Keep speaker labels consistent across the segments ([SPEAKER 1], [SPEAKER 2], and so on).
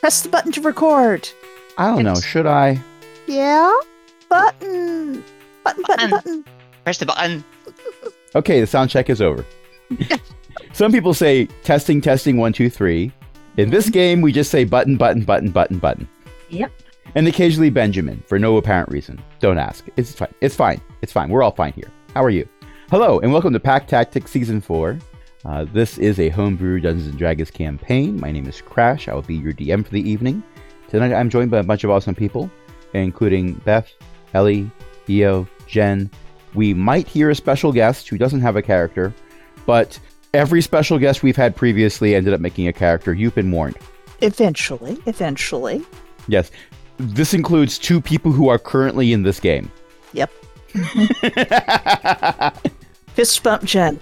[SPEAKER 1] Press the button to record.
[SPEAKER 2] I don't know.
[SPEAKER 3] It's-
[SPEAKER 2] Should I?
[SPEAKER 1] Yeah? Button. Button, button,
[SPEAKER 3] Button.
[SPEAKER 1] button.
[SPEAKER 3] Press the button.
[SPEAKER 2] Okay, the sound check is over. Some people say testing, testing, one, two, three. In this game, we just say button, button, button, button, button.
[SPEAKER 3] Yep.
[SPEAKER 2] And occasionally Benjamin for no apparent reason. Don't ask. It's fine. It's fine. It's fine. We're all fine here. How are you? Hello, and welcome to Pack Tactics Season 4. Uh, this is a homebrew Dungeons and Dragons campaign. My name is Crash. I will be your DM for the evening. Tonight I'm joined by a bunch of awesome people, including Beth, Ellie, Io, Jen. We might hear a special guest who doesn't have a character, but every special guest we've had previously ended up making a character. You've been warned.
[SPEAKER 1] Eventually, eventually.
[SPEAKER 2] Yes. This includes two people who are currently in this game.
[SPEAKER 1] Yep. Fist bump Jen.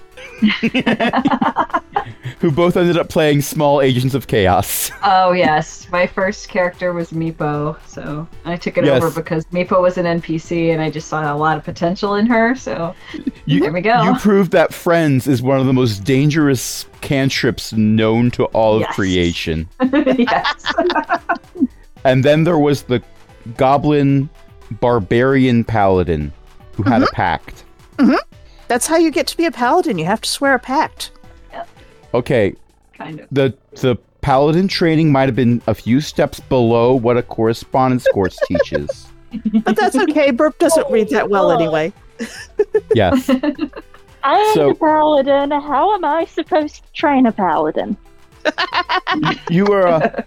[SPEAKER 2] who both ended up playing small agents of chaos.
[SPEAKER 4] Oh yes, my first character was Meepo, so I took it
[SPEAKER 2] Yes.
[SPEAKER 4] over because Meepo was an NPC, and I just saw a lot of potential in her. So
[SPEAKER 2] You-
[SPEAKER 4] there we go.
[SPEAKER 2] You proved that Friends is one of the most dangerous cantrips known to all of
[SPEAKER 4] Yes.
[SPEAKER 2] creation.
[SPEAKER 4] yes,
[SPEAKER 2] And then there was the goblin barbarian paladin who had
[SPEAKER 5] Mm-hmm.
[SPEAKER 2] a pact.
[SPEAKER 1] That's how you get to be a paladin. You have to swear a pact.
[SPEAKER 2] Okay,
[SPEAKER 4] kind of.
[SPEAKER 2] the the paladin training might have been a few steps below what a correspondence course teaches.
[SPEAKER 1] But that's okay. Burp doesn't read that well anyway.
[SPEAKER 2] Yes.
[SPEAKER 5] I'm
[SPEAKER 2] So-
[SPEAKER 5] the paladin. How am I supposed to train a paladin?
[SPEAKER 2] You were a,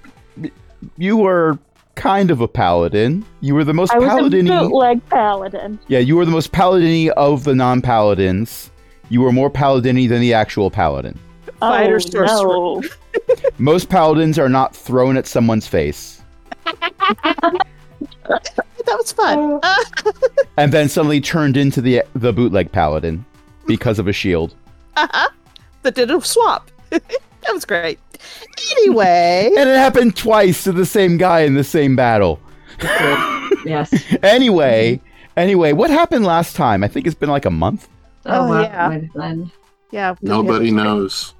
[SPEAKER 2] you were kind of a paladin. You were the most
[SPEAKER 5] I was
[SPEAKER 2] paladin
[SPEAKER 5] a bootleg paladin.
[SPEAKER 2] Yeah, you were the most paladin of the non paladins. You were more paladin than the actual paladin.
[SPEAKER 1] Fighter
[SPEAKER 5] oh,
[SPEAKER 1] sorcerer.
[SPEAKER 5] No.
[SPEAKER 2] Most paladins are not thrown at someone's face
[SPEAKER 1] That was fun. Uh,
[SPEAKER 2] and then suddenly turned into the the bootleg paladin because of a shield.
[SPEAKER 1] uh-huh. The diddle swap. that was great. Anyway.
[SPEAKER 2] And it happened twice to the same guy in the same battle.
[SPEAKER 4] Yes.
[SPEAKER 2] Anyway, anyway, what happened last time? I think it's been like a month.
[SPEAKER 1] Oh,
[SPEAKER 4] wow,
[SPEAKER 1] yeah.
[SPEAKER 4] might have been.
[SPEAKER 1] Yeah. we had-
[SPEAKER 6] Nobody knows.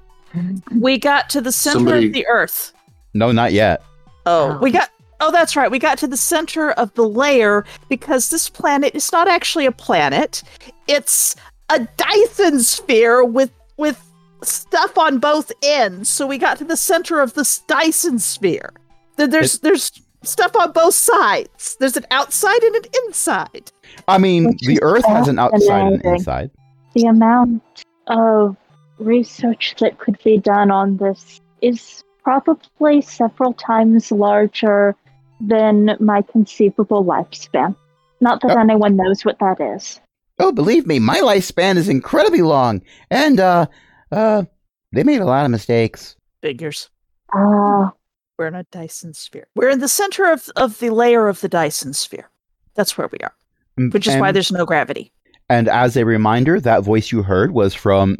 [SPEAKER 1] We got to the center
[SPEAKER 6] Somebody-
[SPEAKER 1] of the earth.
[SPEAKER 2] No, not yet.
[SPEAKER 1] Oh,
[SPEAKER 4] Oh.
[SPEAKER 1] we got. Oh, that's right. We got to the center of the layer because this planet is not actually a planet. It's a Dyson sphere with with stuff on both ends. So we got to the center of this Dyson sphere. Then there's there's stuff on both sides. There's an outside and an inside.
[SPEAKER 2] I mean,
[SPEAKER 5] Which
[SPEAKER 2] the
[SPEAKER 5] is
[SPEAKER 2] Earth has an outside and
[SPEAKER 5] fascinating.
[SPEAKER 2] inside.
[SPEAKER 5] The amount of research that could be done on this is probably several times larger than my conceivable lifespan. Not that
[SPEAKER 2] Oh.
[SPEAKER 5] anyone knows what that is.
[SPEAKER 2] Oh, believe me, my lifespan is incredibly long, and uh, uh, they made a lot of mistakes.
[SPEAKER 1] Figures.
[SPEAKER 5] Ah,
[SPEAKER 1] We're in a Dyson sphere. We're in the center of of the layer of the Dyson sphere. That's where we are,
[SPEAKER 2] Mm,
[SPEAKER 1] which is why
[SPEAKER 2] and-
[SPEAKER 1] there's no gravity.
[SPEAKER 2] And as a reminder, that voice you heard was from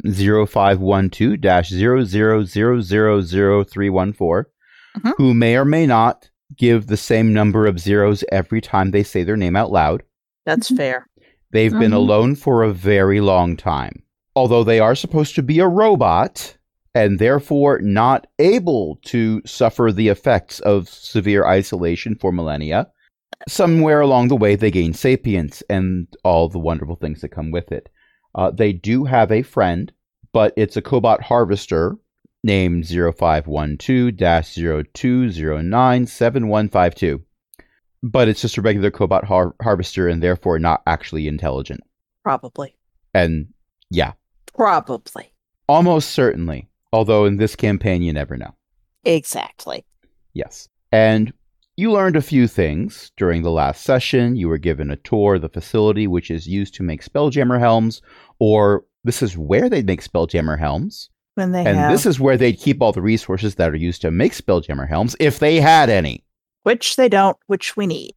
[SPEAKER 2] 0512-0000314,
[SPEAKER 1] Mhm.
[SPEAKER 2] who may or may not give the same number of zeros every time they say their name out loud.
[SPEAKER 1] That's
[SPEAKER 4] Mhm.
[SPEAKER 1] fair.
[SPEAKER 2] They've been
[SPEAKER 4] Mhm.
[SPEAKER 2] alone for a very long time. Although they are supposed to be a robot and therefore not able to suffer the effects of severe isolation for millennia, somewhere along the way they gain sapience and all the wonderful things that come with it. Uh, they do have a friend, but it's a cobot harvester named 0512-02097152 but it's just a regular cobot har- harvester and therefore not actually intelligent.
[SPEAKER 1] Probably.
[SPEAKER 2] And
[SPEAKER 1] Probably.
[SPEAKER 2] almost certainly, although in this campaign you never know.
[SPEAKER 1] Exactly.
[SPEAKER 2] Yes. And you learned a few things during the last session. You were given a tour of the facility, which is used to make Spelljammer helms, or this is where they make Spelljammer helms.
[SPEAKER 1] When they
[SPEAKER 2] and
[SPEAKER 1] have,
[SPEAKER 2] this is where they'd keep all the resources that are used to make Spelljammer helms, if they had any.
[SPEAKER 1] which they don't, which we need.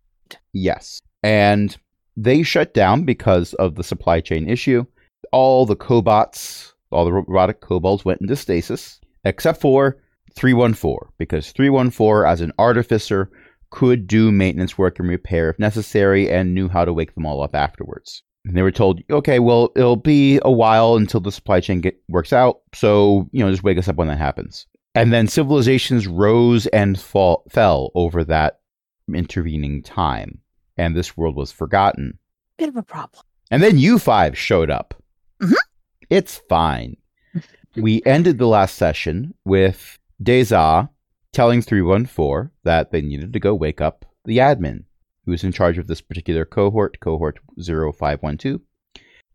[SPEAKER 2] Yes. And they shut down because of the supply chain issue. All the cobots, all the robotic kobolds went into stasis, except for 314, because 314, as an artificer, could do maintenance work and repair if necessary and knew how to wake them all up afterwards. And they were told, okay, well, it'll be a while until the supply chain get, works out, so, you know, just wake us up when that happens. And then civilizations rose and fall, fell over that intervening time, and this world was forgotten.
[SPEAKER 1] Bit of a problem.
[SPEAKER 2] And then you five showed up.
[SPEAKER 1] Mhm.
[SPEAKER 2] It's fine. we ended the last session with Deza telling 314 that they needed to go wake up the admin who was in charge of this particular cohort, cohort 0512.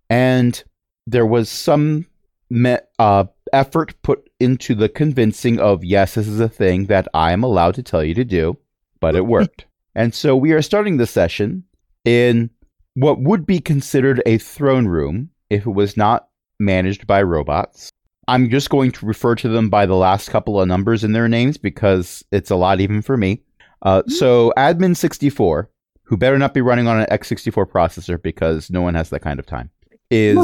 [SPEAKER 2] And there was some me- uh, effort put into the convincing of, yes, this is a thing that I am allowed to tell you to do, but it worked. and so we are starting the session in what would be considered a throne room if it was not managed by robots. I'm just going to refer to them by the last couple of numbers in their names because it's a lot even for me. Uh, so, admin 64, who better not be running on an x64 processor because no one has that kind of time, is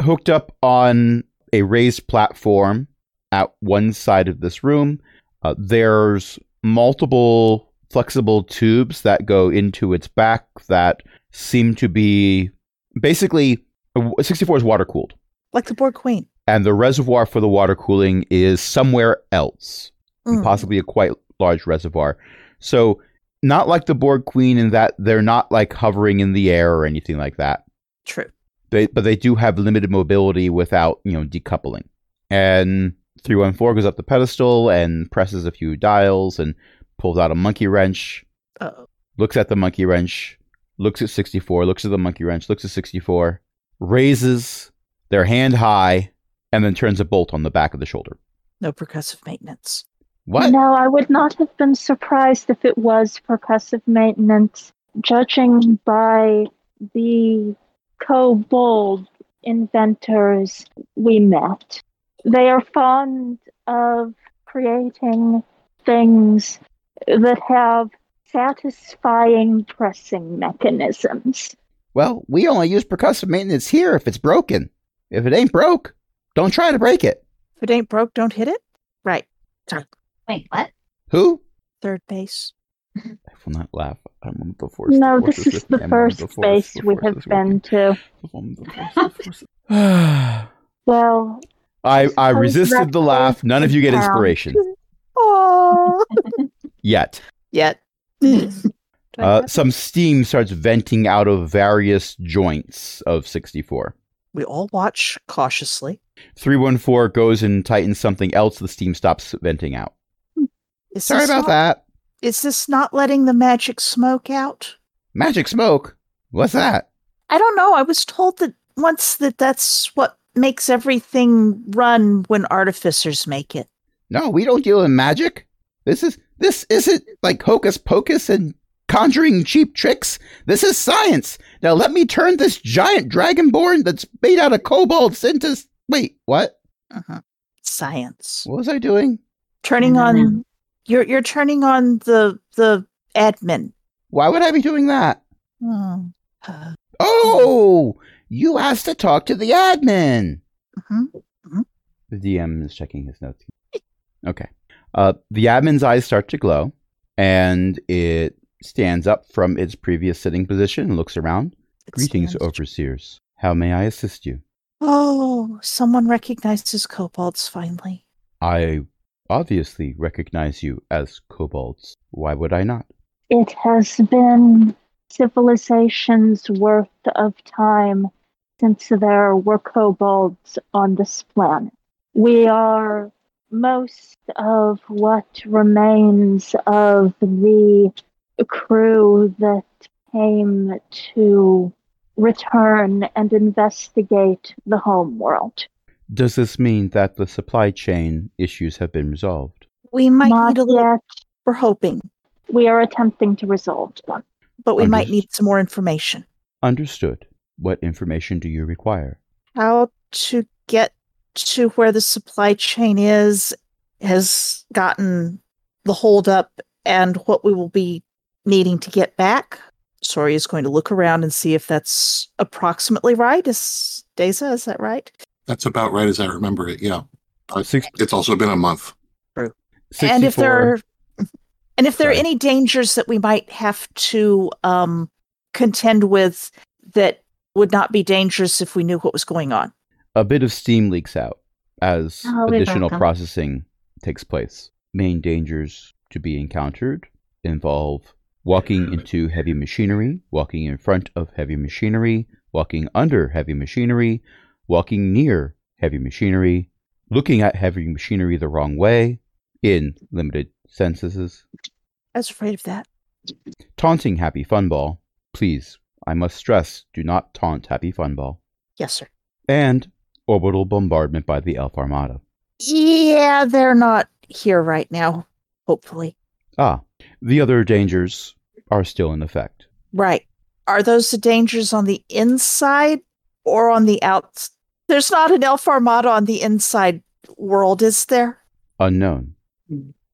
[SPEAKER 2] hooked up on a raised platform at one side of this room. Uh, there's multiple flexible tubes that go into its back that seem to be basically a w- 64 is water cooled,
[SPEAKER 1] Like the Borg Queen.
[SPEAKER 2] and the reservoir for the water cooling is somewhere else, and
[SPEAKER 1] Mm.
[SPEAKER 2] possibly a quite large reservoir. So, not like the Borg Queen in that they're not like hovering in the air or anything like that
[SPEAKER 1] True.
[SPEAKER 2] they but they do have limited mobility without you know decoupling. And three one four goes up the pedestal and presses a few dials and pulls out a monkey wrench.
[SPEAKER 1] Uh-oh.
[SPEAKER 2] Looks at the monkey wrench. Looks at sixty four. Looks at the monkey wrench. Looks at sixty four. Raises their hand high and then turns a bolt on the back of the shoulder.
[SPEAKER 1] No percussive maintenance.
[SPEAKER 2] What?
[SPEAKER 5] No, I would not have been surprised if it was percussive maintenance. Judging by the kobold inventors we met, they are fond of creating things that have satisfying pressing mechanisms.
[SPEAKER 2] Well, we only use percussive maintenance here if it's broken. If it ain't broke, don't try to break it.
[SPEAKER 1] If it ain't broke, don't hit it. Right.
[SPEAKER 4] Wait, what?
[SPEAKER 2] Who?
[SPEAKER 1] Third base.
[SPEAKER 2] I will not laugh. I'm one of the force.
[SPEAKER 5] No,
[SPEAKER 2] the force
[SPEAKER 5] this is
[SPEAKER 2] with me.
[SPEAKER 5] the
[SPEAKER 2] I'm one of
[SPEAKER 5] first
[SPEAKER 2] force,
[SPEAKER 5] space
[SPEAKER 2] the
[SPEAKER 5] we
[SPEAKER 2] force
[SPEAKER 5] have
[SPEAKER 2] is with me.
[SPEAKER 5] been to.
[SPEAKER 2] I
[SPEAKER 5] Well,
[SPEAKER 2] I
[SPEAKER 5] Suppose
[SPEAKER 2] resisted the
[SPEAKER 5] that
[SPEAKER 2] laugh. None of you get
[SPEAKER 5] is down.
[SPEAKER 2] inspiration
[SPEAKER 1] Oh.
[SPEAKER 2] yet.
[SPEAKER 1] Yet.
[SPEAKER 2] Uh, some steam starts venting out of various joints of 64.
[SPEAKER 1] we all watch cautiously.
[SPEAKER 2] 314 goes and tightens something else. The steam stops venting out.
[SPEAKER 1] Is
[SPEAKER 2] Sorry
[SPEAKER 1] this
[SPEAKER 2] about
[SPEAKER 1] not-
[SPEAKER 2] that.
[SPEAKER 1] Is this not letting the magic smoke out?
[SPEAKER 2] Magic smoke. What's that?
[SPEAKER 1] I don't know. I was told that once that that's what makes everything run when artificers make it.
[SPEAKER 2] No, we don't deal in magic. This is this isn't like hocus pocus and conjuring cheap tricks. This is science. Now let me turn this giant dragonborn that's made out of kobolds into s- wait, what?
[SPEAKER 1] Uh-huh. Science.
[SPEAKER 2] What was I doing?
[SPEAKER 1] Turning
[SPEAKER 5] Mm-hmm.
[SPEAKER 1] on you're you're turning on the the admin.
[SPEAKER 2] Why would I be doing that?
[SPEAKER 1] Hmm. Uh,
[SPEAKER 2] Oh, you asked to talk to the admin.
[SPEAKER 1] mhm.
[SPEAKER 2] The DM is checking his notes. Okay. Uh, the admin's eyes start to glow, and it stands up from its previous sitting position and looks around.
[SPEAKER 1] It
[SPEAKER 2] Greetings,
[SPEAKER 1] stands.
[SPEAKER 2] overseers. How may I assist you?
[SPEAKER 1] Oh, someone recognizes kobolds finally.
[SPEAKER 2] I obviously recognize you as kobolds. Why would I not?
[SPEAKER 5] It has been civilizations worth of time since there were kobolds on this planet. We are most of what remains of the crew that came to return and investigate the homeworld.
[SPEAKER 2] Does this mean that the supply chain issues have been resolved?
[SPEAKER 1] We might
[SPEAKER 5] Not
[SPEAKER 1] need a little
[SPEAKER 5] yet.
[SPEAKER 1] we're hoping,
[SPEAKER 5] We are attempting to resolve them.
[SPEAKER 1] but we might
[SPEAKER 2] Unders-
[SPEAKER 1] need some more information.
[SPEAKER 2] Understood. What information do you require?
[SPEAKER 1] how to get to where the supply chain is has gotten the holdup and what we will be needing to get back. Sori is going to look around and see if that's approximately right. Is Deza, is that right?
[SPEAKER 3] That's about right as I remember it. Yeah.
[SPEAKER 2] Six,
[SPEAKER 3] It's also been a month.
[SPEAKER 1] And if there are and if there are
[SPEAKER 2] Sorry.
[SPEAKER 1] any dangers that we might have to um, contend with that would not be dangerous if we knew what was going on.
[SPEAKER 2] a bit of steam leaks out as
[SPEAKER 4] Oh, we're
[SPEAKER 2] additional
[SPEAKER 4] welcome.
[SPEAKER 2] processing takes place. Main dangers to be encountered involve walking into heavy machinery, walking in front of heavy machinery, walking under heavy machinery, walking near heavy machinery, looking at heavy machinery the wrong way in limited senses,
[SPEAKER 1] I was afraid of that.
[SPEAKER 2] taunting Happy Funball. Please, I must stress, do not taunt Happy Funball.
[SPEAKER 1] Yes, sir.
[SPEAKER 2] And orbital bombardment by the Elf Armada.
[SPEAKER 1] Yeah, they're not here right now, hopefully.
[SPEAKER 2] Ah, the other dangers are still in effect.
[SPEAKER 1] Right. Are those the dangers on the inside or on the out? There's not an elf armada on the inside world, is there?
[SPEAKER 2] Unknown.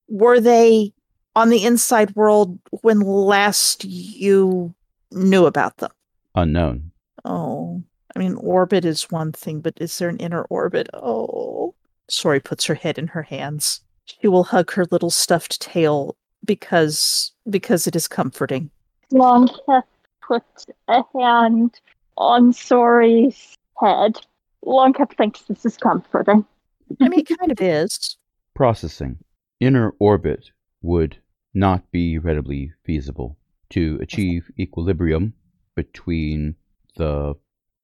[SPEAKER 1] Were they on the inside world when last you knew about them?
[SPEAKER 2] Unknown.
[SPEAKER 1] Oh, I mean, orbit is one thing, but is there an inner orbit? Oh, Sori puts her head in her hands. She will hug her little stuffed tail because because it is comforting.
[SPEAKER 5] Long put a hand on Sori's head. Long thinks this is comforting.
[SPEAKER 1] I mean, it kind of is.
[SPEAKER 2] Processing. Inner orbit would not be readily feasible to achieve equilibrium between the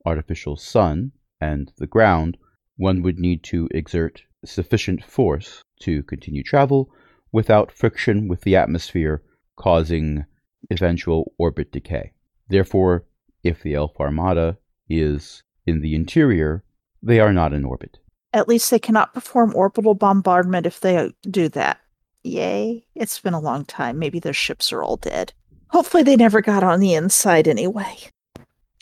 [SPEAKER 2] artificial sun and the ground. One would need to exert sufficient force to continue travel without friction with the atmosphere, causing eventual orbit decay. Therefore, if the Elf Armada is in the interior, they are not in orbit.
[SPEAKER 1] At least they cannot perform orbital bombardment if they do that. Yay. It's been a long time. Maybe their ships are all dead. Hopefully they never got on the inside anyway.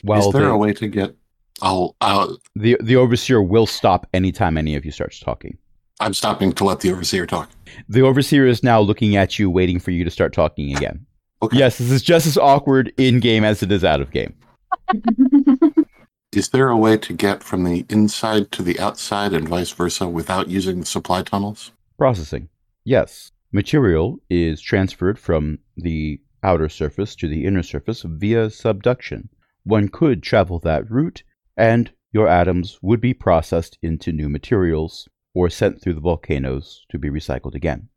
[SPEAKER 2] While
[SPEAKER 3] Is there
[SPEAKER 2] they-
[SPEAKER 3] a way to get? Oh, uh,
[SPEAKER 2] The the overseer will stop anytime any of you starts talking.
[SPEAKER 3] I'm stopping to let the overseer talk.
[SPEAKER 2] The overseer is now looking at you, waiting for you to start talking again.
[SPEAKER 3] Okay.
[SPEAKER 2] Yes, this is just as awkward in game as it is out of game.
[SPEAKER 3] Is there a way to get from the inside to the outside and vice versa without using the supply tunnels?
[SPEAKER 2] Processing. Yes, material is transferred from the outer surface to the inner surface via subduction. One could travel that route, and your atoms would be processed into new materials or sent through the volcanoes to be recycled again.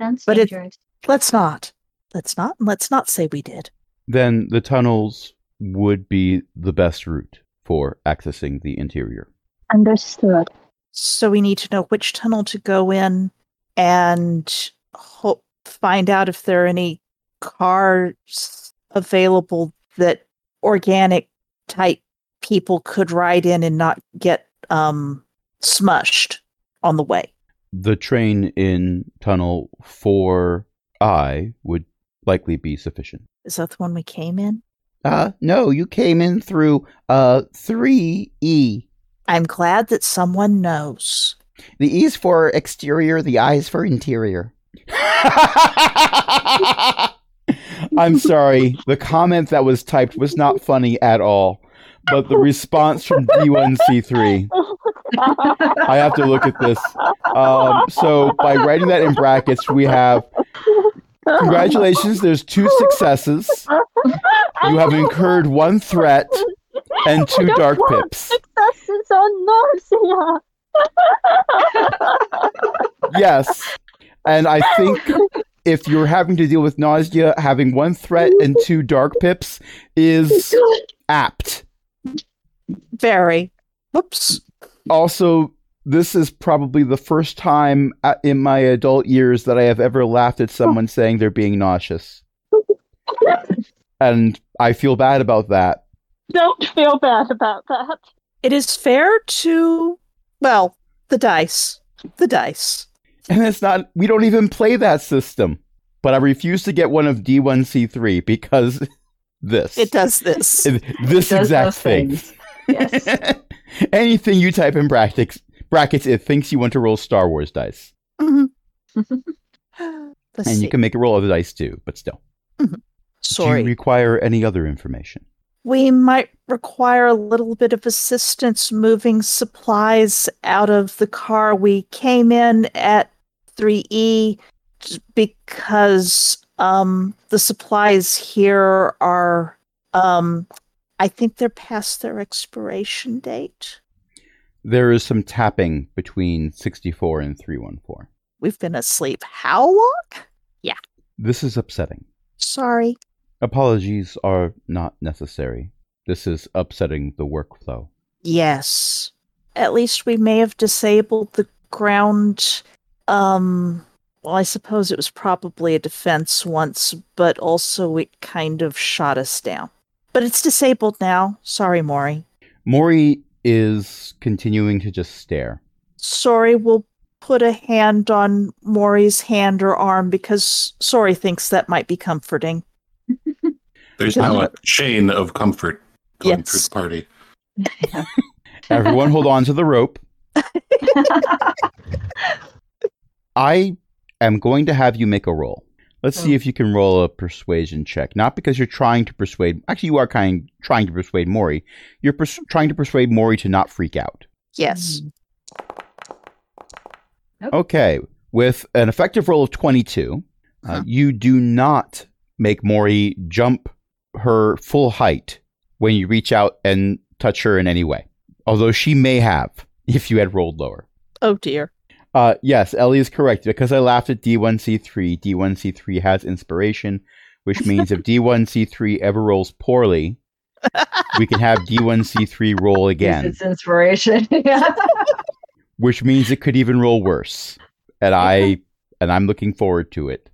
[SPEAKER 4] Sounds
[SPEAKER 1] But it-
[SPEAKER 4] dangerous.
[SPEAKER 1] Let's not. Let's not. and Let's not say we did.
[SPEAKER 2] then the tunnels would be the best route for accessing the interior.
[SPEAKER 5] Understood.
[SPEAKER 1] So we need to know which tunnel to go in and ho- find out if there are any cars available that organic type people could ride in and not get um smushed on the way.
[SPEAKER 2] The train in tunnel 4I would likely be sufficient.
[SPEAKER 1] Is that the one we came in?
[SPEAKER 2] Uh no, you came in through uh E. 3E.
[SPEAKER 1] I'm glad that someone knows.
[SPEAKER 2] The E's for exterior, the I's for interior. I'm sorry. The comment that was typed was not funny at all, but the response from D1C3 I have to look at this. Um, so by writing that in brackets, we have congratulations. There's two successes. You have incurred one threat and two dark pips.
[SPEAKER 5] Successes on nausea.
[SPEAKER 2] Yes, and I think if you're having to deal with nausea, having one threat and two dark pips is apt.
[SPEAKER 1] Very. Whoops.
[SPEAKER 2] Also. This is probably the first time uh, in my adult years that I have ever laughed at someone saying they're being nauseous. And I feel bad about that.
[SPEAKER 5] Don't feel bad about that.
[SPEAKER 1] It is fair to well, the dice. The dice.
[SPEAKER 2] And it's not, we don't even play that system. But I refuse to get one of D1C3 because this.
[SPEAKER 1] It does this.
[SPEAKER 2] It- this
[SPEAKER 4] Does
[SPEAKER 2] exact
[SPEAKER 4] those
[SPEAKER 2] thing.
[SPEAKER 4] things. Yes.
[SPEAKER 2] Anything you type in brackets, brackets, it thinks you want to roll Star Wars dice.
[SPEAKER 1] Mhm. Let's
[SPEAKER 2] and
[SPEAKER 1] see.
[SPEAKER 2] you can make it roll other dice too, but still. Do
[SPEAKER 1] Sorry.
[SPEAKER 2] you require any other information?
[SPEAKER 1] we might require a little bit of assistance moving supplies out of the car. We came in at 3E j- because um, the supplies here are, um, I think they're past their expiration date.
[SPEAKER 2] There is some tapping between 64 and 314.
[SPEAKER 1] We've been asleep how long?
[SPEAKER 2] This is upsetting.
[SPEAKER 1] Sorry.
[SPEAKER 2] Apologies are not necessary. This is upsetting the workflow.
[SPEAKER 1] Yes. At least we may have disabled the ground. Um, well, I suppose it was probably a defense once, but also it kind of shot us down. But it's disabled now. Sorry, Maury.
[SPEAKER 2] Mori is continuing to just stare.
[SPEAKER 1] Sorry, we'll put a hand on Maury's hand or arm because Sorry thinks that might be comforting.
[SPEAKER 3] There's
[SPEAKER 1] Yeah.
[SPEAKER 3] now a chain of comfort going through
[SPEAKER 1] Yes.
[SPEAKER 3] the party.
[SPEAKER 2] Everyone hold on to the rope. I am going to have you make a roll. Let's see
[SPEAKER 4] Oh.
[SPEAKER 2] if you can roll a persuasion check. Not because you're trying to persuade. Actually, you are kind trying to persuade Mori. You're pers- trying to persuade Mori to not freak out.
[SPEAKER 1] Yes.
[SPEAKER 2] Okay, with an effective roll of 22, uh,
[SPEAKER 1] Huh.
[SPEAKER 2] you do not make Mori jump her full height when you reach out and touch her in any way. Although she may have if you had rolled lower.
[SPEAKER 1] Oh dear.
[SPEAKER 2] Uh, yes, Ellie is correct. Because I laughed at D1C3, D1C3 has inspiration, which means if D1C3 ever rolls poorly, we can have D1C3 roll
[SPEAKER 4] Use
[SPEAKER 2] again,
[SPEAKER 4] It's inspiration. yeah.
[SPEAKER 2] which means it could even roll worse. And I and I'm looking forward to it.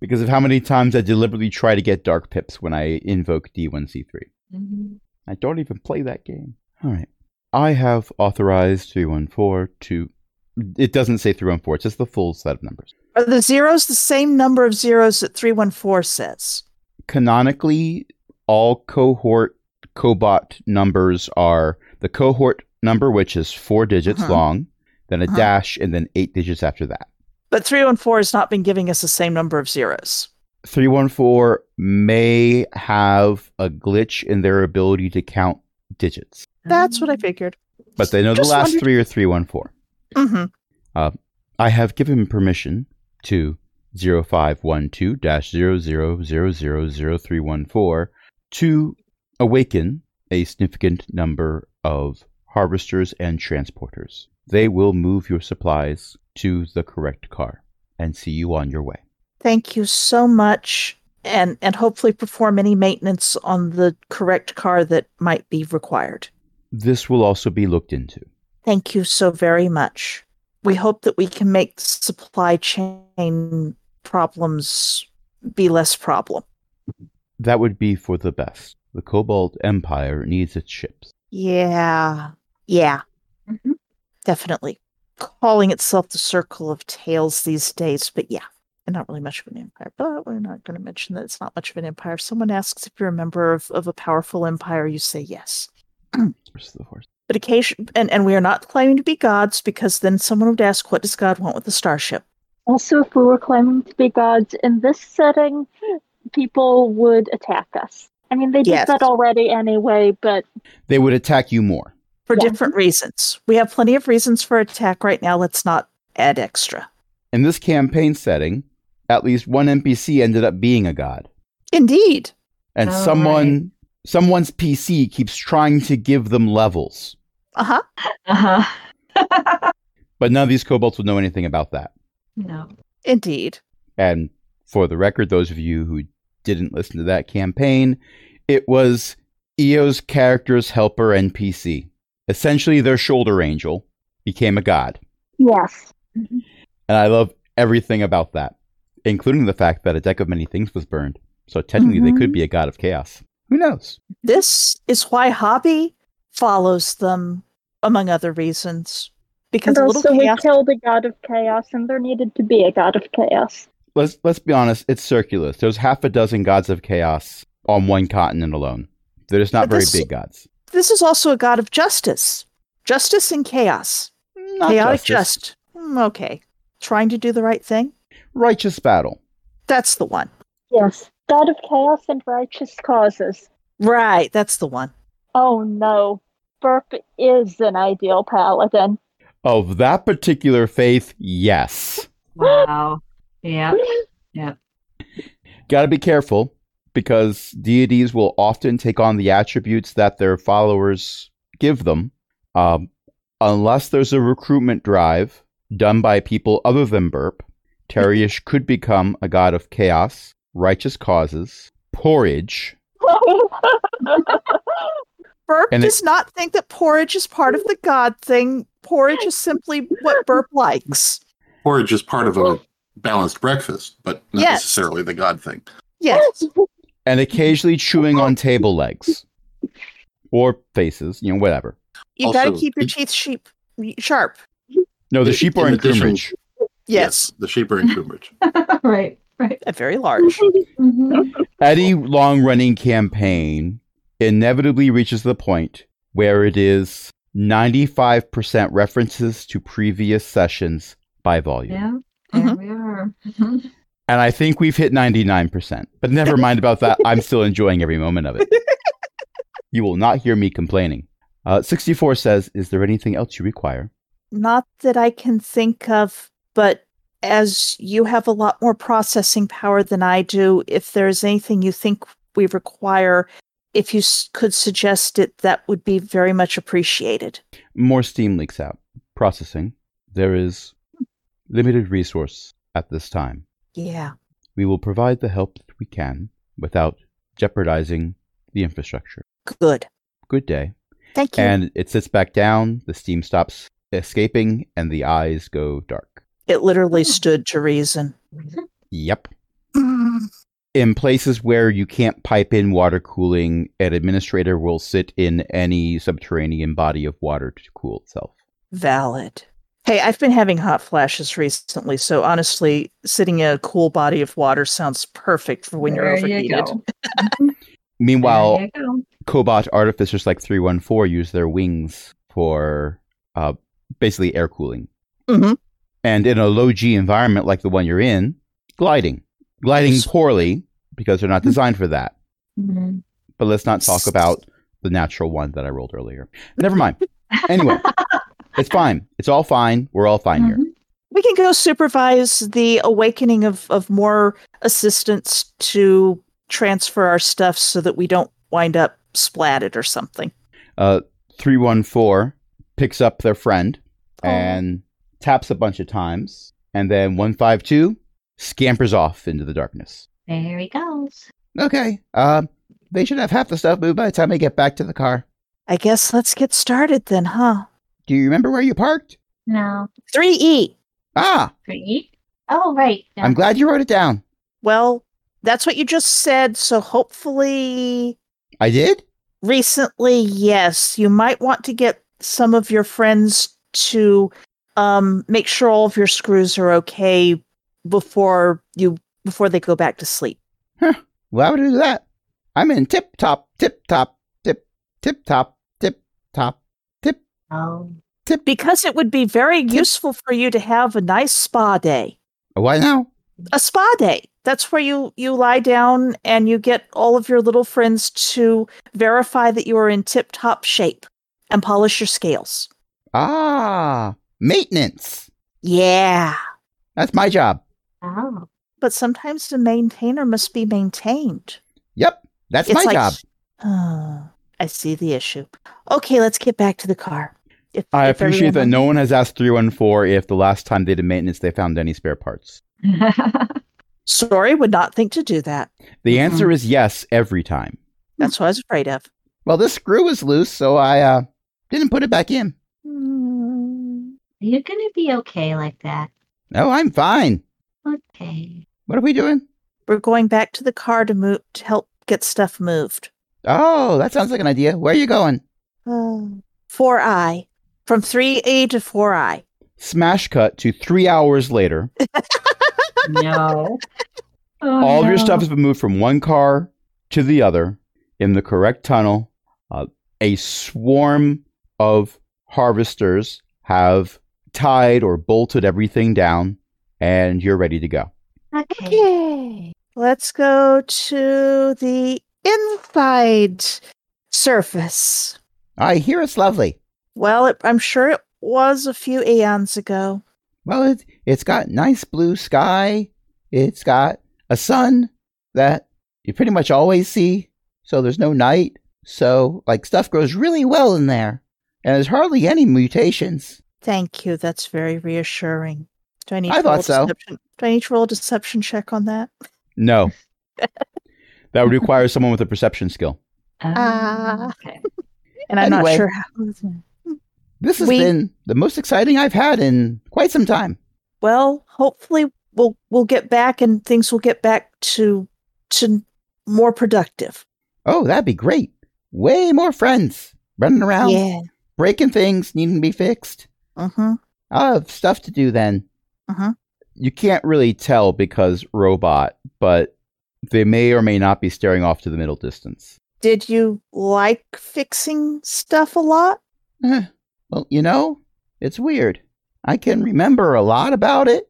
[SPEAKER 2] Because of how many times I deliberately try to get dark pips when I invoke D1C3.
[SPEAKER 4] Mhm.
[SPEAKER 2] I don't even play that game. All right. I have authorized 314 to. It doesn't say 314, it's just the full set of numbers.
[SPEAKER 1] Are the zeros the same number of zeros that 314 says?
[SPEAKER 2] canonically all cohort cobot numbers are the cohort number which is four digits
[SPEAKER 1] Uh-huh.
[SPEAKER 2] long then a
[SPEAKER 1] Uh-huh.
[SPEAKER 2] dash and then eight digits after that
[SPEAKER 1] But 314 has not been giving us the same number of zeros.
[SPEAKER 2] 314 may have a glitch in their ability to count digits
[SPEAKER 1] That's what I figured.
[SPEAKER 2] but they know
[SPEAKER 1] Just
[SPEAKER 2] the last
[SPEAKER 1] wondered-
[SPEAKER 2] three are 314
[SPEAKER 1] hmm
[SPEAKER 2] i have given permission to 0512-00000314 to awaken a significant number of harvesters and transporters. They will move your supplies to the correct car and see you on your way.
[SPEAKER 1] Thank you so much. And, and hopefully perform any maintenance on the correct car that might be required.
[SPEAKER 2] This will also be looked into.
[SPEAKER 1] Thank you so very much. We hope that we can make the supply chain problems be less problem.
[SPEAKER 2] That would be for the best. The Cobalt Empire needs its ships.
[SPEAKER 1] Yeah. Yeah,
[SPEAKER 4] Mhm.
[SPEAKER 1] definitely. Calling itself the Circle of Tales these days, but yeah. And not really much of an empire, but we're not going to mention that it's not much of an empire. If someone asks if you're a member of, of a powerful empire, you say yes.
[SPEAKER 2] Where's the horse?
[SPEAKER 1] But occasion, and, and we are not claiming to be gods because then someone would ask, what does God want with the starship?
[SPEAKER 5] Also, if we were claiming to be gods in this setting, people would attack us. I mean, they did
[SPEAKER 1] Yes.
[SPEAKER 5] that already anyway, but
[SPEAKER 2] They would attack you more.
[SPEAKER 1] for
[SPEAKER 5] Yeah.
[SPEAKER 1] different reasons. We have plenty of reasons for attack right now. Let's not add extra.
[SPEAKER 2] In this campaign setting, at least one NPC ended up being a god.
[SPEAKER 1] Indeed.
[SPEAKER 2] and
[SPEAKER 4] Oh,
[SPEAKER 2] someone someone's PC keeps trying to give them levels,
[SPEAKER 1] Uh huh.
[SPEAKER 4] Uh-huh.
[SPEAKER 2] but none of these kobolds will know anything about that.
[SPEAKER 4] No.
[SPEAKER 1] Indeed.
[SPEAKER 2] And for the record, those of you who didn't listen to that campaign, it was EO's character's helper NPC. Essentially, their shoulder angel became a god,
[SPEAKER 5] yes.
[SPEAKER 2] and I love everything about that, including the fact that a deck of many things was burned. So technically, they could
[SPEAKER 5] Mhm.
[SPEAKER 2] be a god of chaos. Who knows?
[SPEAKER 1] This is why hobby follows them, among other reasons. Because
[SPEAKER 5] And
[SPEAKER 1] a little
[SPEAKER 5] also, we
[SPEAKER 1] chaos.
[SPEAKER 5] killed a god of chaos, and there needed to be a god of chaos.
[SPEAKER 2] let's let's be honest, it's circular. There's half a dozen gods of chaos on one continent alone. They're just not
[SPEAKER 1] But
[SPEAKER 2] very
[SPEAKER 1] this-
[SPEAKER 2] big gods.
[SPEAKER 1] This is also a god of justice, justice and chaos,
[SPEAKER 2] Not
[SPEAKER 1] chaotic
[SPEAKER 2] justice.
[SPEAKER 1] just. Mm, okay, trying to do the right thing.
[SPEAKER 2] righteous battle.
[SPEAKER 1] That's the one.
[SPEAKER 5] Yes. God of chaos and righteous causes.
[SPEAKER 1] Right. That's the one.
[SPEAKER 5] Oh no. Burp is an ideal paladin.
[SPEAKER 2] Of that particular faith, yes.
[SPEAKER 4] Wow. Yeah.
[SPEAKER 2] Got to be careful because deities will often take on the attributes that their followers give them, um, unless there's a recruitment drive done by people other than Burp, Teriush could become a god of chaos, righteous causes, porridge,
[SPEAKER 1] Burp
[SPEAKER 2] And it-
[SPEAKER 1] does not think that porridge is part of the god thing. Porridge is simply what Burp likes.
[SPEAKER 3] Porridge is part of a balanced breakfast, but not
[SPEAKER 1] Yes.
[SPEAKER 3] necessarily the God thing.
[SPEAKER 1] Yes.
[SPEAKER 2] and occasionally chewing on table legs or faces, you know, whatever.
[SPEAKER 1] You got to
[SPEAKER 3] Also,
[SPEAKER 1] keep your
[SPEAKER 3] it-
[SPEAKER 1] teeth sheep, sharp.
[SPEAKER 2] No, the
[SPEAKER 3] In-
[SPEAKER 2] sheep are
[SPEAKER 3] in
[SPEAKER 2] in
[SPEAKER 3] addition-
[SPEAKER 2] Groomridge.
[SPEAKER 1] Yes.
[SPEAKER 3] the sheep are in Cambridge.
[SPEAKER 4] right, right.
[SPEAKER 1] A very large.
[SPEAKER 4] Mhm.
[SPEAKER 2] Any long running campaign inevitably reaches the point where it is 95% references to previous sessions by volume.
[SPEAKER 4] Yeah, there
[SPEAKER 1] Mhm.
[SPEAKER 4] we are.
[SPEAKER 1] Mm-hmm.
[SPEAKER 2] And I think we've hit 99%. But never mind about that. I'm still enjoying every moment of it. You will not hear me complaining. Uh, 64 says, Is there anything else you require?
[SPEAKER 1] Not that I can think of, but as you have a lot more processing power than I do, if there's anything you think we require, if you s- could suggest it, that would be very much appreciated.
[SPEAKER 2] More steam leaks out. Processing. There is limited resource at this time.
[SPEAKER 1] Yeah.
[SPEAKER 2] We will provide the help that we can without jeopardizing the infrastructure.
[SPEAKER 1] Good.
[SPEAKER 2] Good day.
[SPEAKER 1] Thank you.
[SPEAKER 2] And it sits back down, the steam stops escaping, and the eyes go dark.
[SPEAKER 1] it literally stood to reason.
[SPEAKER 2] Yep. In places where you can't pipe in water cooling, an administrator will sit in any subterranean body of water to cool itself.
[SPEAKER 1] Valid. Hey, I've been having hot flashes recently, so honestly, sitting in a cool body of water sounds perfect for when
[SPEAKER 4] There
[SPEAKER 1] you're
[SPEAKER 4] you
[SPEAKER 1] overheated.
[SPEAKER 4] go.
[SPEAKER 2] Meanwhile,
[SPEAKER 4] There you go.
[SPEAKER 2] Cobot artificers like 314 use their wings for uh, basically air cooling.
[SPEAKER 1] Mhm.
[SPEAKER 2] And in a low G environment like the one you're in, gliding. Gliding
[SPEAKER 1] Yes.
[SPEAKER 2] poorly because they're not designed for that.
[SPEAKER 4] Mhm.
[SPEAKER 2] But let's not talk about the natural one that I rolled earlier. Never mind. Anyway, it's fine. It's all fine. We're all fine here.
[SPEAKER 4] Mhm.
[SPEAKER 1] We can go supervise the awakening of, of more assistants to transfer our stuff so that we don't wind up splatted or something.
[SPEAKER 2] Uh, 314 picks up their friend
[SPEAKER 1] Aw.
[SPEAKER 2] and taps a bunch of times. And then 152 scampers off into the darkness.
[SPEAKER 4] There he goes.
[SPEAKER 2] Okay. Um, they should have half the stuff moved by the time I get back to the car.
[SPEAKER 1] I guess let's get started then, huh?
[SPEAKER 2] Do you remember where you parked?
[SPEAKER 4] No,
[SPEAKER 1] 3E.
[SPEAKER 2] Ah,
[SPEAKER 4] three. Oh, right. yeah.
[SPEAKER 2] I'm glad you wrote it down.
[SPEAKER 1] Well, that's what you just said, so hopefully
[SPEAKER 2] I did?
[SPEAKER 1] recently yes you might want to get some of your friends to um make sure all of your screws are okay before you before they go back to sleep
[SPEAKER 2] Why would I do that? I'm in tip top, tip top, tip, tip top, tip top,
[SPEAKER 4] Oh.
[SPEAKER 2] tip.
[SPEAKER 1] because it would be very useful for you to have a nice spa day
[SPEAKER 2] Why now?
[SPEAKER 1] a spa day that's where you you lie down and you get all of your little friends to verify that you are in tip top shape and polish your scales
[SPEAKER 2] Ah, maintenance.
[SPEAKER 1] yeah
[SPEAKER 2] That's my job.
[SPEAKER 4] Oh.
[SPEAKER 1] but sometimes the maintainer must be maintained
[SPEAKER 2] Yep, that's my job.
[SPEAKER 1] Oh, I see the issue. Okay, let's get back to the car. If,
[SPEAKER 2] I
[SPEAKER 1] if
[SPEAKER 2] appreciate that
[SPEAKER 1] everyone-
[SPEAKER 2] no one has asked 314 if the last time they did maintenance they found any spare parts.
[SPEAKER 1] Sorry, would not think to do that.
[SPEAKER 2] The
[SPEAKER 4] Mhm.
[SPEAKER 2] answer is yes every time.
[SPEAKER 1] That's
[SPEAKER 2] Hmm.
[SPEAKER 1] what I was afraid of.
[SPEAKER 2] Well, this screw was loose, so I uh, didn't put it back in.
[SPEAKER 1] Mm,
[SPEAKER 4] Are you gonna be okay like that?
[SPEAKER 2] No, I'm fine.
[SPEAKER 4] Okay.
[SPEAKER 2] What are we doing?
[SPEAKER 1] We're going back to the car to move to help get stuff moved.
[SPEAKER 2] Oh, that sounds like an idea. Where are you going?
[SPEAKER 1] Four I from three A to four I.
[SPEAKER 2] Smash cut to three hours later.
[SPEAKER 4] No. Oh,
[SPEAKER 2] All of your
[SPEAKER 4] no.
[SPEAKER 2] stuff has been moved from one car to the other in the correct tunnel. Uh, a swarm of harvesters have tied or bolted everything down, and you're ready to go.
[SPEAKER 4] Okay.
[SPEAKER 1] Okay, let's go to the inside surface.
[SPEAKER 2] I hear it's lovely.
[SPEAKER 1] Well, it, I'm sure it was a few eons ago.
[SPEAKER 2] Well, it, it's got nice blue sky. It's got a sun that you pretty much always see. So there's no night. So, like, stuff grows really well in there. And there's hardly any mutations.
[SPEAKER 1] Thank you. That's very reassuring. Do I need
[SPEAKER 2] I
[SPEAKER 1] to
[SPEAKER 2] thought
[SPEAKER 1] roll
[SPEAKER 2] so.
[SPEAKER 1] deception? Do I need to roll a deception check on that?
[SPEAKER 2] No. that would require someone with a perception skill.
[SPEAKER 1] Ah.
[SPEAKER 4] Oh, okay.
[SPEAKER 1] And I'm
[SPEAKER 2] Anyway.
[SPEAKER 1] not sure how. Mm-hmm.
[SPEAKER 2] This has
[SPEAKER 1] We-
[SPEAKER 2] been the most exciting I've had in quite some time.
[SPEAKER 1] Well, hopefully we'll we'll get back and things will get back to to more productive.
[SPEAKER 2] Oh, that'd be great. Way more friends running around,
[SPEAKER 1] yeah.
[SPEAKER 2] breaking things, needing to be fixed.
[SPEAKER 1] Mm-hmm.
[SPEAKER 2] I'll have stuff to do then.
[SPEAKER 1] Mhm.
[SPEAKER 2] You can't really tell because robot, but they may or may not be staring off to the middle distance.
[SPEAKER 1] Did you like fixing stuff a lot?
[SPEAKER 2] Eh, well, you know, it's weird. I can remember a lot about it,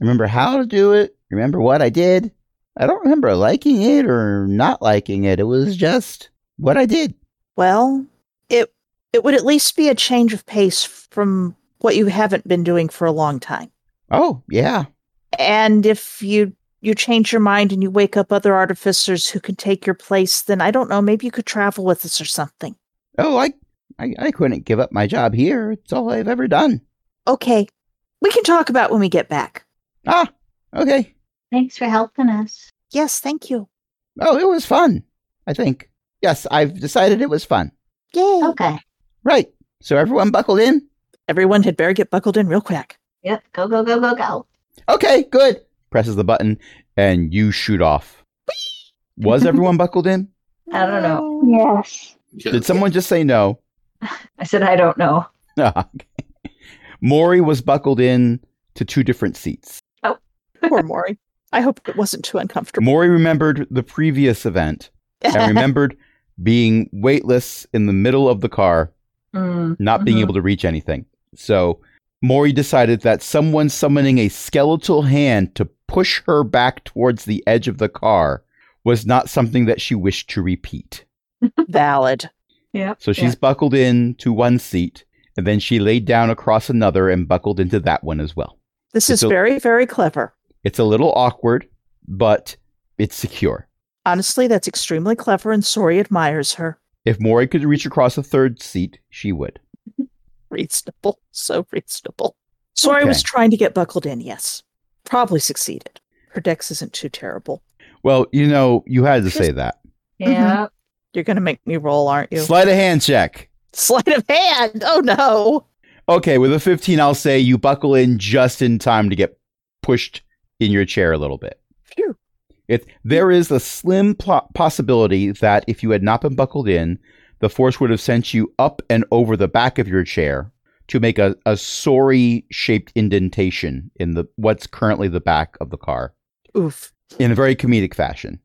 [SPEAKER 2] remember how to do it, remember what I did. I don't remember liking it or not liking it. It was just what I did.
[SPEAKER 1] Well, it it would at least be a change of pace from what you haven't been doing for a long time.
[SPEAKER 2] Oh, yeah.
[SPEAKER 1] And if you you change your mind and you wake up other artificers who can take your place, then I don't know, maybe you could travel with us or something.
[SPEAKER 2] Oh, I, I, I couldn't give up my job here. It's all I've ever done.
[SPEAKER 1] Okay. We can talk about when we get back.
[SPEAKER 2] Ah, okay.
[SPEAKER 5] Thanks for helping us.
[SPEAKER 1] Yes, thank you.
[SPEAKER 2] Oh, it was fun. I think. Yes, I've decided it was fun.
[SPEAKER 1] Yay.
[SPEAKER 5] Okay.
[SPEAKER 2] Right. So everyone buckled in.
[SPEAKER 1] Everyone had better get buckled in real quick.
[SPEAKER 4] Yep. Go go go go go.
[SPEAKER 2] Okay, good. Presses the button, and you shoot off. Was everyone buckled in?
[SPEAKER 4] I don't know.
[SPEAKER 5] Yes.
[SPEAKER 3] Yeah.
[SPEAKER 2] Did someone just say no?
[SPEAKER 4] I said I don't know.
[SPEAKER 2] okay. Maury was buckled in to two different seats.
[SPEAKER 1] Poor Maury. I hope it wasn't too uncomfortable.
[SPEAKER 2] Maury remembered the previous event and remembered being weightless in the middle of the car
[SPEAKER 4] Mm,
[SPEAKER 2] not being
[SPEAKER 4] Mhm.
[SPEAKER 2] able to reach anything. So Maury decided that someone summoning a skeletal hand to push her back towards the edge of the car was not something that she wished to repeat.
[SPEAKER 1] Valid.
[SPEAKER 4] Yep.
[SPEAKER 2] So she's buckled in to one seat, and then she laid down across another and buckled into that one as well.
[SPEAKER 1] This is
[SPEAKER 2] It's a-
[SPEAKER 1] very, very clever.
[SPEAKER 2] It's a little awkward, but it's secure.
[SPEAKER 1] Honestly, that's extremely clever, and Sori admires her.
[SPEAKER 2] If Maury could reach across a third seat, she would.
[SPEAKER 1] Reasonable. So reasonable. Sori was
[SPEAKER 2] Okay.
[SPEAKER 1] trying to get buckled in, yes. Probably succeeded. Her dex isn't too terrible.
[SPEAKER 2] Well, you know, you had to say that.
[SPEAKER 4] Yeah. yeah.
[SPEAKER 1] You're going to make me roll, aren't you?
[SPEAKER 2] Slide a hand check.
[SPEAKER 1] Sleight of hand. Oh, no.
[SPEAKER 2] Okay, with a 15, I'll say you buckle in just in time to get pushed in your chair a little bit.
[SPEAKER 1] Phew.
[SPEAKER 2] It, there is a slim pl- possibility that if you had not been buckled in, the force would have sent you up and over the back of your chair to make a, a sorry shaped indentation in the what's currently the back of the car
[SPEAKER 1] Oof.
[SPEAKER 2] in a very comedic fashion.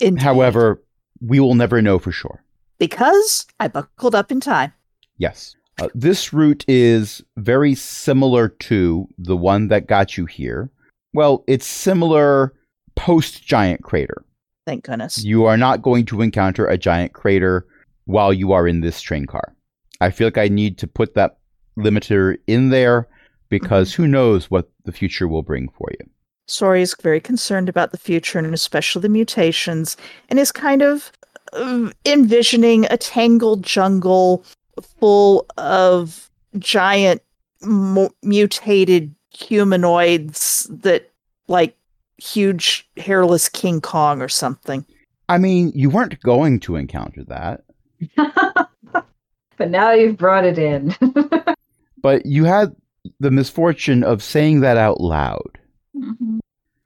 [SPEAKER 1] Indeed.
[SPEAKER 2] However, we will never know for sure.
[SPEAKER 1] because I buckled up in time.
[SPEAKER 2] Yes. Uh, this route is very similar to the one that got you here. Well, it's similar post giant crater.
[SPEAKER 1] Thank goodness.
[SPEAKER 2] You are not going to encounter a giant crater while you are in this train car. I feel like I need to put that limiter in there because who knows what the future will bring for you.
[SPEAKER 1] Sori is very concerned about the future and especially the mutations, and is kind of uh, envisioning a tangled jungle full of giant mu- mutated humanoids that, like, huge hairless King Kong or something.
[SPEAKER 2] I mean, you weren't going to encounter that,
[SPEAKER 4] but now you've brought it in.
[SPEAKER 2] but you had the misfortune of saying that out loud.
[SPEAKER 4] Mm-hmm.
[SPEAKER 5] Mhm.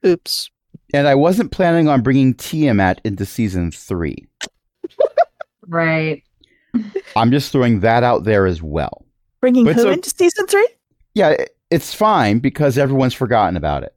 [SPEAKER 1] Oops.
[SPEAKER 2] And I wasn't planning on bringing Tiamat into season three.
[SPEAKER 4] right.
[SPEAKER 2] I'm just throwing that out there as well.
[SPEAKER 1] Bringing
[SPEAKER 2] But
[SPEAKER 1] who
[SPEAKER 2] so-
[SPEAKER 1] into season three?
[SPEAKER 2] Yeah, i- it's fine because everyone's forgotten about it.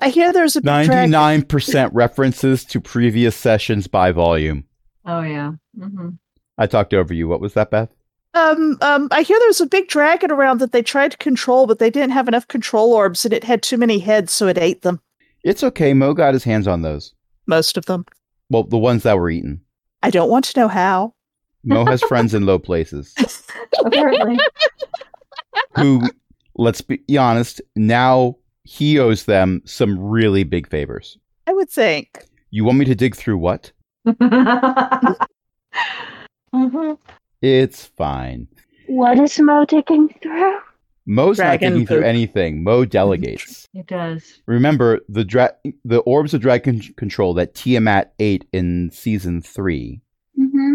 [SPEAKER 1] I hear there's a big dragon.
[SPEAKER 2] 99% references to previous sessions by volume.
[SPEAKER 4] oh yeah. hmm
[SPEAKER 2] I talked over you. What was that, Beth?
[SPEAKER 1] Um, um, I hear there's a big dragon around that they tried to control, but they didn't have enough control orbs, and it had too many heads, so it ate them.
[SPEAKER 2] It's okay. Mo got his hands on those.
[SPEAKER 1] Most of them.
[SPEAKER 2] Well, the ones that were eaten.
[SPEAKER 1] I don't want to know how.
[SPEAKER 2] Mo has friends in low places
[SPEAKER 4] Apparently.
[SPEAKER 2] who, let's be honest, now he owes them some really big favors.
[SPEAKER 1] I would think.
[SPEAKER 2] You want me to dig through what?
[SPEAKER 4] mm-hmm.
[SPEAKER 2] It's fine.
[SPEAKER 5] What is Mo digging through?
[SPEAKER 2] Mo's
[SPEAKER 1] Dragon
[SPEAKER 2] not digging through
[SPEAKER 1] poop.
[SPEAKER 2] anything. Mo delegates.
[SPEAKER 4] It does.
[SPEAKER 2] Remember the dra- the orbs of dragon con- control that Tiamat ate in season three.
[SPEAKER 5] Mm-hmm.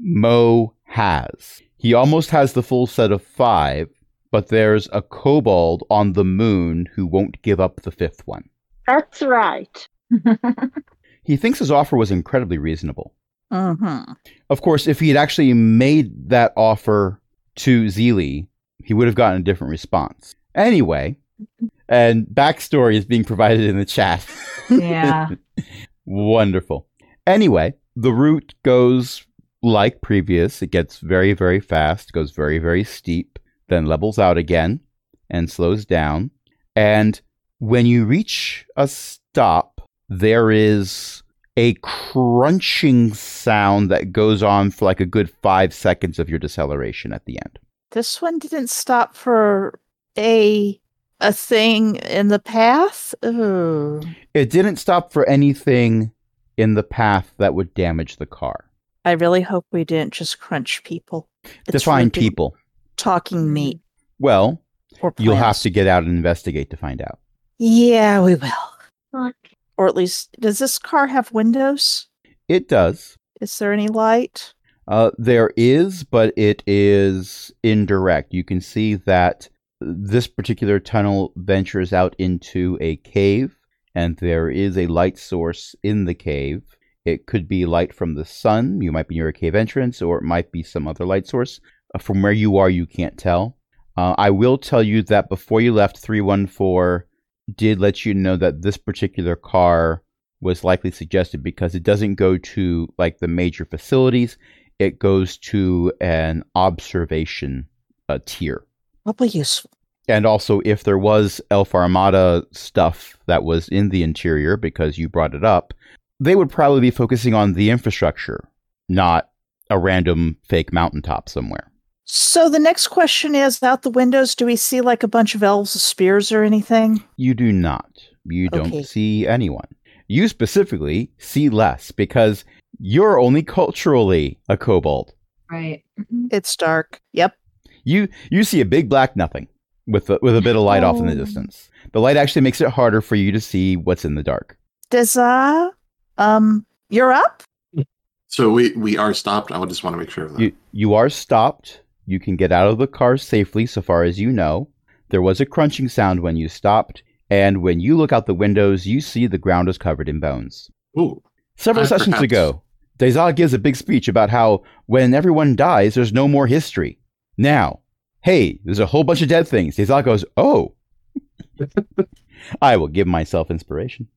[SPEAKER 2] Mo has. He almost has the full set of five, but there's a kobold on the moon who won't give up the fifth one.
[SPEAKER 5] That's right.
[SPEAKER 2] He thinks his offer was incredibly reasonable.
[SPEAKER 1] Mm-hmm.
[SPEAKER 2] Of course, if he had actually made that offer to Zeely, he would have gotten a different response. Anyway, and backstory is being provided in the chat.
[SPEAKER 4] yeah.
[SPEAKER 2] Wonderful. Anyway, the route goes like previous. It gets very, very fast, goes very, very steep, then levels out again and slows down. And when you reach a stop, there is a crunching sound that goes on for like a good five seconds of your deceleration at the end.
[SPEAKER 1] This one didn't stop for a a thing in the path. Ooh.
[SPEAKER 2] It didn't stop for anything in the path that would damage the car.
[SPEAKER 1] I really hope we didn't just crunch people. It's
[SPEAKER 2] Define
[SPEAKER 1] really
[SPEAKER 2] people.
[SPEAKER 1] Talking meat
[SPEAKER 2] Well,
[SPEAKER 1] or
[SPEAKER 2] You'll have
[SPEAKER 1] plants.
[SPEAKER 2] to get out and investigate to find out.
[SPEAKER 1] Yeah, we will.
[SPEAKER 5] Look,
[SPEAKER 1] Or at least, does this car have windows?
[SPEAKER 2] It does.
[SPEAKER 1] Is there any light?
[SPEAKER 2] Uh, there is, but it is indirect. You can see that this particular tunnel ventures out into a cave, and there is a light source in the cave. It could be light from the sun. You might be near a cave entrance, or it might be some other light source. Uh, From where you are, you can't tell. Uh, I will tell you that before you left, 314 did let you know that this particular car was likely suggested because it doesn't go to like the major facilities it goes to an observation uh, tier
[SPEAKER 1] Probably useful.
[SPEAKER 2] and also if there was elf armada stuff that was in the interior because you brought it up they would probably be focusing on the infrastructure not a random fake mountaintop somewhere
[SPEAKER 1] So the next question is: Out the windows, do we see like a bunch of elves with spears or anything?
[SPEAKER 2] You do not. You don't
[SPEAKER 1] Okay.
[SPEAKER 2] see anyone. You specifically see less because you're only culturally a kobold.
[SPEAKER 4] Right.
[SPEAKER 1] It's dark. Yep.
[SPEAKER 2] You you see a big black nothing with a, with a bit of light off in the
[SPEAKER 5] Oh.
[SPEAKER 2] distance. The light actually makes it harder for you to see what's in the dark.
[SPEAKER 1] Does uh, um, you're up.
[SPEAKER 3] So we we are stopped. I would just want to make sure of that.
[SPEAKER 2] You you are stopped. You can get out of the car safely so far as you know. There was a crunching sound when you stopped, and when you look out the windows, you see the ground is covered in bones.
[SPEAKER 3] Ooh,
[SPEAKER 2] Several
[SPEAKER 3] Uh,
[SPEAKER 2] sessions
[SPEAKER 3] perhaps.
[SPEAKER 2] ago, Dezal gives a big speech about how when everyone dies, there's no more history. Now, hey, there's a whole bunch of dead things. Dezal goes, oh. I will give myself inspiration.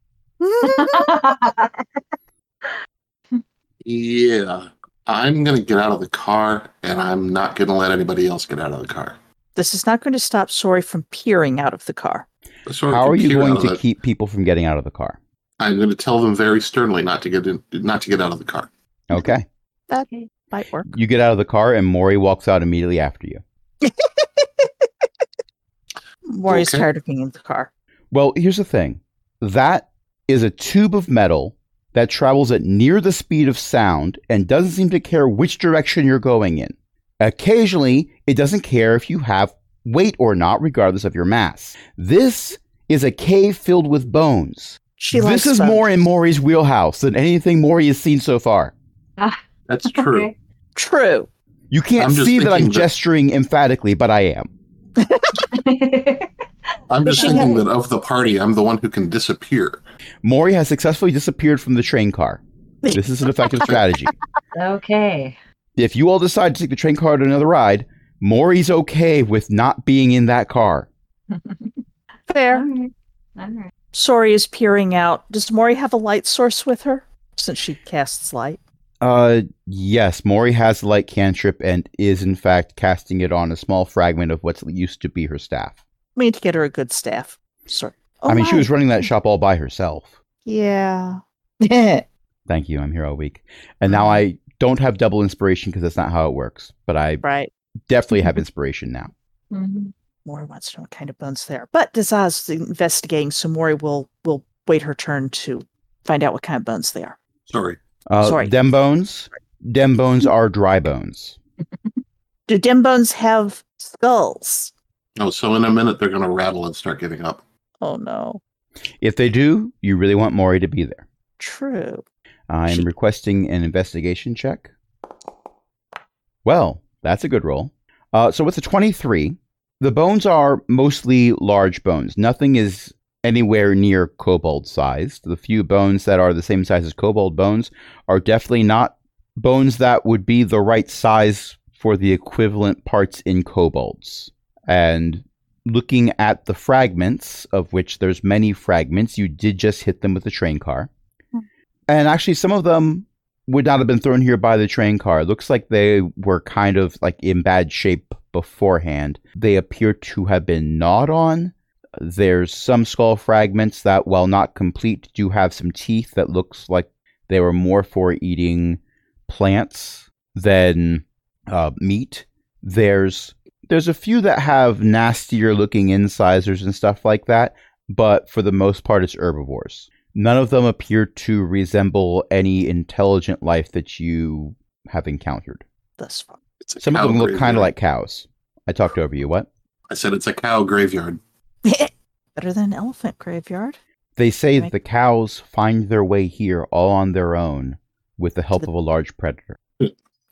[SPEAKER 3] yeah. I'm gonna get out of the car, and I'm not gonna let anybody else get out of the car.
[SPEAKER 1] This is not going to stop Sori from peering out of the car.
[SPEAKER 3] So
[SPEAKER 2] How are you going to
[SPEAKER 3] keep?
[SPEAKER 2] keep people from getting out of the car?
[SPEAKER 3] I'm going to tell them very sternly not to get in, not to get out of the car.
[SPEAKER 2] Okay.
[SPEAKER 1] That might work.
[SPEAKER 2] You get out of the car, and Maury walks out immediately after you.
[SPEAKER 1] Maury's
[SPEAKER 3] Okay.
[SPEAKER 1] tired of being in the car.
[SPEAKER 2] Well, here's the thing that is a tube of metal that travels at near the speed of sound and doesn't seem to care which direction you're going in. Occasionally, it doesn't care if you have weight or not, regardless of your mass. This is a cave filled with bones.
[SPEAKER 1] She
[SPEAKER 2] this
[SPEAKER 1] likes
[SPEAKER 2] is
[SPEAKER 1] them.
[SPEAKER 2] more in Maury's wheelhouse than anything Maury has seen so far.
[SPEAKER 3] That's true.
[SPEAKER 4] Okay.
[SPEAKER 1] true.
[SPEAKER 2] You can't
[SPEAKER 3] I'm just
[SPEAKER 2] see that I'm
[SPEAKER 3] thinking that-
[SPEAKER 2] gesturing emphatically, but I am.
[SPEAKER 3] I'm just thinking that of the party, I'm the one who can disappear.
[SPEAKER 2] Maury has successfully disappeared from the train car. This is an effective strategy.
[SPEAKER 4] okay.
[SPEAKER 2] if you all decide to take the train car to another ride, Maury's okay with not being in that car.
[SPEAKER 4] All
[SPEAKER 1] Fair.
[SPEAKER 4] right. All right.
[SPEAKER 1] Sori is peering out. Does Maury have a light source with her? Since she casts light.
[SPEAKER 2] Uh, yes, Maury has the light cantrip and is in fact casting it on a small fragment of what used to be her staff.
[SPEAKER 1] We need to get her a good staff. Sorry. Oh
[SPEAKER 2] I mean, she
[SPEAKER 1] my.
[SPEAKER 2] was running that shop all by herself.
[SPEAKER 1] Yeah.
[SPEAKER 2] Thank you, I'm here all week, and now I don't have double inspiration because that's not how it works. But I
[SPEAKER 1] right.
[SPEAKER 2] definitely have inspiration now.
[SPEAKER 4] Mhm.
[SPEAKER 1] Maury wants to know what kind of bones there. are. But Dazaz is investigating, so Maury will will wait her turn to find out what kind of bones they are.
[SPEAKER 3] Sorry.
[SPEAKER 2] Uh,
[SPEAKER 1] Sorry.
[SPEAKER 2] Dem bones. Dem bones are dry bones.
[SPEAKER 1] Do dim bones have skulls?
[SPEAKER 3] Oh, so in a minute they're going to rattle and start giving up.
[SPEAKER 1] Oh no.
[SPEAKER 2] If they do, you really want Maury to be there.
[SPEAKER 1] True.
[SPEAKER 2] Uh, I'm
[SPEAKER 1] Should-
[SPEAKER 2] requesting an investigation check. Well, that's a good roll. Uh, so with the 23, the bones are mostly large bones. Nothing is anywhere near kobold sized. The few bones that are the same size as kobold bones are definitely not bones that would be the right size for the equivalent parts in kobolds. And looking at the fragments, of which there's many fragments, you did just hit them with a train car. And actually, some of them would not have been thrown here by the train car. It looks like they were kind of like in bad shape beforehand. They appear to have been gnawed on. There's some skull fragments that, while not complete, do have some teeth that looks like they were more for eating plants than uh, meat. There's there's a few that have nastier looking incisors and stuff like that, but for the most part, it's herbivores. None of them appear to resemble any intelligent life that you have encountered.
[SPEAKER 1] Thus far.
[SPEAKER 3] It's a
[SPEAKER 2] Some
[SPEAKER 3] cow
[SPEAKER 2] of them look
[SPEAKER 3] graveyard.
[SPEAKER 2] kind of like cows. I talked over you. What?
[SPEAKER 3] I said it's a cow graveyard.
[SPEAKER 1] Better than an elephant graveyard.
[SPEAKER 2] They say
[SPEAKER 1] Right.
[SPEAKER 2] the cows find their way here all on their own with the help of a large predator.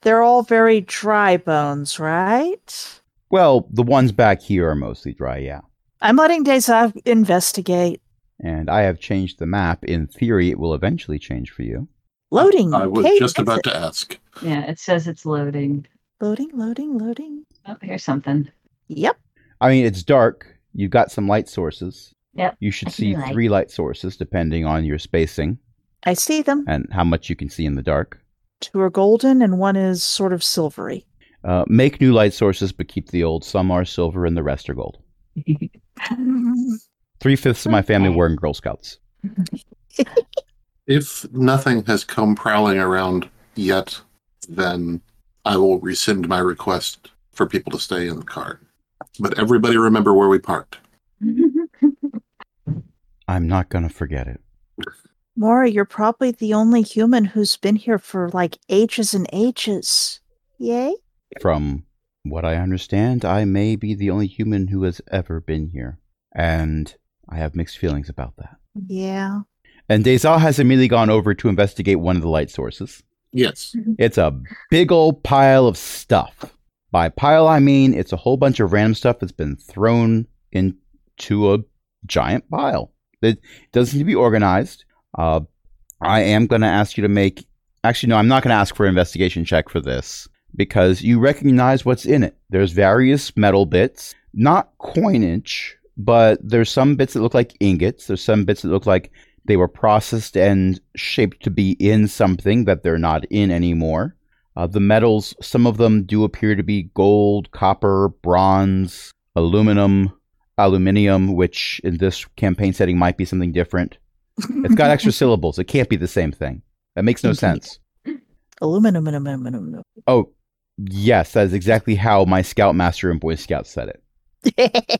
[SPEAKER 1] They're all very dry bones, right?
[SPEAKER 2] Well, the ones back here are mostly dry, yeah.
[SPEAKER 1] I'm letting Dezav investigate.
[SPEAKER 2] And I have changed the map. In theory, it will eventually change for you.
[SPEAKER 1] Loading.
[SPEAKER 3] I was
[SPEAKER 1] okay,
[SPEAKER 3] just
[SPEAKER 1] that's
[SPEAKER 3] about
[SPEAKER 1] it.
[SPEAKER 3] to ask.
[SPEAKER 4] Yeah, it says it's loading.
[SPEAKER 1] Loading, loading, loading.
[SPEAKER 4] Oh, here's something.
[SPEAKER 1] Yep.
[SPEAKER 2] I mean, it's dark. You've got some light sources.
[SPEAKER 4] Yep,
[SPEAKER 2] You
[SPEAKER 4] I
[SPEAKER 2] should
[SPEAKER 4] see
[SPEAKER 2] see
[SPEAKER 4] light.
[SPEAKER 2] three light sources depending on your spacing
[SPEAKER 1] I see them.
[SPEAKER 2] and how much you can see in the dark.
[SPEAKER 1] Two are golden and one is sort of silvery.
[SPEAKER 2] Uh, make new light sources, but keep the old. Some are silver and the rest are gold. Three fifths of my family
[SPEAKER 4] Okay.
[SPEAKER 2] were in Girl Scouts.
[SPEAKER 3] If nothing has come prowling around yet, then I will rescind my request for people to stay in the car. But everybody remember where we parked.
[SPEAKER 2] I'm not going to forget it.
[SPEAKER 1] Mora, you're probably the only human who's been here for like ages and ages. Yay?
[SPEAKER 2] From what I understand, I may be the only human who has ever been here. And I have mixed feelings about that.
[SPEAKER 1] Yeah.
[SPEAKER 2] And Deza has immediately gone over to investigate one of the light sources.
[SPEAKER 3] Yes.
[SPEAKER 2] It's a big old pile of stuff. By pile, I mean it's a whole bunch of random stuff that's been thrown into a giant pile. It doesn't need to be organized. Uh, I am going to ask you to make. Actually, no, I'm not going to ask for an investigation check for this because you recognize what's in it. There's various metal bits, not coinage, but there's some bits that look like ingots. There's some bits that look like they were processed and shaped to be in something that they're not in anymore. Uh, the metals, some of them do appear to be gold, copper, bronze, aluminum, aluminium, which in this campaign setting might be something different. It's got extra syllables. It can't be the same thing. That makes no
[SPEAKER 1] Indeed.
[SPEAKER 2] sense.
[SPEAKER 1] aluminum, aluminum, aluminum.
[SPEAKER 2] Oh, yes, that is exactly how my Scoutmaster and Boy Scout said it.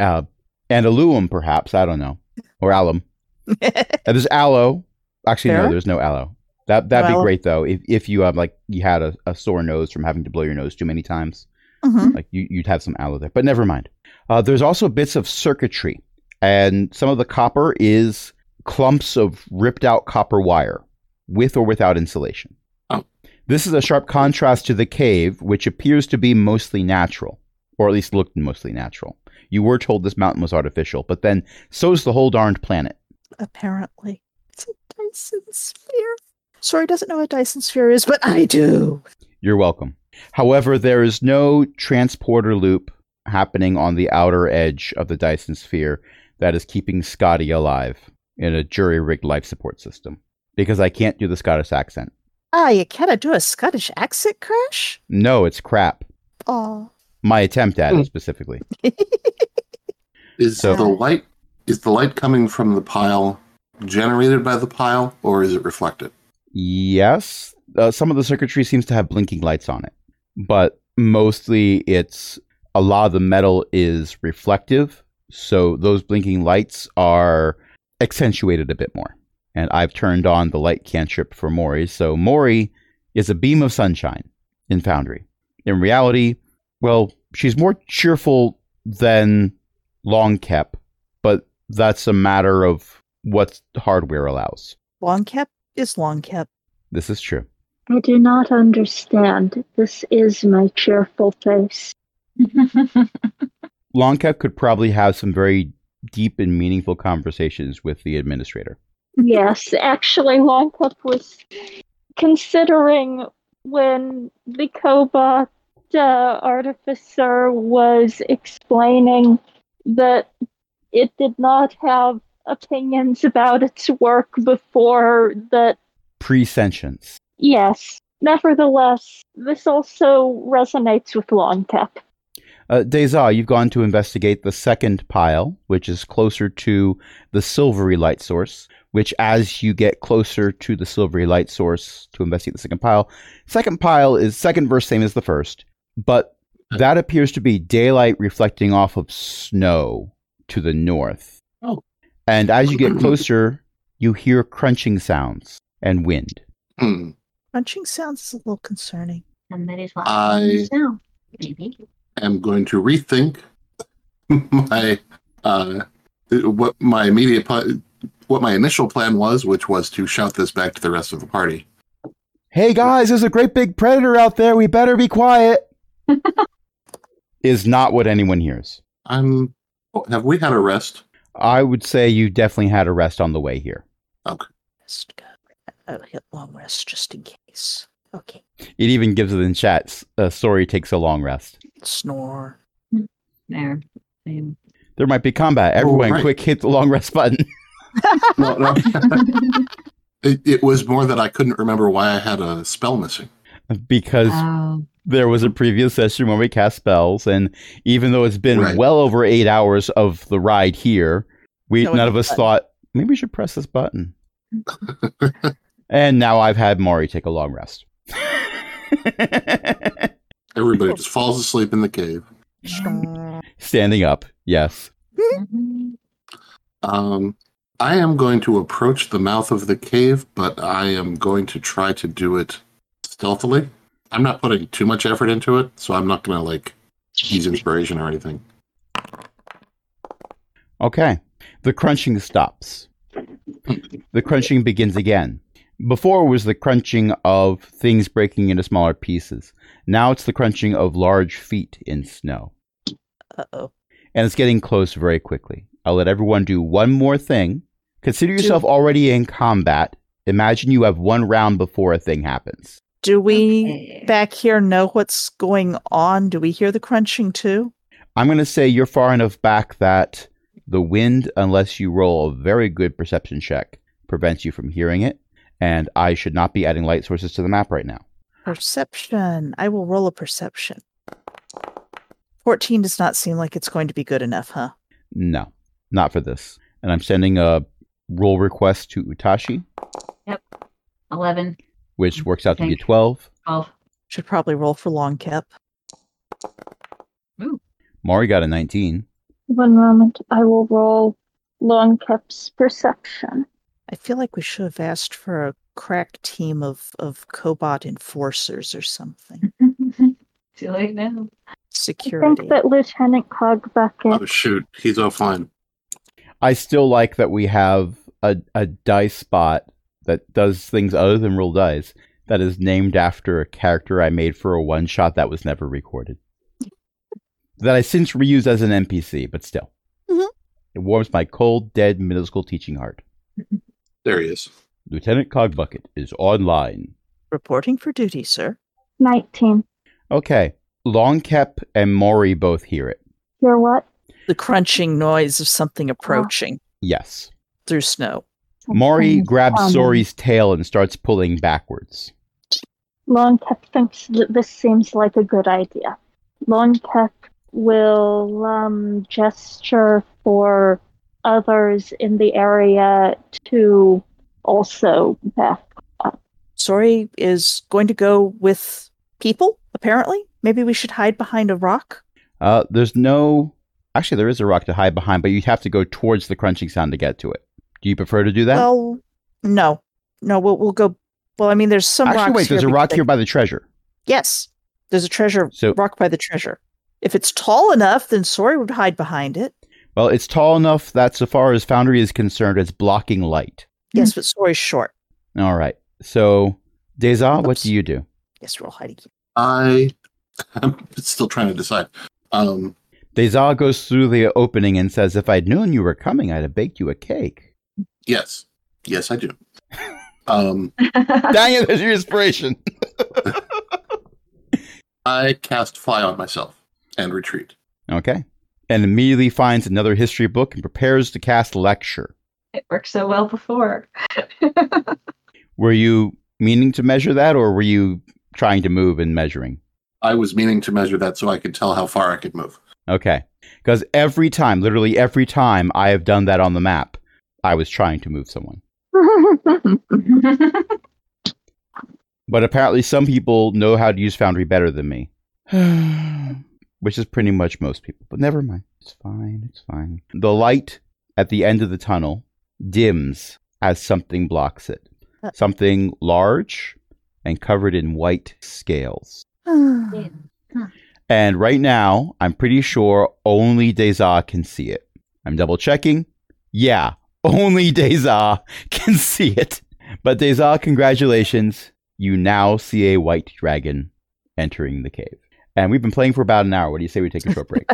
[SPEAKER 2] Uh, and alum, perhaps. I don't know. Or alum.
[SPEAKER 1] Mm-hmm.
[SPEAKER 2] Uh, There's aloe. Actually, no,
[SPEAKER 1] Fair.
[SPEAKER 2] there's no aloe. That that'd
[SPEAKER 1] Well-
[SPEAKER 2] be great though. If if you have like you had a, a sore nose from having to blow your nose too many times,
[SPEAKER 1] Mhm.
[SPEAKER 2] like you you'd have some aloe there. But never mind. Uh, there's also bits of circuitry, and some of the copper is clumps of ripped out copper wire, with or without insulation.
[SPEAKER 3] Oh.
[SPEAKER 2] This is a sharp contrast to the cave, which appears to be mostly natural, or at least looked mostly natural. You were told this mountain was artificial, but then so's the whole darned planet.
[SPEAKER 1] Apparently. It's a Dyson sphere. Sorry, doesn't know what Dyson sphere is, but I do.
[SPEAKER 2] You're welcome. However, there is no transporter loop happening on the outer edge of the Dyson sphere that is keeping Scotty alive in a jury rigged life support system because I can't do the Scottish accent.
[SPEAKER 1] Ah, you gotta do a Scottish accent crash?
[SPEAKER 2] No, it's crap.
[SPEAKER 1] Aw.
[SPEAKER 2] My attempt at it specifically.
[SPEAKER 3] Is
[SPEAKER 2] So-
[SPEAKER 3] the light is the light coming from the pile generated by the pile or is it reflected?
[SPEAKER 2] Yes, uh, some of the circuitry seems to have blinking lights on it, but mostly it's a lot of the metal is reflective, so those blinking lights are accentuated a bit more. And I've turned on the light cantrip for Mori, so Mori is a beam of sunshine in Foundry. In reality, well, she's more cheerful than Long Cap, but that's a matter of what hardware allows.
[SPEAKER 1] Long Cap is Long Cap.
[SPEAKER 2] This is true.
[SPEAKER 5] I do not understand. This is my cheerful face.
[SPEAKER 2] Longcap could probably have some very deep and meaningful conversations with the administrator.
[SPEAKER 5] Yes, actually, Longclip was considering when the Cobalt uh, artificer was explaining that it did not have opinions about its work before that.
[SPEAKER 2] Pre-sentience.
[SPEAKER 5] Yes, nevertheless, this also resonates with Longcap.
[SPEAKER 2] Uh, Deza, you've gone to investigate the second pile, which is closer to the silvery light source. Which, as you get closer to the silvery light source to investigate the second pile, second pile is second verse same as the first, but that appears to be daylight reflecting off of snow to the north.
[SPEAKER 3] Oh.
[SPEAKER 2] And as you get closer, you hear crunching sounds and wind.
[SPEAKER 3] Hmm.
[SPEAKER 1] Crunching sounds a little concerning.
[SPEAKER 4] Somebody's
[SPEAKER 3] I-
[SPEAKER 4] watching you. Maybe.
[SPEAKER 3] am going to rethink my uh, what my immediate pl- what my initial plan was, which was to shout this back to the rest of the party.
[SPEAKER 2] Hey guys, there's a great big predator out there. We better be quiet. is not what anyone hears.
[SPEAKER 3] I'm. oh, Have we had a rest?
[SPEAKER 2] I would say you definitely had a rest on the way here.
[SPEAKER 1] Rest, go. I'll hit long rest just in case. Okay.
[SPEAKER 2] It even gives it in chat. Uh, sorry, takes a long rest.
[SPEAKER 1] Snore.
[SPEAKER 4] There. Same.
[SPEAKER 2] There might be combat. Everyone,
[SPEAKER 3] right.
[SPEAKER 2] quick, hit the long rest button.
[SPEAKER 3] No, no. it, it was more that I couldn't remember why I had a spell missing.
[SPEAKER 2] because
[SPEAKER 4] Oh,
[SPEAKER 2] there was a previous session where we cast spells, and even though it's been
[SPEAKER 3] Right.
[SPEAKER 2] well over eight hours of the ride here, we
[SPEAKER 1] No,
[SPEAKER 2] none
[SPEAKER 1] it's
[SPEAKER 2] of us
[SPEAKER 1] button.
[SPEAKER 2] thought maybe we should press this button. and now I've had Mari take a long rest.
[SPEAKER 3] Everybody just falls asleep in the cave.
[SPEAKER 1] Snore.
[SPEAKER 2] Standing up, yes.
[SPEAKER 4] Mm-hmm.
[SPEAKER 3] Um, I am going to approach the mouth of the cave, but I am going to try to do it stealthily. I'm not putting too much effort into it, so I'm not going to like use inspiration or anything.
[SPEAKER 2] Okay. The crunching stops. The crunching begins again. Before it was the crunching of things breaking into smaller pieces. Now it's the crunching of large feet in snow.
[SPEAKER 1] Uh oh.
[SPEAKER 2] And it's getting close very quickly. I'll let everyone do one more thing. Consider
[SPEAKER 1] Do-
[SPEAKER 2] yourself already in combat. Imagine you have one round before a thing happens.
[SPEAKER 1] Do we
[SPEAKER 4] okay.
[SPEAKER 1] back here know what's going on? Do we hear the crunching too?
[SPEAKER 2] I'm going to say you're far enough back that the wind, unless you roll a very good perception check, prevents you from hearing it. And I should not be adding light sources to the map right now.
[SPEAKER 1] Perception. I will roll a perception. 14 does not seem like it's going to be good enough, huh?
[SPEAKER 2] No, not for this. And I'm sending a roll request to Utashi,
[SPEAKER 4] 11,
[SPEAKER 2] which works out to be a
[SPEAKER 4] Thank you.
[SPEAKER 2] 12.
[SPEAKER 4] 12.
[SPEAKER 1] Should probably roll for long cap.
[SPEAKER 2] Mari got a 19.
[SPEAKER 5] One moment, I will roll Longcap's perception.
[SPEAKER 1] I feel like we should have asked for a crack team of, of Cobot enforcers or
[SPEAKER 4] Mm.
[SPEAKER 1] something.
[SPEAKER 4] Too late now.
[SPEAKER 5] I
[SPEAKER 1] Security.
[SPEAKER 5] think that Lieutenant Cogbucket
[SPEAKER 3] Oh shoot, he's offline.
[SPEAKER 2] I still like that we have a, a dice spot that does things other than roll dice that is named after a character I made for a one shot that was never recorded. that I since reused as an NPC, but still.
[SPEAKER 1] Mhm.
[SPEAKER 2] It warms my cold, dead middle school teaching heart.
[SPEAKER 3] There he is.
[SPEAKER 2] Lieutenant Cogbucket is online.
[SPEAKER 1] Reporting for duty, sir.
[SPEAKER 5] 19.
[SPEAKER 2] Okay. Longcap and Maury both hear it.
[SPEAKER 5] Hear what?
[SPEAKER 1] The crunching noise of something approaching
[SPEAKER 2] Yes.
[SPEAKER 1] through snow.
[SPEAKER 2] Maury grabs
[SPEAKER 5] um,
[SPEAKER 2] Sori's tail and starts pulling backwards.
[SPEAKER 5] Longcap thinks that this seems like a good idea. Longcap will um, gesture for others in the area to also back.
[SPEAKER 1] Sori is going to go with people, apparently. Maybe we should hide behind a rock.
[SPEAKER 2] Uh, there's no. Actually, there is a rock to hide behind, but you'd have to go towards the crunching sound to get to it. Do you prefer to do that?
[SPEAKER 1] Well, no. No, we'll, we'll go. Well, I mean, there's some
[SPEAKER 2] actually,
[SPEAKER 1] rocks
[SPEAKER 2] wait. There's
[SPEAKER 1] here
[SPEAKER 2] a
[SPEAKER 1] we
[SPEAKER 2] rock
[SPEAKER 1] could-
[SPEAKER 2] here by the treasure.
[SPEAKER 1] Yes. There's a treasure
[SPEAKER 2] So,
[SPEAKER 1] rock by the treasure. If it's tall enough, then Sori would hide behind it.
[SPEAKER 2] well, it's tall enough that, so far as Foundry is concerned, it's blocking light.
[SPEAKER 1] Yes, but Sori's short.
[SPEAKER 2] All right. So, Deza, what
[SPEAKER 1] Oops.
[SPEAKER 2] do you do?
[SPEAKER 1] Yes, we're all hiding. here.
[SPEAKER 3] I I'm still trying to decide. Um,
[SPEAKER 2] Deza goes through the opening and says, If I'd known you were coming, I'd have baked you a cake.
[SPEAKER 3] yes, yes, I do. Um,
[SPEAKER 2] Dang it, there's your inspiration.
[SPEAKER 3] I cast fly on myself and retreat.
[SPEAKER 2] Okay. And immediately finds another history book and prepares to cast lecture.
[SPEAKER 4] it worked so well before.
[SPEAKER 2] Were you meaning to measure that or were you trying to move and measuring?
[SPEAKER 3] I was meaning to measure that so I could tell how far I could move.
[SPEAKER 2] Okay. Because every time, literally every time I have done that on the map, I was trying to move someone.
[SPEAKER 4] Oh,
[SPEAKER 2] But apparently, some people know how to use Foundry better than me, which is pretty much most people. But never mind. It's fine. It's fine. The light at the end of the tunnel dims as something blocks it.
[SPEAKER 1] Uh.
[SPEAKER 2] Something large and covered in white scales. And right now, I'm pretty sure only Deza can see it. I'm double checking. Yeah, only Deza can see it. But Deza, congratulations. You now see a white dragon entering the cave. And we've been playing for about an hour. What do you say we take a short break?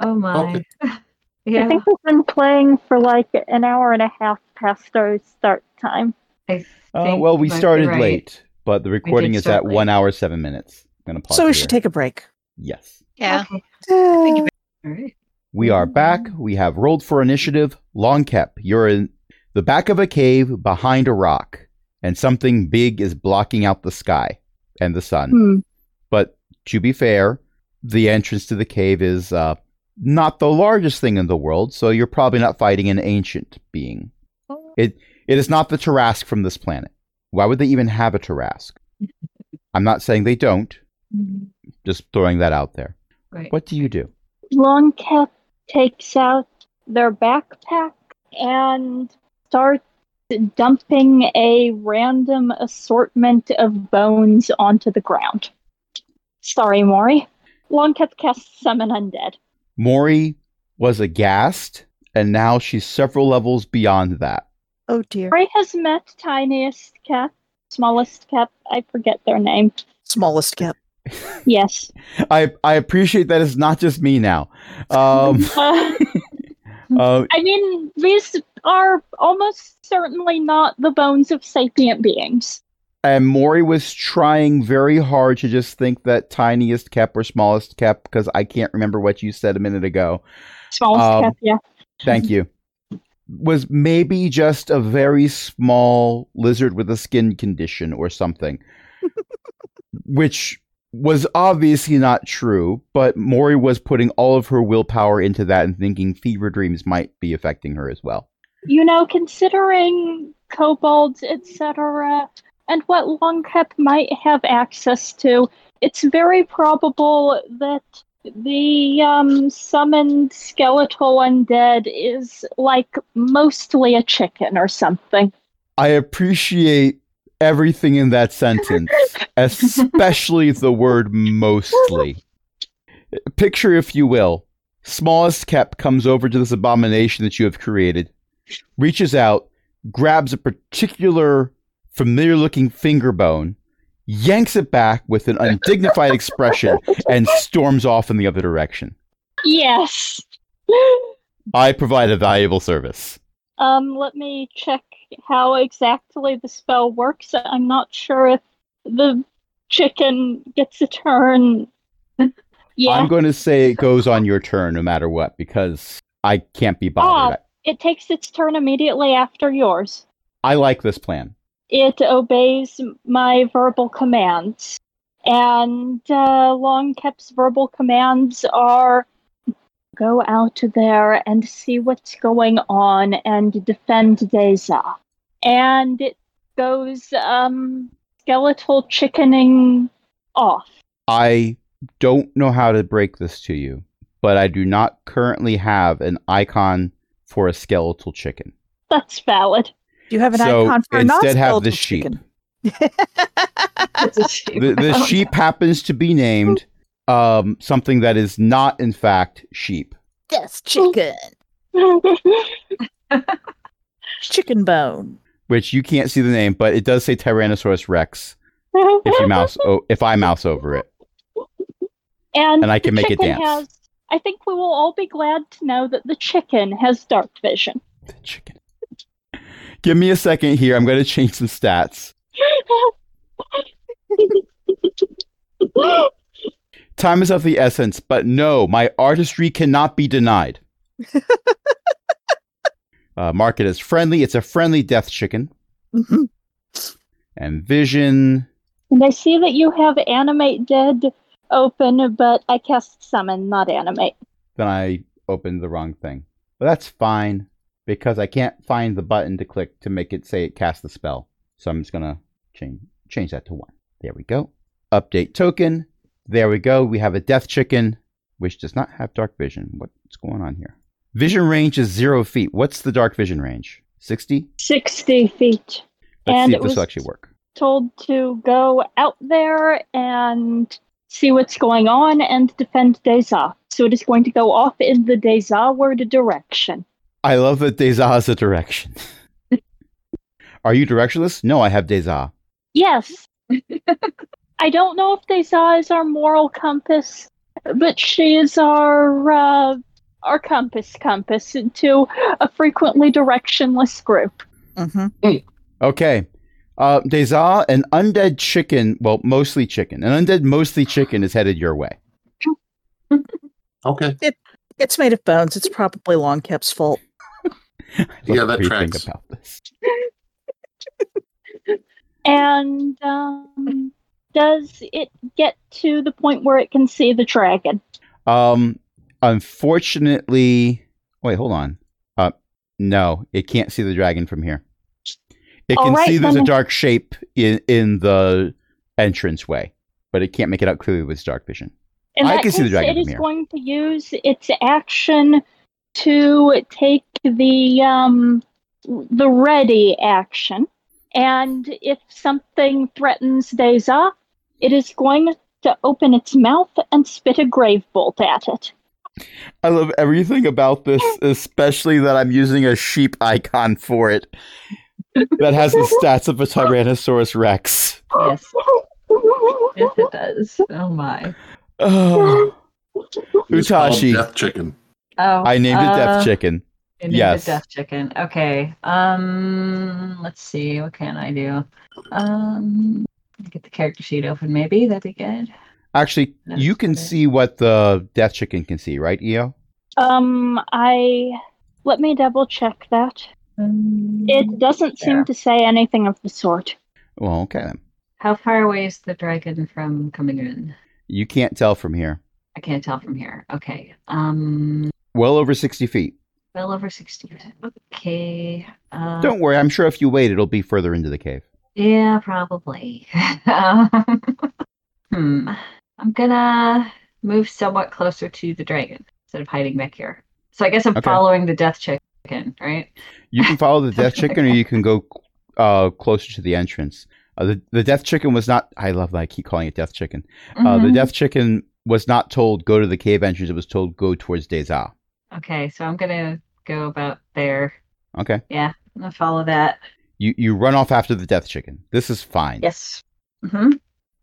[SPEAKER 4] oh my.
[SPEAKER 5] I
[SPEAKER 4] yeah.
[SPEAKER 5] think we've been playing for like an hour and a half past our start time.
[SPEAKER 4] I
[SPEAKER 2] uh,
[SPEAKER 4] think
[SPEAKER 2] well, we
[SPEAKER 4] you might be
[SPEAKER 2] started
[SPEAKER 4] right.
[SPEAKER 2] late, but the recording is at
[SPEAKER 4] start late.
[SPEAKER 2] one hour, seven minutes. I'm going to pause.
[SPEAKER 1] So we
[SPEAKER 2] here.
[SPEAKER 1] should take a break.
[SPEAKER 2] Yes.
[SPEAKER 6] Yeah.
[SPEAKER 4] Okay. All right.
[SPEAKER 2] We are back. We have rolled for initiative. Long Kep, you're in the back of a cave behind a rock, and something big is blocking out the sky and the sun.
[SPEAKER 5] Hmm.
[SPEAKER 2] But to be fair, the entrance to the cave is uh, not the largest thing in the world, so you're probably not fighting an ancient being. It it is not the Tarask from this planet. Why would they even have a Tarask? I'm not saying they don't. Just throwing that out there.
[SPEAKER 4] Mm-hmm. Right.
[SPEAKER 2] What do you do?
[SPEAKER 5] Longcap takes out their backpack and starts dumping a random assortment of bones onto the ground. Sorry, Maury. Longcap casts Summon Undead.
[SPEAKER 2] Maury was aghast, and now she's several levels beyond that.
[SPEAKER 1] Oh dear.
[SPEAKER 5] Maury has met Tiniest Cap, Smallest Cap, I forget their name.
[SPEAKER 1] Smallest gap.
[SPEAKER 5] Yes.
[SPEAKER 2] I I appreciate that it's not just me now. Um,
[SPEAKER 5] Uh,
[SPEAKER 2] uh,
[SPEAKER 5] I mean, these are almost certainly not the bones of sapient beings.
[SPEAKER 2] and Maury was trying very hard to just think that tiniest cap or smallest cap because I can't remember what you said a minute ago.
[SPEAKER 5] Smallest
[SPEAKER 2] Um,
[SPEAKER 5] Cap, yeah.
[SPEAKER 2] Thank you. Was maybe just a very small lizard with a skin condition or something, which was obviously not true, but Maury was putting all of her willpower into that and thinking fever dreams might be affecting her as well.
[SPEAKER 5] you know, considering kobolds, etc., and what Longcap might have access to, it's very probable that the um, summoned skeletal undead is like mostly a chicken or something.
[SPEAKER 2] I appreciate everything in that sentence, especially the word mostly. Picture, if you will, smallest cap comes over to this abomination that you have created, reaches out, grabs a particular familiar looking finger bone, yanks it back with an undignified expression, and storms off in the other direction.
[SPEAKER 5] Yes.
[SPEAKER 2] I provide a valuable service.
[SPEAKER 5] Um, let me check how exactly the spell works. I'm not sure if the chicken gets a turn. yeah.
[SPEAKER 2] I'm going to say it goes on your turn no matter what because I can't be bothered.
[SPEAKER 5] It takes its turn immediately after yours.
[SPEAKER 2] I like this plan.
[SPEAKER 5] It obeys my verbal commands. And uh, Long Kep's verbal commands are go out there and see what's going on and defend Deza. And it goes um, skeletal chickening off.
[SPEAKER 2] I don't know how to break this to you, but I do not currently have an icon for a skeletal chicken.
[SPEAKER 5] That's valid.
[SPEAKER 1] Do you have an
[SPEAKER 2] so
[SPEAKER 1] icon for a
[SPEAKER 2] instead,
[SPEAKER 1] non-skeletal
[SPEAKER 2] have this sheep.
[SPEAKER 1] chicken?
[SPEAKER 4] It's a sheep.
[SPEAKER 2] The, the sheep happens to be named um, something that is not, in fact, sheep.
[SPEAKER 1] That's chicken. Chicken bone.
[SPEAKER 2] Which you can't see the name, but it does say Tyrannosaurus Rex if you mouse o- if I mouse over it.
[SPEAKER 5] and,
[SPEAKER 2] and I can
[SPEAKER 5] the
[SPEAKER 2] make it dance.
[SPEAKER 5] chicken Has, I think we will all be glad to know that the chicken has dark vision.
[SPEAKER 2] The chicken. Give me a second here. I'm going to change some stats. Time is of the essence, but no, my artistry cannot be denied. uh, mark it as friendly. It's a friendly death chicken.
[SPEAKER 1] Mhm.
[SPEAKER 2] And vision.
[SPEAKER 5] and I see that you have animate dead open, but I cast summon, not animate.
[SPEAKER 2] Then I opened the wrong thing. But that's fine because I can't find the button to click to make it say it cast the spell. So I'm just gonna change change that to one. There we go. Update token. There we go. We have a death chicken, which does not have dark vision. What's going on here? Vision range is zero feet. What's the dark vision range? Sixty.
[SPEAKER 5] Sixty feet.
[SPEAKER 2] Let's
[SPEAKER 5] And
[SPEAKER 2] see
[SPEAKER 5] it
[SPEAKER 2] if this
[SPEAKER 5] was-
[SPEAKER 2] will actually work.
[SPEAKER 5] told to go out there and see what's going on and defend Deza. So it is going to go off in the Deza word direction.
[SPEAKER 2] I love that Deza is a direction. Are you directionless? No, I have Deza.
[SPEAKER 5] Yes. I don't know if Deza is our moral compass, but she is our uh, our compass compass into a frequently directionless group.
[SPEAKER 1] Mm-hmm.
[SPEAKER 2] Okay. Uh, Deza, an undead chicken, well, mostly chicken, an undead mostly chicken is headed your way.
[SPEAKER 3] Okay.
[SPEAKER 1] It's made of bones. It's probably Long Kep's fault.
[SPEAKER 3] Yeah,
[SPEAKER 2] Love
[SPEAKER 3] that
[SPEAKER 2] to Think
[SPEAKER 3] tracks.
[SPEAKER 2] about this.
[SPEAKER 5] And um, does it get to the point where it can see the dragon?
[SPEAKER 2] Um, unfortunately, wait, hold on. Uh, no, it can't see the dragon from here. It
[SPEAKER 5] All
[SPEAKER 2] can
[SPEAKER 5] right,
[SPEAKER 2] see there's
[SPEAKER 5] then-
[SPEAKER 2] a dark shape in in the entranceway, but it can't make it out clearly with its dark vision.
[SPEAKER 5] In
[SPEAKER 2] I
[SPEAKER 5] that
[SPEAKER 2] can see the
[SPEAKER 5] case,
[SPEAKER 2] dragon
[SPEAKER 5] It
[SPEAKER 2] from
[SPEAKER 5] is
[SPEAKER 2] here.
[SPEAKER 5] going to use its action to take the um, the ready action, and if something threatens Deza, it is going to open its mouth and spit a grave bolt at it.
[SPEAKER 2] I love everything about this, especially that I'm using a sheep icon for it that has the stats of a Tyrannosaurus Rex.
[SPEAKER 4] Yes. Yes, it does. Oh my.
[SPEAKER 2] Oh,
[SPEAKER 3] It's called
[SPEAKER 2] Utashi.
[SPEAKER 3] Death chicken.
[SPEAKER 4] Oh,
[SPEAKER 2] I named it Death
[SPEAKER 4] uh,
[SPEAKER 2] Chicken.
[SPEAKER 4] you named it
[SPEAKER 2] Yes.
[SPEAKER 4] Death Chicken. Okay. Um, let's see. What can I do? Um, get the character sheet open. Maybe that'd be good.
[SPEAKER 2] Actually,
[SPEAKER 4] No,
[SPEAKER 2] you can
[SPEAKER 4] okay.
[SPEAKER 2] see what the Death Chicken can see, right, E Eo?
[SPEAKER 5] Um, I let me double check that.
[SPEAKER 4] Um,
[SPEAKER 5] It doesn't seem
[SPEAKER 4] Yeah.
[SPEAKER 5] to say anything of the sort.
[SPEAKER 2] Well, okay then.
[SPEAKER 4] How far away is the dragon from coming in?
[SPEAKER 2] You can't tell from here.
[SPEAKER 4] I can't tell from here. Okay. Um,
[SPEAKER 2] Well over 60 feet.
[SPEAKER 4] well over sixty. Okay. Uh,
[SPEAKER 2] Don't worry, I'm sure if you wait, it'll be further into the cave.
[SPEAKER 4] Yeah, probably. Um, hmm. I'm gonna move somewhat closer to the dragon instead of hiding back here. So I guess I'm
[SPEAKER 2] Okay.
[SPEAKER 4] following the death chicken, right?
[SPEAKER 2] You can follow the Death Chicken, or you can go uh, closer to the entrance. Uh, the, the Death Chicken was not. I love that I keep calling it Death Chicken. Uh, the
[SPEAKER 4] Mhm.
[SPEAKER 2] death chicken was not told go to the cave entrance. It was told go towards Deza.
[SPEAKER 4] Okay, so I'm gonna go about there.
[SPEAKER 2] Okay.
[SPEAKER 4] I'm gonna follow that.
[SPEAKER 2] You you run off after the death chicken. This is fine.
[SPEAKER 4] Yes. hmm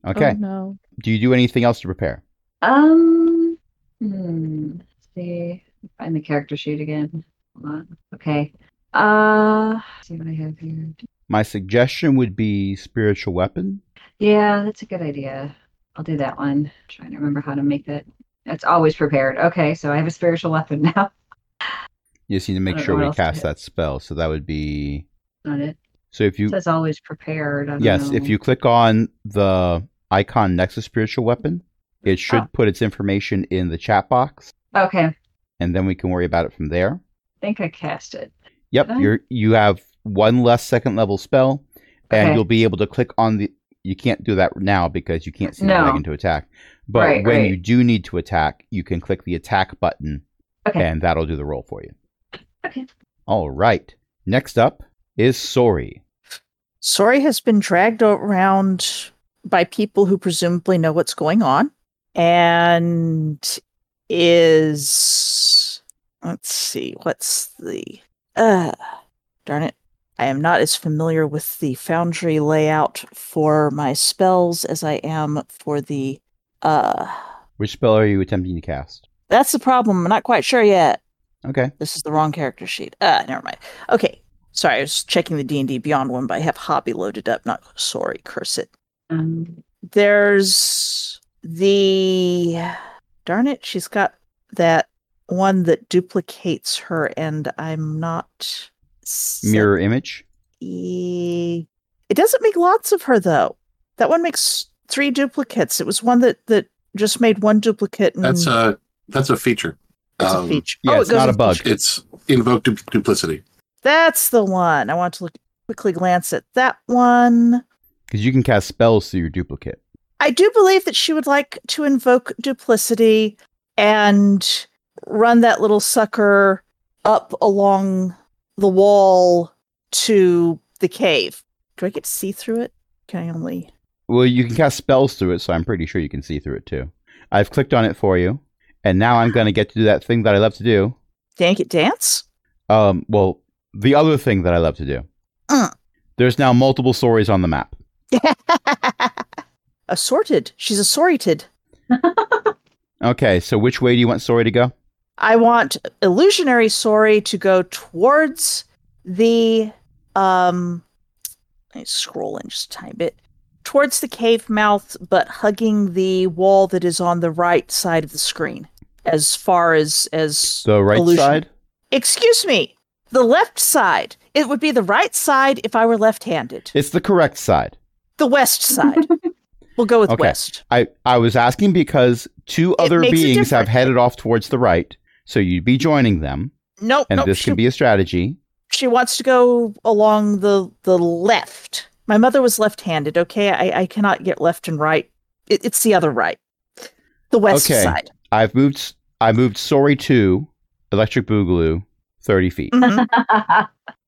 [SPEAKER 2] Okay.
[SPEAKER 1] Oh, no.
[SPEAKER 2] Do you do anything else to prepare?
[SPEAKER 4] Um. Hmm. Let's see. Find the character sheet again. Hold on. Okay. Uh. let's See what I have here.
[SPEAKER 2] My suggestion would be spiritual weapon.
[SPEAKER 4] Yeah, that's a good idea. I'll do that one. trying to remember how to make that. That's always prepared. Okay, so I have a spiritual weapon now.
[SPEAKER 2] You just need to make
[SPEAKER 4] I don't
[SPEAKER 2] sure
[SPEAKER 4] know Uh, what
[SPEAKER 2] we
[SPEAKER 4] else to
[SPEAKER 2] cast
[SPEAKER 4] hit.
[SPEAKER 2] that spell. So that would be
[SPEAKER 4] Not it.
[SPEAKER 2] so if
[SPEAKER 4] It
[SPEAKER 2] you
[SPEAKER 4] says always prepared. I don't
[SPEAKER 2] yes if
[SPEAKER 4] know.
[SPEAKER 2] you click on the icon next to spiritual weapon, it should
[SPEAKER 4] Oh.
[SPEAKER 2] put its information in the chat box,
[SPEAKER 4] Okay, I
[SPEAKER 2] and then we can worry about it from there.
[SPEAKER 4] think I cast it.
[SPEAKER 2] Yep,
[SPEAKER 4] Did I?
[SPEAKER 2] you're you have one less second level spell, and
[SPEAKER 4] Okay.
[SPEAKER 2] you'll be able to click on the. You can't do that now because you can't see the
[SPEAKER 4] No.
[SPEAKER 2] dragon to attack. But
[SPEAKER 4] Right,
[SPEAKER 2] when
[SPEAKER 4] right.
[SPEAKER 2] you do need to attack, you can click the attack button,
[SPEAKER 4] Okay.
[SPEAKER 2] and that'll do the roll for you.
[SPEAKER 4] Okay.
[SPEAKER 2] All right. Next up is Sori.
[SPEAKER 1] Sori has been dragged around by people who presumably know what's going on and is let's see what's the uh darn it i am not as familiar with the foundry layout for my spells as i am for the uh
[SPEAKER 2] Which spell are you attempting to cast?
[SPEAKER 1] that's the problem i'm not quite sure yet
[SPEAKER 2] Okay.
[SPEAKER 1] this is the wrong character sheet. Ah, never mind. Okay, sorry. I was checking the D and D Beyond one, but I have Hobby loaded up. Not sorry. Curse it.
[SPEAKER 4] Um,
[SPEAKER 1] There's the darn it. She's got that one that duplicates her, and I'm not s-
[SPEAKER 2] Mirror image.
[SPEAKER 1] e- It doesn't make lots of her though. That one makes three duplicates. It was one that that just made one duplicate. And
[SPEAKER 3] That's a that's a feature.
[SPEAKER 1] it's Mm. a
[SPEAKER 3] Um,
[SPEAKER 1] feature.
[SPEAKER 2] yeah,
[SPEAKER 1] oh,
[SPEAKER 2] it's
[SPEAKER 1] it goes
[SPEAKER 2] not a
[SPEAKER 1] with
[SPEAKER 2] bug.
[SPEAKER 1] feature.
[SPEAKER 3] It's invoke du- duplicity.
[SPEAKER 1] That's the one. I want to look, quickly glance at that one.
[SPEAKER 2] Because you can cast spells through your duplicate.
[SPEAKER 1] I do believe that she would like to invoke duplicity and run that little sucker up along the wall to the cave. Do I get to see through it? Can I only?
[SPEAKER 2] Well, you can cast spells through it, so I'm pretty sure you can see through it too. I've clicked on it for you, and now I'm going to get to do that thing that I love to do.
[SPEAKER 1] Dang it, dance?
[SPEAKER 2] Um, well, the other thing that I love to do.
[SPEAKER 1] Mm.
[SPEAKER 2] There's now multiple stories on the map.
[SPEAKER 1] assorted. She's assorted.
[SPEAKER 2] Okay, so which way do you want story to go?
[SPEAKER 1] I want illusionary sorry to go towards the um let me scroll in just a tiny bit. Towards the cave mouth, but hugging the wall that is on the right side of the screen. As far as as
[SPEAKER 2] The right
[SPEAKER 1] Illusion.
[SPEAKER 2] side.
[SPEAKER 1] excuse me, the left side. It would be the right side if I were left handed.
[SPEAKER 2] It's the correct side.
[SPEAKER 1] The west side. we'll go with
[SPEAKER 2] Okay.
[SPEAKER 1] west.
[SPEAKER 2] I I was asking because two other
[SPEAKER 1] makes a
[SPEAKER 2] beings have
[SPEAKER 1] difference. Oh, Mm, Mm-hmm.
[SPEAKER 4] uh,
[SPEAKER 2] Uh,
[SPEAKER 1] Ah, Oh, uh,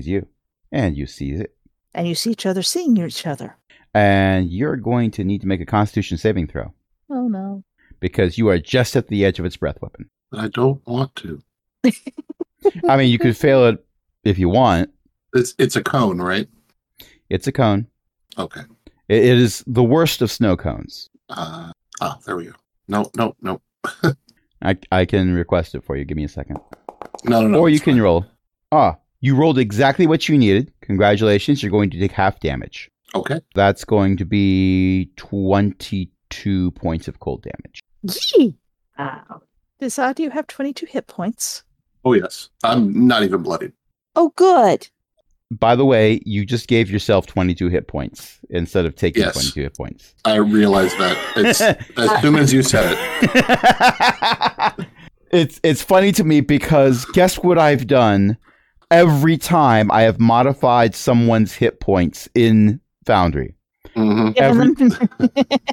[SPEAKER 1] Oh, Giving them
[SPEAKER 2] Uh, Ah, Every-
[SPEAKER 3] Uh, ah, Oh, Oh, hmm
[SPEAKER 1] the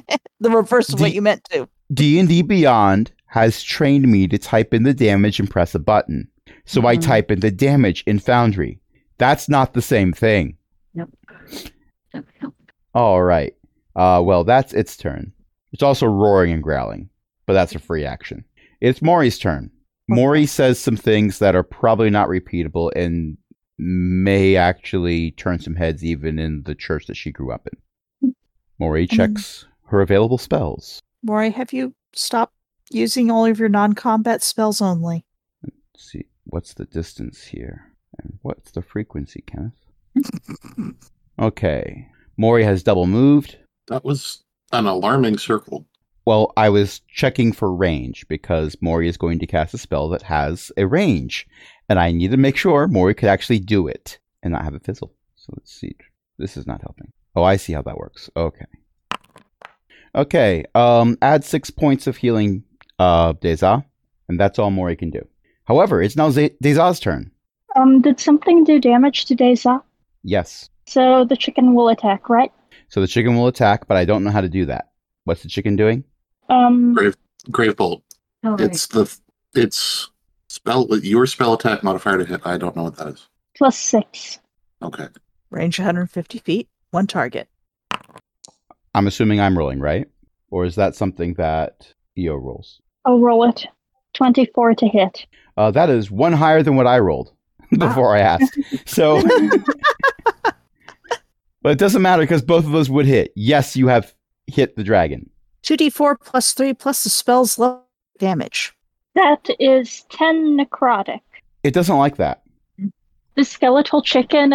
[SPEAKER 1] reverse of what
[SPEAKER 2] The-
[SPEAKER 1] you meant to.
[SPEAKER 2] D&D Beyond has trained me to type in the damage and press a button. So I
[SPEAKER 4] Mhm.
[SPEAKER 2] type in the damage in Foundry. That's not the same thing.
[SPEAKER 4] No, no.
[SPEAKER 2] All right. Uh, well, that's its turn. It's also roaring and growling, but that's a free action. It's Maury's turn. Maury says some things that are probably not repeatable and may actually turn some heads even in the church that she grew up in. Maury checks her available spells.
[SPEAKER 1] Maury, have you stopped using all of your non combat spells only?
[SPEAKER 2] Let's see, what's the distance here? And what's the frequency, Kenneth? Okay. Maury has double moved.
[SPEAKER 3] That was an alarming circle.
[SPEAKER 2] Well, I was checking for range because Mori is going to cast a spell that has a range, and I need to make sure Mori could actually do it and not have it fizzle. So let's see. This is not helping. Oh, I see how that works. Okay. Okay. Um, add six points of healing, uh, Deza, and that's all Mori can do. However, it's now Z- Deza's turn.
[SPEAKER 5] Um, did something do damage to Deza?
[SPEAKER 2] Yes.
[SPEAKER 5] So the chicken will attack, right?
[SPEAKER 2] So the chicken will attack, but I don't know how to do that. What's the chicken doing?
[SPEAKER 5] Um,
[SPEAKER 3] Right. Grave bolt.
[SPEAKER 4] All right.
[SPEAKER 3] It's the it's spell your spell attack modifier to hit. I don't know what that is.
[SPEAKER 5] plus six.
[SPEAKER 3] Okay.
[SPEAKER 1] Range 150 feet, one target.
[SPEAKER 2] I'm assuming I'm rolling, right? Or is that something that EO rolls?
[SPEAKER 5] I'll roll it. 24 to hit.
[SPEAKER 2] Uh, that is one higher than what I rolled before I asked. So, but it doesn't matter because both of those would hit. Yes, you have hit the dragon.
[SPEAKER 1] 2d4 plus 3 plus the spell's level damage.
[SPEAKER 5] That is 10 necrotic.
[SPEAKER 2] It doesn't like that.
[SPEAKER 5] The skeletal chicken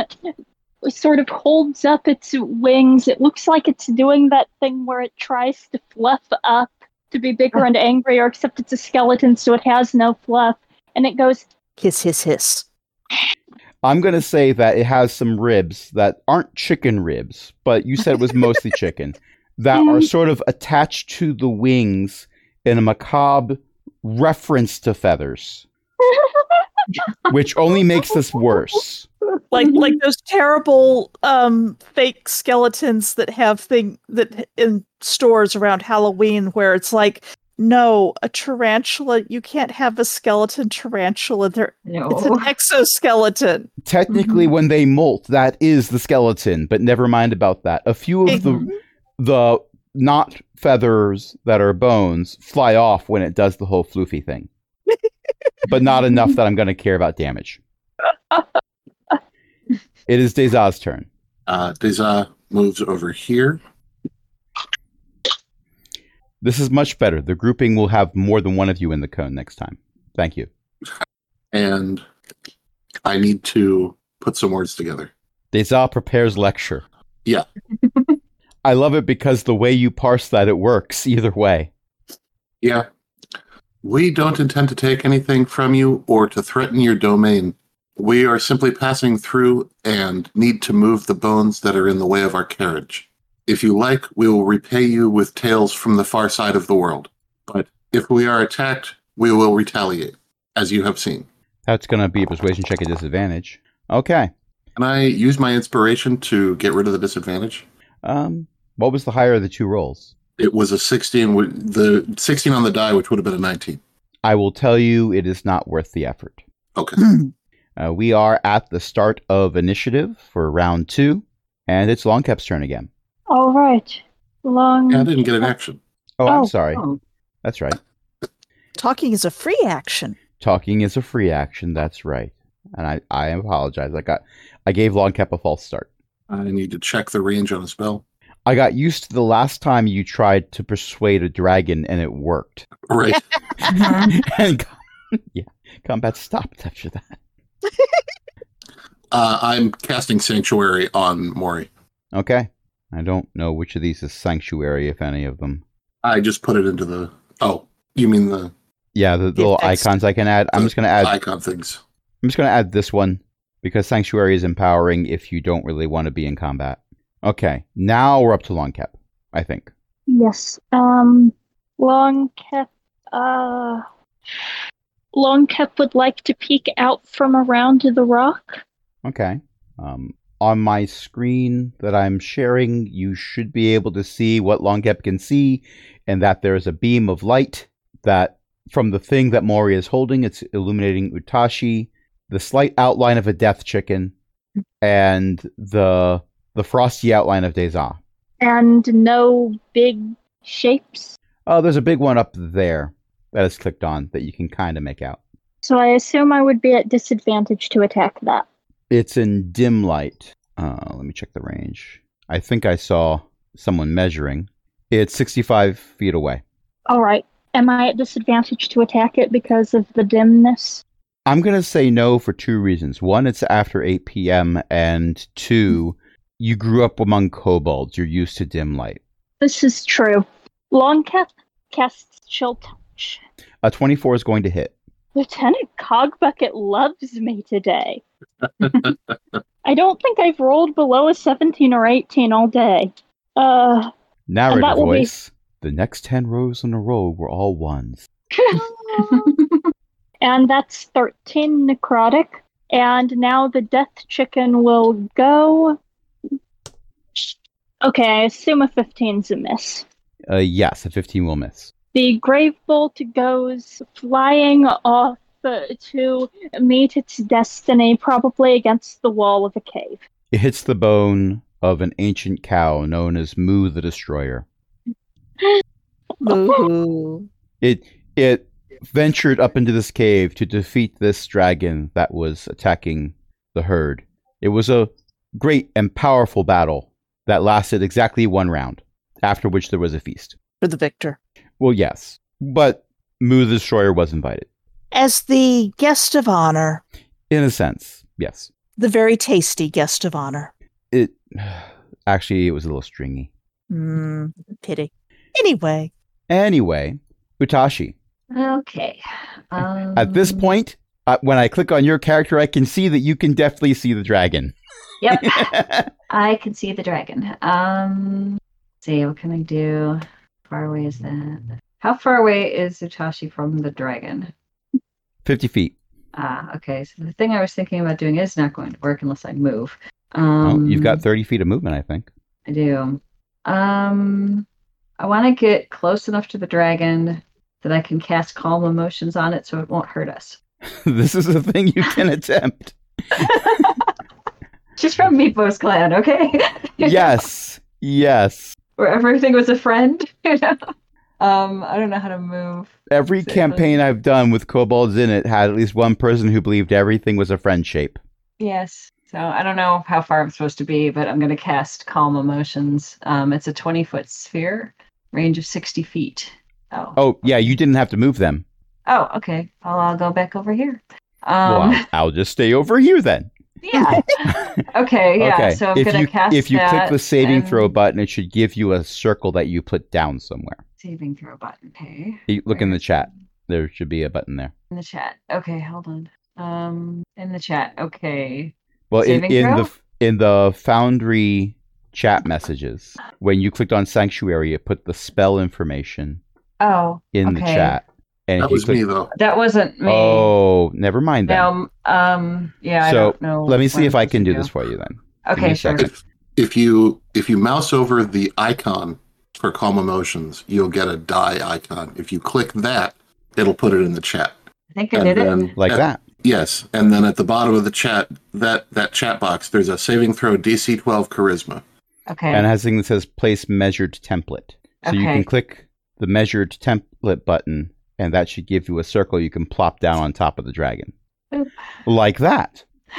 [SPEAKER 5] sort of holds up its wings. It looks like it's doing that thing where it tries to fluff up to be bigger and angrier, except it's a skeleton, so it has no fluff. And it goes,
[SPEAKER 1] Hiss, hiss, hiss.
[SPEAKER 2] I'm going to say that it has some ribs that aren't chicken ribs, but you said it was mostly chicken that are sort of attached to the wings in a macabre reference to feathers, which only makes this worse.
[SPEAKER 1] Like like those terrible um fake skeletons that have thing that in stores around Halloween where it's like no, a tarantula. You can't have a skeleton tarantula. There,
[SPEAKER 4] no.
[SPEAKER 1] it's an exoskeleton.
[SPEAKER 2] Technically,
[SPEAKER 4] Mhm.
[SPEAKER 2] when they molt, that is the skeleton, but never mind about that. A few of the the not feathers that are bones fly off when it does the whole floofy thing, but not enough that I'm going to care about damage. it is Deza's turn.
[SPEAKER 3] Uh, Deza moves over here.
[SPEAKER 2] This is much better. The grouping will have more than one of you in the cone next time. Thank you.
[SPEAKER 3] and I need to put some words together.
[SPEAKER 2] Deza prepares lecture.
[SPEAKER 3] Yeah.
[SPEAKER 2] I love it because the way you parse that, it works either way.
[SPEAKER 3] Yeah. We don't intend to take anything from you or to threaten your domain. We are simply passing through and need to move the bones that are in the way of our carriage. If you like, we will repay you with tales from the far side of the world. But if we are attacked, we will retaliate, as you have seen.
[SPEAKER 2] That's going to be a persuasion check at disadvantage. Okay.
[SPEAKER 3] Can I use my inspiration to get rid of the disadvantage?
[SPEAKER 2] Um, what was the higher of the two rolls?
[SPEAKER 3] It was a 16, with- the 16 on the die, which would have been a 19.
[SPEAKER 2] I will tell you it is not worth the effort.
[SPEAKER 3] Okay.
[SPEAKER 2] Uh, we are at the start of initiative for round two, and it's Longcap's turn again.
[SPEAKER 5] All right, long.
[SPEAKER 3] Yeah, I didn't get an action.
[SPEAKER 2] Oh,
[SPEAKER 5] Oh.
[SPEAKER 2] I'm sorry.
[SPEAKER 4] Oh,
[SPEAKER 2] That's right.
[SPEAKER 1] Talking is a free action.
[SPEAKER 2] Talking is a free action. That's right. And I, I apologize. I got I gave Longcap a false start.
[SPEAKER 3] I need to check the range on a spell.
[SPEAKER 2] I got used to the last time you tried to persuade a dragon and it worked.
[SPEAKER 3] Right.
[SPEAKER 4] mhm.
[SPEAKER 2] and com- yeah, combat stopped after that.
[SPEAKER 3] uh, I'm casting Sanctuary on Mori.
[SPEAKER 2] Okay. I don't know which of these is sanctuary, if any of them.
[SPEAKER 3] I just put it into the. Oh, you mean the
[SPEAKER 2] Yeah, the, the
[SPEAKER 1] The
[SPEAKER 2] little
[SPEAKER 1] effects.
[SPEAKER 2] icons I can add. I'm
[SPEAKER 3] The
[SPEAKER 2] just gonna add.
[SPEAKER 3] icon things?
[SPEAKER 2] I'm just gonna add this one because sanctuary is empowering if you don't really want to be in combat. Okay, now we're up to long cap. I think
[SPEAKER 5] Yes. Um, long cap. Uh, long cap would like to peek out from around the rock.
[SPEAKER 2] Okay. Um, on my screen that I'm sharing, you should be able to see what Longep can see, and that there is a beam of light that from the thing that Mori is holding, it's illuminating Utashi, the slight outline of a death chicken, and the the frosty outline of Deza.
[SPEAKER 5] And no big shapes.
[SPEAKER 2] Oh, there's a big one up there that is clicked on that you can kind of make out.
[SPEAKER 5] So I assume I would be at disadvantage to attack that.
[SPEAKER 2] It's in dim light. Uh, let me check the range. I think I saw someone measuring. It's 65 feet away.
[SPEAKER 5] All right. Am I at disadvantage to attack it because of the dimness?
[SPEAKER 2] I'm going to say no for two reasons. One, it's after 8 p.m., and two, you grew up among kobolds. You're used to dim light.
[SPEAKER 5] This is true. Longcap casts Chill Touch.
[SPEAKER 2] A 24 is going to hit.
[SPEAKER 5] Lieutenant Cogbucket loves me today. I don't think I've rolled below a 17 or 18 all day. Uh,
[SPEAKER 2] Narrator
[SPEAKER 5] that will be-
[SPEAKER 2] voice. The next 10 rows in a row were all ones.
[SPEAKER 5] and that's 13 necrotic. And now the death chicken will go. Okay, I assume a 15's a miss.
[SPEAKER 2] Uh, yes, a 15 will miss.
[SPEAKER 5] The grave bolt goes flying off uh, to meet its destiny, probably against the wall of a cave.
[SPEAKER 2] It hits the bone of an ancient cow known as Moo the Destroyer.
[SPEAKER 1] Ooh.
[SPEAKER 2] It it ventured up into this cave to defeat this dragon that was attacking the herd. It was a great and powerful battle that lasted exactly one round, after which there was a feast.
[SPEAKER 1] For the victor.
[SPEAKER 2] Well, yes, but Moo the Destroyer was invited.
[SPEAKER 1] As the guest of honor,
[SPEAKER 2] In a sense, yes.
[SPEAKER 1] the very tasty guest of honor.
[SPEAKER 2] It actually it was a little stringy.
[SPEAKER 1] Mm, pity. Anyway,
[SPEAKER 2] Anyway, Utashi.
[SPEAKER 4] Okay. Um,
[SPEAKER 2] At this point, uh, when I click on your character, I can see that you can definitely see the dragon.
[SPEAKER 4] Yep. I can see the dragon. Um, let's see what can I do? How far away is that? How far away is Utashi from the dragon?
[SPEAKER 2] Fifty feet.
[SPEAKER 4] Ah, okay. So the thing I was thinking about doing is not going to work unless I move.
[SPEAKER 2] Oh,
[SPEAKER 4] Um,
[SPEAKER 2] you've got thirty feet of movement, I think.
[SPEAKER 4] I do. Um, I want to get close enough to the dragon that I can cast calm emotions on it, so it won't hurt us.
[SPEAKER 2] this is a thing you can attempt.
[SPEAKER 4] She's from Meepos Clan, okay?
[SPEAKER 2] Yes, yes.
[SPEAKER 4] Where everything was a friend. You know? Um, I don't know how to move.
[SPEAKER 2] Every
[SPEAKER 4] Exactly.
[SPEAKER 2] campaign I've done with kobolds in it had at least one person who believed everything was a friend shape.
[SPEAKER 4] Yes. So I don't know how far I'm supposed to be, but I'm going to cast Calm Emotions. Um, it's a 20 foot sphere, range of 60 feet. Oh.
[SPEAKER 2] Oh, yeah, you didn't have to move them.
[SPEAKER 4] Oh, okay. Well, I'll go back over here. Um,
[SPEAKER 2] well, I'll, I'll just stay over here then.
[SPEAKER 4] Yeah. okay. Yeah.
[SPEAKER 2] okay.
[SPEAKER 4] So I'm
[SPEAKER 2] if
[SPEAKER 4] going
[SPEAKER 2] you
[SPEAKER 4] to cast
[SPEAKER 2] if you click
[SPEAKER 4] that
[SPEAKER 2] the saving throw
[SPEAKER 4] and-
[SPEAKER 2] button, it should give you a circle that you put down somewhere.
[SPEAKER 4] saving throw button. Okay.
[SPEAKER 2] You Look in
[SPEAKER 4] Where
[SPEAKER 2] the
[SPEAKER 4] is
[SPEAKER 2] chat.
[SPEAKER 4] it?
[SPEAKER 2] There should be a button there.
[SPEAKER 4] In the chat. Okay. Hold on. Um, in the chat. Okay.
[SPEAKER 2] Well, in,
[SPEAKER 4] Saving
[SPEAKER 2] in
[SPEAKER 4] throw?
[SPEAKER 2] the in the Foundry chat messages, when you clicked on Sanctuary, it put the spell information
[SPEAKER 4] Oh,
[SPEAKER 2] in the
[SPEAKER 4] Okay.
[SPEAKER 2] chat. And if
[SPEAKER 3] That
[SPEAKER 2] you
[SPEAKER 3] was
[SPEAKER 2] click-
[SPEAKER 3] me though.
[SPEAKER 4] that wasn't me.
[SPEAKER 2] Oh, never mind then.
[SPEAKER 4] no. Um. Yeah. I
[SPEAKER 2] So,
[SPEAKER 4] don't know.
[SPEAKER 2] Let me
[SPEAKER 4] what
[SPEAKER 2] see
[SPEAKER 4] I'm
[SPEAKER 2] if I
[SPEAKER 4] supposed
[SPEAKER 2] can
[SPEAKER 4] to
[SPEAKER 2] do this for you then. me
[SPEAKER 4] Okay.
[SPEAKER 2] a
[SPEAKER 4] Sure.
[SPEAKER 2] second.
[SPEAKER 3] If, if you if you mouse over the icon for calm emotions, you'll get a die icon. If you click that, it'll put it in the chat.
[SPEAKER 4] I think I did it.
[SPEAKER 2] Like
[SPEAKER 3] at-
[SPEAKER 2] that.
[SPEAKER 3] Yes, and then at the bottom of the chat, that that chat box, there's a saving throw DC 12 charisma.
[SPEAKER 4] Okay.
[SPEAKER 2] And it has a thing that says place measured template. So you
[SPEAKER 4] Okay.
[SPEAKER 2] can click the measured template button and that should give you a circle you can plop down on top of the dragon.
[SPEAKER 4] Boop.
[SPEAKER 2] Like that.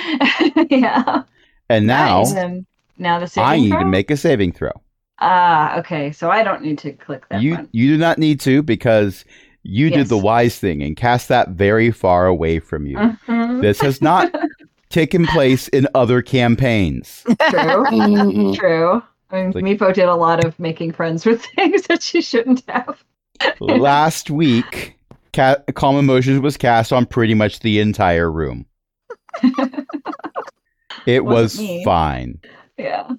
[SPEAKER 4] yeah.
[SPEAKER 2] And now
[SPEAKER 4] Nice. And now the saving
[SPEAKER 2] I need
[SPEAKER 4] throw?
[SPEAKER 2] to make a saving throw.
[SPEAKER 4] Ah, okay. So I don't need to click that
[SPEAKER 2] you
[SPEAKER 4] one.
[SPEAKER 2] you do not need to because you did
[SPEAKER 4] Yes.
[SPEAKER 2] the wise thing and cast that very far away from you.
[SPEAKER 4] Mhm.
[SPEAKER 2] This has not taken place in other campaigns.
[SPEAKER 4] True.
[SPEAKER 3] Mhm.
[SPEAKER 4] True. I mean,
[SPEAKER 2] Like-
[SPEAKER 4] Meepo did a lot of making friends with things that she shouldn't have.
[SPEAKER 2] Last week, ca- Calm Emotions was cast on pretty much the entire room. It was
[SPEAKER 4] Wasn't me.
[SPEAKER 2] fine.
[SPEAKER 4] Yeah.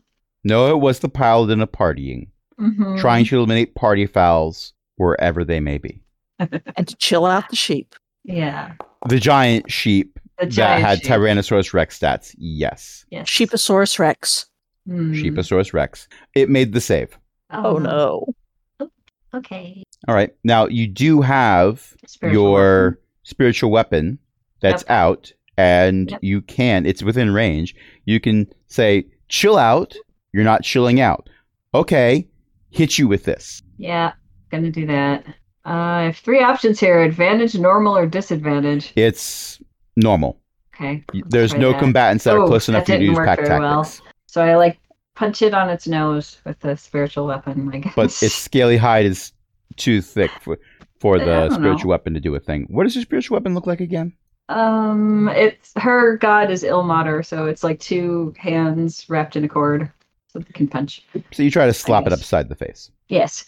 [SPEAKER 2] No, it was the paladin of partying,
[SPEAKER 4] Mhm.
[SPEAKER 2] trying to eliminate party fouls wherever they may be.
[SPEAKER 1] and to chill out the sheep.
[SPEAKER 4] Yeah.
[SPEAKER 2] The giant sheep
[SPEAKER 4] The
[SPEAKER 2] that
[SPEAKER 4] giant
[SPEAKER 2] had
[SPEAKER 4] sheep.
[SPEAKER 2] Tyrannosaurus Rex stats. Yes,
[SPEAKER 4] Yes.
[SPEAKER 1] Sheeposaurus Rex.
[SPEAKER 4] Hmm.
[SPEAKER 2] Sheeposaurus Rex. It made the save.
[SPEAKER 4] Mm-hmm.
[SPEAKER 1] Oh, no.
[SPEAKER 4] Okay.
[SPEAKER 2] All right. Now you do have
[SPEAKER 4] Spiritual
[SPEAKER 2] your
[SPEAKER 4] weapon.
[SPEAKER 2] spiritual weapon that's
[SPEAKER 4] Yep.
[SPEAKER 2] out, and
[SPEAKER 4] Yep.
[SPEAKER 2] you can. It's within range. You can say, "Chill out." You're not chilling out. Okay, hit you with this.
[SPEAKER 4] Yeah, gonna do that. Uh, I have three options here: advantage, normal, or disadvantage.
[SPEAKER 2] It's normal.
[SPEAKER 4] Okay.
[SPEAKER 2] Y-
[SPEAKER 4] let's
[SPEAKER 2] There's
[SPEAKER 4] try
[SPEAKER 2] no
[SPEAKER 4] that.
[SPEAKER 2] combatants that are
[SPEAKER 4] Oh,
[SPEAKER 2] close enough
[SPEAKER 4] that
[SPEAKER 2] for you to
[SPEAKER 4] didn't
[SPEAKER 2] use
[SPEAKER 4] work
[SPEAKER 2] pack
[SPEAKER 4] very well.
[SPEAKER 2] tactics,
[SPEAKER 4] So I like punch it on its nose with a spiritual weapon. I guess.
[SPEAKER 2] but its scaly hide is too thick for, for
[SPEAKER 4] I
[SPEAKER 2] the
[SPEAKER 4] don't know.
[SPEAKER 2] spiritual weapon to do a thing. What does your spiritual weapon look like again?
[SPEAKER 4] um, it's her god is Ilmater, so it's like two hands wrapped in a cord, so they can punch.
[SPEAKER 2] So you try to slap it
[SPEAKER 4] guess.
[SPEAKER 2] upside the face,
[SPEAKER 4] Yes.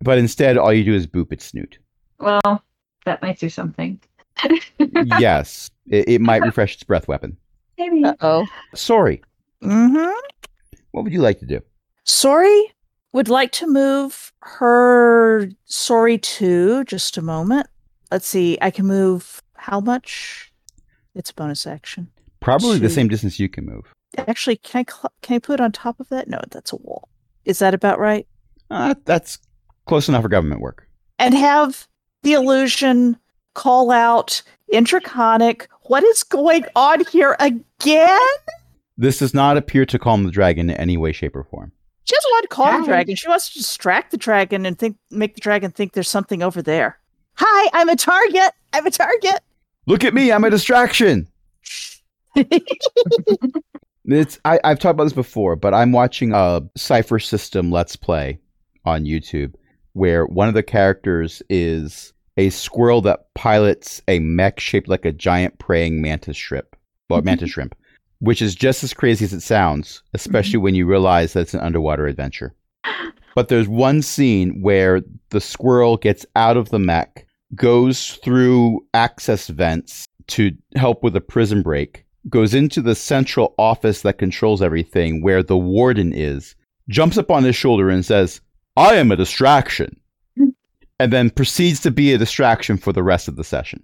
[SPEAKER 2] but instead all you do is boop its snoot.
[SPEAKER 4] Well, that might do something.
[SPEAKER 2] yes, it, it might refresh its breath weapon.
[SPEAKER 4] Maybe.
[SPEAKER 1] oh.
[SPEAKER 2] Sorry.
[SPEAKER 1] Mm-hmm.
[SPEAKER 2] What would you like to do?
[SPEAKER 1] Sori would like to move her Sori to just a moment. Let's see, I can move how much? It's a bonus action.
[SPEAKER 2] Probably the
[SPEAKER 1] Shoot.
[SPEAKER 2] same distance you can move.
[SPEAKER 1] Actually, can I cl- can I put it on top of that? No, that's a wall. Is that about right?
[SPEAKER 2] Uh, that's close enough for government work.
[SPEAKER 1] And have the illusion call out intraconic. What is going on here again?
[SPEAKER 2] This does not appear to calm the dragon in any way, shape, or form.
[SPEAKER 1] She doesn't want to call
[SPEAKER 4] Hi.
[SPEAKER 1] the dragon. She wants to distract the dragon and think make the dragon think there's something over there. Hi, I'm a target. I'm a target.
[SPEAKER 2] Look at me, I'm a distraction. It's I, I've talked about this before, but I'm watching a Cipher System Let's Play on YouTube where one of the characters is a squirrel that pilots a mech shaped like a giant praying mantis shrimp. Well, mantis shrimp, which is just as crazy as it sounds, especially when you realize that it's an underwater adventure. But there's one scene where the squirrel gets out of the mech, goes through access vents to help with a prison break, goes into the central office that controls everything, where the warden is, jumps up on his shoulder and says, I am a distraction. And then proceeds to be a distraction for the rest of the session.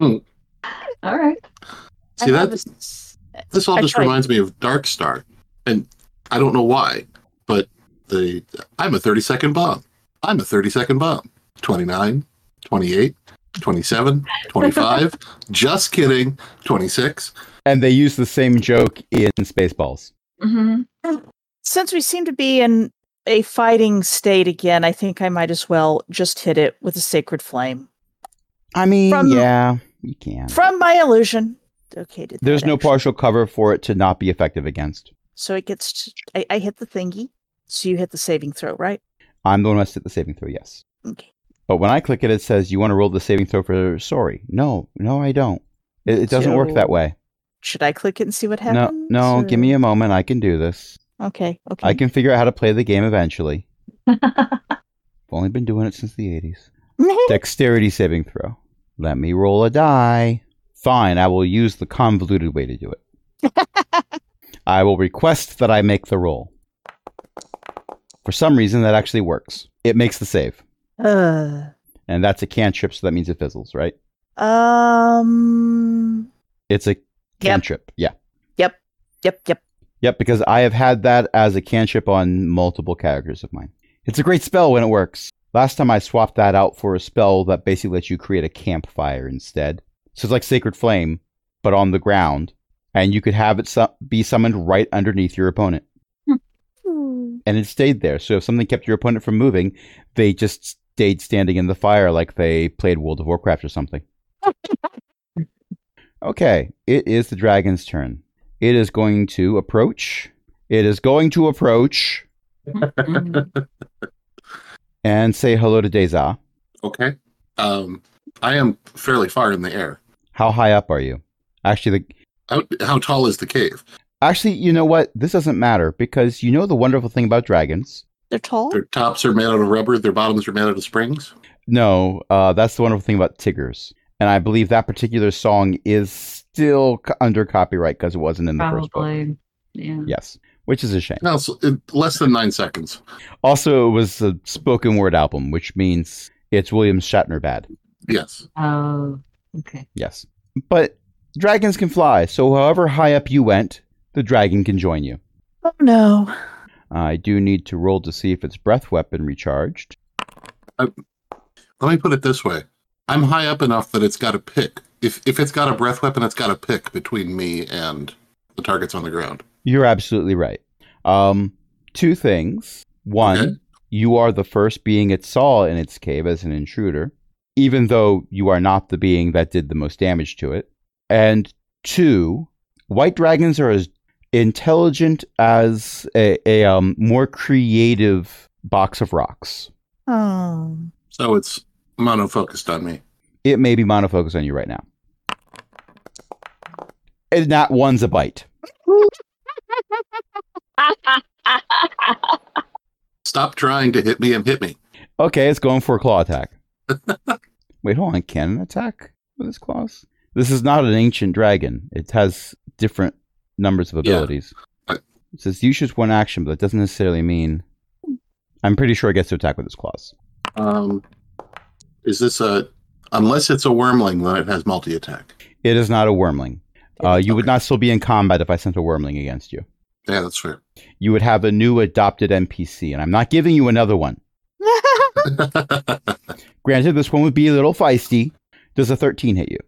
[SPEAKER 4] All right.
[SPEAKER 3] See
[SPEAKER 1] I
[SPEAKER 3] that?
[SPEAKER 1] have a s-
[SPEAKER 3] This all just
[SPEAKER 1] Actually-
[SPEAKER 3] reminds me of Dark Star, and I don't know why, but the I'm a 30 second bomb. I'm a 30 second bomb. 29, 28, 27, 25. just kidding. 26.
[SPEAKER 2] And they use the same joke in Spaceballs.
[SPEAKER 4] hmm
[SPEAKER 1] Since we seem to be in a fighting state again, I think I might as well just hit it with a sacred flame
[SPEAKER 2] I mean,
[SPEAKER 1] From-
[SPEAKER 2] yeah, you can.
[SPEAKER 1] from my illusion. Okay, did
[SPEAKER 2] There's
[SPEAKER 1] that
[SPEAKER 2] no
[SPEAKER 1] actually-
[SPEAKER 2] partial cover for it to not be effective against.
[SPEAKER 1] So it gets. To, I, I hit the thingy. So you hit the saving throw, right?
[SPEAKER 2] I'm the one who has to hit the saving throw, yes.
[SPEAKER 1] Okay.
[SPEAKER 2] But when I click it, it says, You want to roll the saving throw for sorry. No, no, I don't. It, it doesn't work that
[SPEAKER 1] So-
[SPEAKER 2] way.
[SPEAKER 1] Should I click it and see what
[SPEAKER 2] No,
[SPEAKER 1] happens?
[SPEAKER 2] no, give me a moment. I can do this.
[SPEAKER 1] A- okay. Okay.
[SPEAKER 2] I can figure out how to play the game eventually. I've only been doing it since the 80s. Dexterity saving throw. Let me roll a die. Fine, I will use the convoluted way to do it. I will request that I make the roll. For some reason, that actually works. It makes the save.
[SPEAKER 1] uh,
[SPEAKER 2] And that's a cantrip, so that means it fizzles, right?
[SPEAKER 1] um.
[SPEAKER 2] It's a
[SPEAKER 1] Yep.
[SPEAKER 2] cantrip. Yeah.
[SPEAKER 1] Yep. Yep.
[SPEAKER 2] Yep, because I have had that as a cantrip on multiple characters of mine. It's a great spell when it works. Last time I swapped that out for a spell that basically lets you create a campfire instead. So it's like Sacred Flame, but on the ground, and you could have it su- be summoned right underneath your opponent. And it stayed there. So if something kept your opponent from moving, they just stayed standing in the fire like they played World of Warcraft or something. okay, it is the dragon's turn. It is going to approach. It is going to approach and say hello to Deza.
[SPEAKER 3] Okay. Um, I am fairly far in the air.
[SPEAKER 2] How high up are you? Actually, the,
[SPEAKER 3] How, how tall is the cave?
[SPEAKER 2] actually, you know what? This doesn't matter because you know the wonderful thing about dragons.
[SPEAKER 1] They're tall.
[SPEAKER 3] Their tops are made out of rubber, their bottoms are made out of springs.
[SPEAKER 2] No, uh, that's the wonderful thing about Tiggers. And I believe that particular song is still co- under copyright because it wasn't in the first book.
[SPEAKER 4] Probably. Yeah.
[SPEAKER 2] Yes, which is a shame.
[SPEAKER 3] No, so, uh, less than nine seconds.
[SPEAKER 2] Also, it was a spoken word album, which means it's William Shatner bad.
[SPEAKER 3] Yes.
[SPEAKER 4] Oh. Okay.
[SPEAKER 2] Yes. But dragons can fly, so however high up you went, the dragon can join you.
[SPEAKER 1] Oh no.
[SPEAKER 2] I do need to roll to see if its breath weapon recharged.
[SPEAKER 3] Let me put it this way: I'm high up enough that it's got a pick. If if it's got a breath weapon, it's got a pick between me and the targets on the ground.
[SPEAKER 2] You're absolutely right. Um, two things. One,
[SPEAKER 3] Okay.
[SPEAKER 2] you are the first being it saw in its cave as an intruder, even though you are not the being that did the most damage to it. And two, white dragons are as intelligent as a, a um, more creative box of rocks.
[SPEAKER 1] Oh.
[SPEAKER 3] So it's mono focused on me.
[SPEAKER 2] It may be monofocus on you right now. And not one's a bite.
[SPEAKER 3] Stop trying to hit me and hit me.
[SPEAKER 2] Okay, it's going for a claw attack. Wait, hold on. Can it attack with its claws? This is not an ancient dragon. It has different numbers of abilities.
[SPEAKER 3] I-
[SPEAKER 2] It says you choose one action, but that doesn't necessarily mean. I'm pretty sure it gets to attack with its claws.
[SPEAKER 3] Um, is this a unless it's a wormling, then it has multi attack.
[SPEAKER 2] It is not a wormling. Uh, you would
[SPEAKER 3] Okay.
[SPEAKER 2] not still be in combat if I sent a wormling against you.
[SPEAKER 3] Yeah, that's fair.
[SPEAKER 2] You would have a new adopted NPC, and I'm not giving you another one. Granted, this one would be a little feisty. Does a 13 hit you?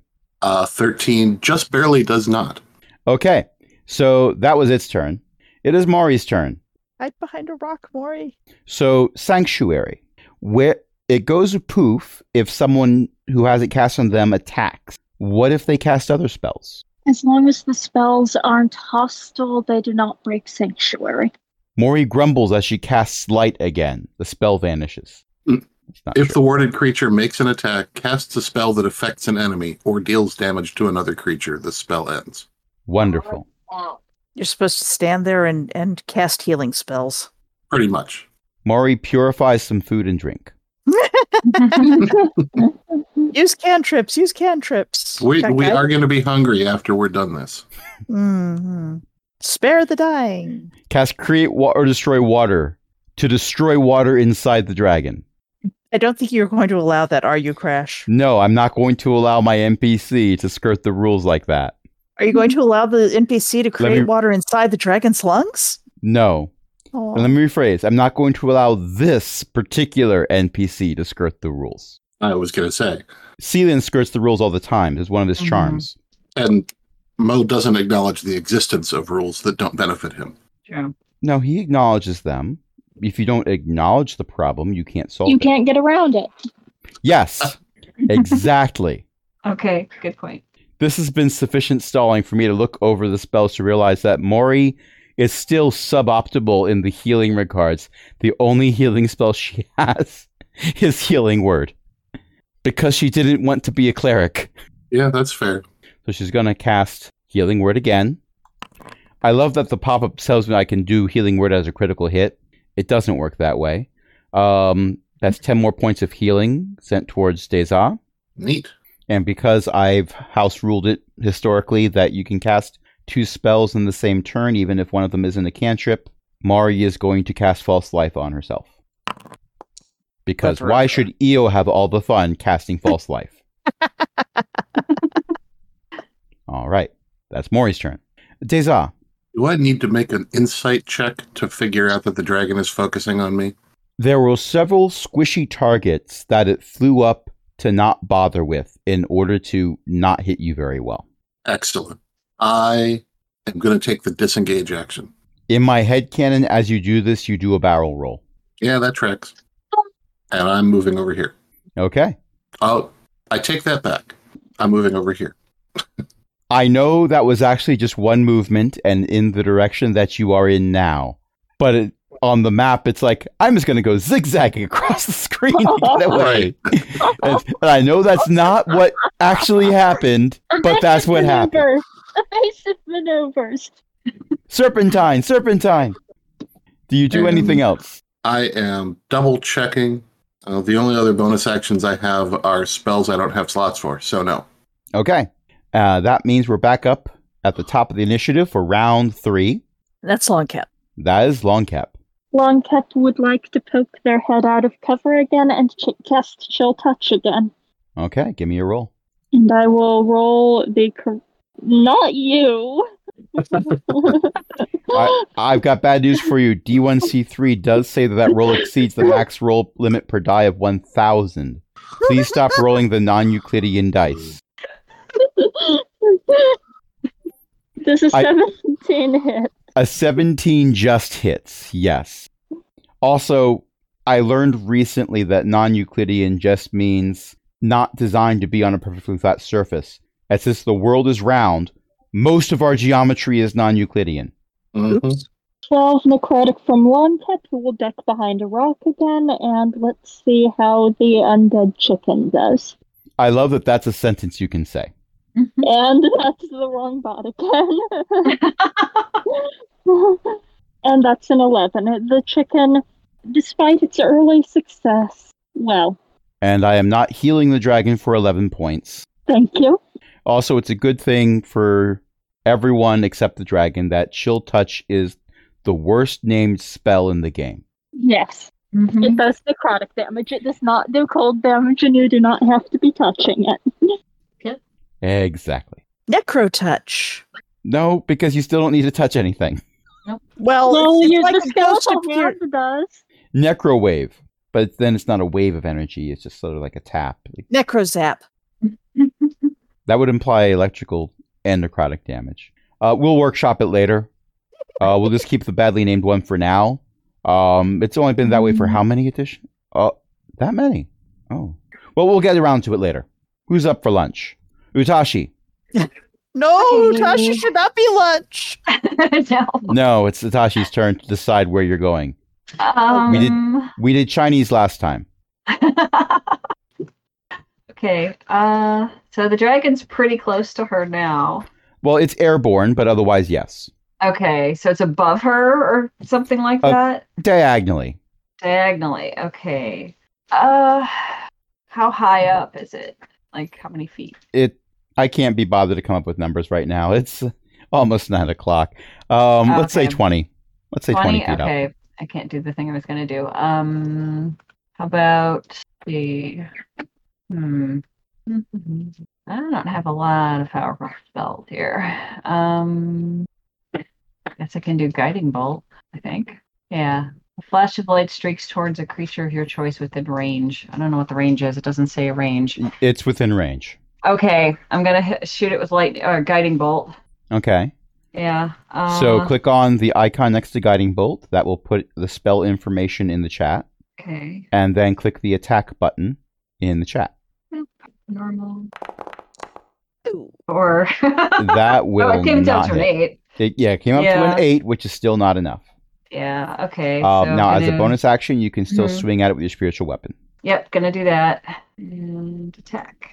[SPEAKER 3] uh, Thirteen just barely does not.
[SPEAKER 2] Okay, so that was its turn. It is Mari's turn.
[SPEAKER 1] Hide behind a rock, Maury.
[SPEAKER 2] So sanctuary, where it goes poof if someone who has it cast on them attacks. What if they cast other spells?
[SPEAKER 5] As long as the spells aren't hostile, they do not break sanctuary.
[SPEAKER 2] Mori grumbles as she casts light again. The spell vanishes.
[SPEAKER 3] Mm.
[SPEAKER 2] It's not
[SPEAKER 3] If
[SPEAKER 2] sure.
[SPEAKER 3] the warded creature makes an attack, casts a spell that affects an enemy, or deals damage to another creature, the spell ends.
[SPEAKER 2] Wonderful.
[SPEAKER 4] Wow.
[SPEAKER 1] You're supposed to stand there and, and cast healing spells.
[SPEAKER 3] Pretty much.
[SPEAKER 2] Mori purifies some food and drink.
[SPEAKER 1] Use cantrips. Use cantrips.
[SPEAKER 3] We we are going to be hungry after we're done this.
[SPEAKER 1] hmm Spare the dying.
[SPEAKER 2] Cast create wa- or destroy water to destroy water inside the dragon.
[SPEAKER 1] I don't think you're going to allow that, are you, Crash?
[SPEAKER 2] No, I'm not going to allow my NPC to skirt the rules like that.
[SPEAKER 1] Are you going to allow the NPC to create
[SPEAKER 2] me-
[SPEAKER 1] water inside the dragon's lungs?
[SPEAKER 2] No.
[SPEAKER 1] Oh.
[SPEAKER 2] Let me rephrase. I'm not going to allow this particular NPC to skirt the rules.
[SPEAKER 3] I was going to say,
[SPEAKER 2] Celan skirts the rules all the time. It's one of his
[SPEAKER 5] Mm-hmm.
[SPEAKER 4] Mhm.
[SPEAKER 2] charms.
[SPEAKER 3] and Mo doesn't acknowledge the existence of rules that don't benefit him.
[SPEAKER 4] True.
[SPEAKER 2] No, he acknowledges them. If you don't acknowledge the problem, you can't solve
[SPEAKER 5] you
[SPEAKER 2] it.
[SPEAKER 5] can't get around it.
[SPEAKER 2] Yes, exactly.
[SPEAKER 4] Okay, good point.
[SPEAKER 2] this has been sufficient stalling for me to look over the spells to realize that Mori is still suboptimal in the healing regards. The only healing spell she has is healing word because she didn't want to be a cleric.
[SPEAKER 3] Yeah, that's fair.
[SPEAKER 2] So she's going to cast Healing Word again. I love that the pop up tells me I can do Healing Word as a critical hit. It doesn't work that way. Um, that's 10 more points of healing sent towards Deza.
[SPEAKER 3] Neat.
[SPEAKER 2] And because I've house ruled it historically that you can cast two spells in the same turn, even if one of them isn't a cantrip, Mari is going to cast False Life on herself. Because
[SPEAKER 1] Clever.
[SPEAKER 2] why should Io have all the fun casting False Life? all right. That's Mori's turn. Deza,
[SPEAKER 3] Do I need to make an insight check to figure out that the dragon is focusing on me?
[SPEAKER 2] there were several squishy targets that it flew up to not bother with in order to not hit you very well.
[SPEAKER 3] Excellent. I am going to take the disengage action.
[SPEAKER 2] In my head canon, as you do this, you do a barrel roll.
[SPEAKER 3] Yeah, that tracks. And I'm moving over here.
[SPEAKER 2] Okay.
[SPEAKER 3] Oh, I take that back. I'm moving over here.
[SPEAKER 2] I know that was actually just one movement and in the direction that you are in now. But it, on the map, it's like, I'm just going to go zigzagging across the screen to get away. and, and I know that's not what actually happened, but that's what happened.
[SPEAKER 5] Maneuvers. Evasive maneuvers.
[SPEAKER 2] Serpentine, serpentine. Do you do
[SPEAKER 3] Um,
[SPEAKER 2] anything else?
[SPEAKER 3] I am double checking. Uh, the only other bonus actions I have are spells I don't have slots for. So, no.
[SPEAKER 2] Okay. Uh, that means we're back up at the top of the initiative for round three.
[SPEAKER 1] That's long cap.
[SPEAKER 2] That is long cap.
[SPEAKER 5] Longcat would like to poke their head out of cover again and ch- cast Chill Touch again.
[SPEAKER 2] Okay, give me a roll.
[SPEAKER 5] And I will roll the. Cor- not you!
[SPEAKER 2] I, I've got bad news for you. D1C3 does say that that roll exceeds the max roll limit per die of 1,000. Please stop rolling the non Euclidean dice.
[SPEAKER 5] this is
[SPEAKER 2] I-
[SPEAKER 5] 17 hit.
[SPEAKER 2] A 17 just hits, yes. Also, I learned recently that non Euclidean just means not designed to be on a perfectly flat surface. As since the world is round, most of our geometry is non Euclidean.
[SPEAKER 1] Mm-hmm.
[SPEAKER 3] Mhm.
[SPEAKER 5] 12 necrotic from one pet who will deck behind a rock again, and let's see how the undead chicken does.
[SPEAKER 2] I love that that's a sentence you can say.
[SPEAKER 4] Mm-hmm.
[SPEAKER 5] And that's the wrong bot again. and that's an 11. The chicken, despite its early success, well,
[SPEAKER 2] And I am not healing the dragon for 11 points.
[SPEAKER 5] thank you.
[SPEAKER 2] Also, it's a good thing for everyone except the dragon that Chill Touch is the worst named spell in the game.
[SPEAKER 5] Yes,
[SPEAKER 1] Mm-hmm.
[SPEAKER 5] it does necrotic damage. It does not do cold damage, and you do not have to be touching it.
[SPEAKER 2] Exactly.
[SPEAKER 1] Necro touch.
[SPEAKER 2] No, because you still don't need to touch anything.
[SPEAKER 1] Well,
[SPEAKER 5] well,
[SPEAKER 1] it's,
[SPEAKER 5] you
[SPEAKER 1] it's like
[SPEAKER 5] the
[SPEAKER 1] a ghost
[SPEAKER 5] skeletal
[SPEAKER 1] appear-
[SPEAKER 5] hand does.
[SPEAKER 2] Necro wave, but then it's not a wave of energy. It's just sort of like a tap. Like,
[SPEAKER 1] Necro zap.
[SPEAKER 4] Mm-hmm.
[SPEAKER 2] That would imply electrical and necrotic damage. Uh, we'll workshop it later. Uh, we'll just keep the badly named one for now. Um, it's only been that way for how many editions? Uh, that many? Oh. Well, we'll get around to it later. Who's up for lunch? Utashi.
[SPEAKER 1] No,
[SPEAKER 5] Okay.
[SPEAKER 1] Tasha should not be lunch.
[SPEAKER 4] no.
[SPEAKER 2] No, it's Utashi's turn to decide where you're going.
[SPEAKER 4] Um,
[SPEAKER 2] We did- We did Chinese last time.
[SPEAKER 4] okay. Uh, so the dragon's pretty close to her now.
[SPEAKER 2] Well, it's airborne, but otherwise, yes.
[SPEAKER 4] Okay, so it's above her or something like
[SPEAKER 2] Uh,
[SPEAKER 4] that.
[SPEAKER 2] Diagonally.
[SPEAKER 4] Diagonally. Okay. Uh, how high up is it? Like how many feet?
[SPEAKER 2] It. I can't be bothered to come up with numbers right now. It's almost nine o'clock. Um, let's say
[SPEAKER 4] Okay.
[SPEAKER 2] twenty. Let's say twenty, feet up.
[SPEAKER 4] okay i can't do the thing i was going to do um how about the hmm i don't have a lot of powerful spells here um i guess i can do guiding bolt i think yeah a flash of light streaks towards a creature of your choice within range i don't know what the range is it doesn't say a range
[SPEAKER 2] It's within range.
[SPEAKER 4] okay i'm going to shoot it with light or guiding bolt
[SPEAKER 2] Okay.
[SPEAKER 4] yeah uh,
[SPEAKER 2] so click on the icon next to guiding bolt. That will put the spell information in the chat,
[SPEAKER 4] okay
[SPEAKER 2] and then click the attack button in the chat.
[SPEAKER 4] normal
[SPEAKER 1] Ooh.
[SPEAKER 4] or
[SPEAKER 2] That will
[SPEAKER 4] oh, it came down
[SPEAKER 2] not
[SPEAKER 4] to an
[SPEAKER 2] hit.
[SPEAKER 4] eight.
[SPEAKER 2] It, yeah, it came up to
[SPEAKER 4] Yeah.
[SPEAKER 2] an eight, which is still not enough.
[SPEAKER 4] Yeah. Okay.
[SPEAKER 2] Um,
[SPEAKER 4] so
[SPEAKER 2] now, as a
[SPEAKER 4] gonna-
[SPEAKER 2] bonus action, you can still
[SPEAKER 4] Mhm.
[SPEAKER 2] swing at it with your spiritual weapon.
[SPEAKER 4] Yep. Gonna do that and attack.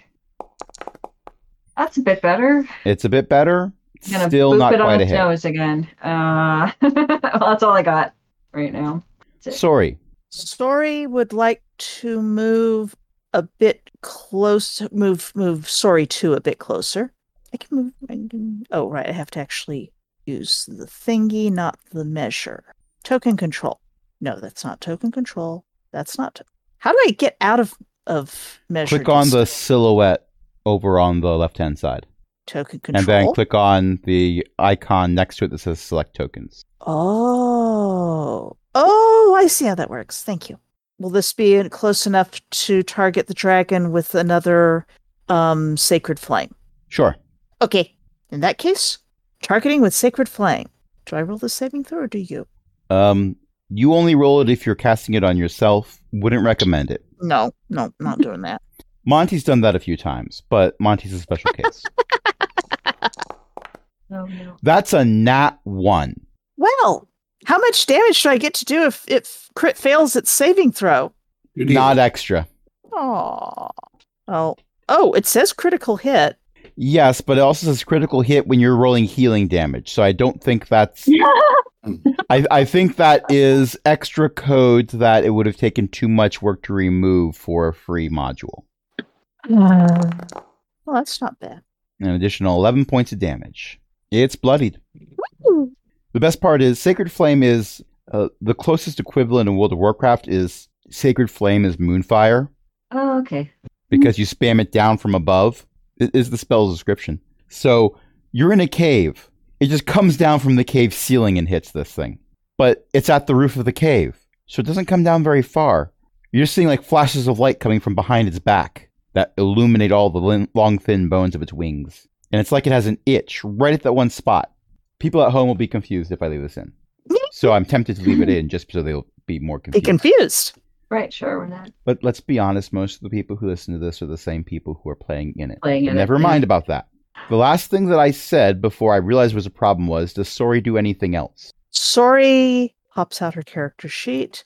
[SPEAKER 4] That's a bit better.
[SPEAKER 2] It's a bit better,
[SPEAKER 4] Gonna
[SPEAKER 2] still
[SPEAKER 4] boop
[SPEAKER 2] not
[SPEAKER 4] it on
[SPEAKER 2] quite a
[SPEAKER 4] its
[SPEAKER 2] hit.
[SPEAKER 4] nose again. Uh, well, that's all I got right now. nose.
[SPEAKER 2] Sorry,
[SPEAKER 1] Sorry would like to move a bit close. Move, move. Sorry, two a bit closer. I can move. I can, oh, right. I have to actually use the thingy, not the measure. Token control. No, that's not token control. That's not. to- How do I get out of of measure?
[SPEAKER 2] click on
[SPEAKER 1] dis-
[SPEAKER 2] the silhouette over on the left hand side,
[SPEAKER 1] token control.
[SPEAKER 2] and then click on the icon next to it that says select tokens.
[SPEAKER 1] Oh. Oh, I see how that works. Thank you. Will this be in- close enough to target the dragon with another um sacred flame?
[SPEAKER 2] Sure.
[SPEAKER 1] Okay. In that case, targeting with sacred flame. Do I roll the saving throw or do you?
[SPEAKER 2] Um, you only roll it if you're casting it on yourself. Wouldn't recommend it.
[SPEAKER 1] No, no, not doing that.
[SPEAKER 2] Monty's done that a few times, but Monty's a special case.
[SPEAKER 4] Oh no.
[SPEAKER 2] That's a nat one.
[SPEAKER 1] Well, how much damage do I get to do if if crit fails its saving throw?
[SPEAKER 3] You deal.
[SPEAKER 2] Not extra.
[SPEAKER 1] Oh. Oh. Oh, it says critical hit.
[SPEAKER 2] Yes, but it also says critical hit when you're rolling healing damage. So I don't think that's I, I think that is extra code that it would have taken too much work to remove for a free module.
[SPEAKER 1] Well, that's not bad.
[SPEAKER 2] An additional 11 points of damage. It's bloodied.
[SPEAKER 1] Woo!
[SPEAKER 2] The best part is Sacred Flame is uh, the closest equivalent in World of Warcraft is Sacred Flame is Moonfire
[SPEAKER 4] Oh, okay.
[SPEAKER 2] because you spam it down from above i- is the spell's description. So you're in a cave. It just comes down from the cave ceiling and hits this thing. But it's at the roof of the cave. So it doesn't come down very far. You're seeing like flashes of light coming from behind its back that illuminate all the lin- long, thin bones of its wings. And it's like it has an itch right at that one spot. People at home will be confused if I leave this in. So I'm tempted to leave it in just so they'll be more
[SPEAKER 1] Be
[SPEAKER 2] confused.
[SPEAKER 1] confused.
[SPEAKER 4] Right, sure, we're not
[SPEAKER 2] But let's be honest, most of the people who listen to this are the same people who are playing in it.
[SPEAKER 4] playing
[SPEAKER 2] But
[SPEAKER 4] it.
[SPEAKER 2] Never mind about that. The last thing that I said before I realized was a problem was, does Sori do anything else?
[SPEAKER 1] Sorry, pops out her character sheet.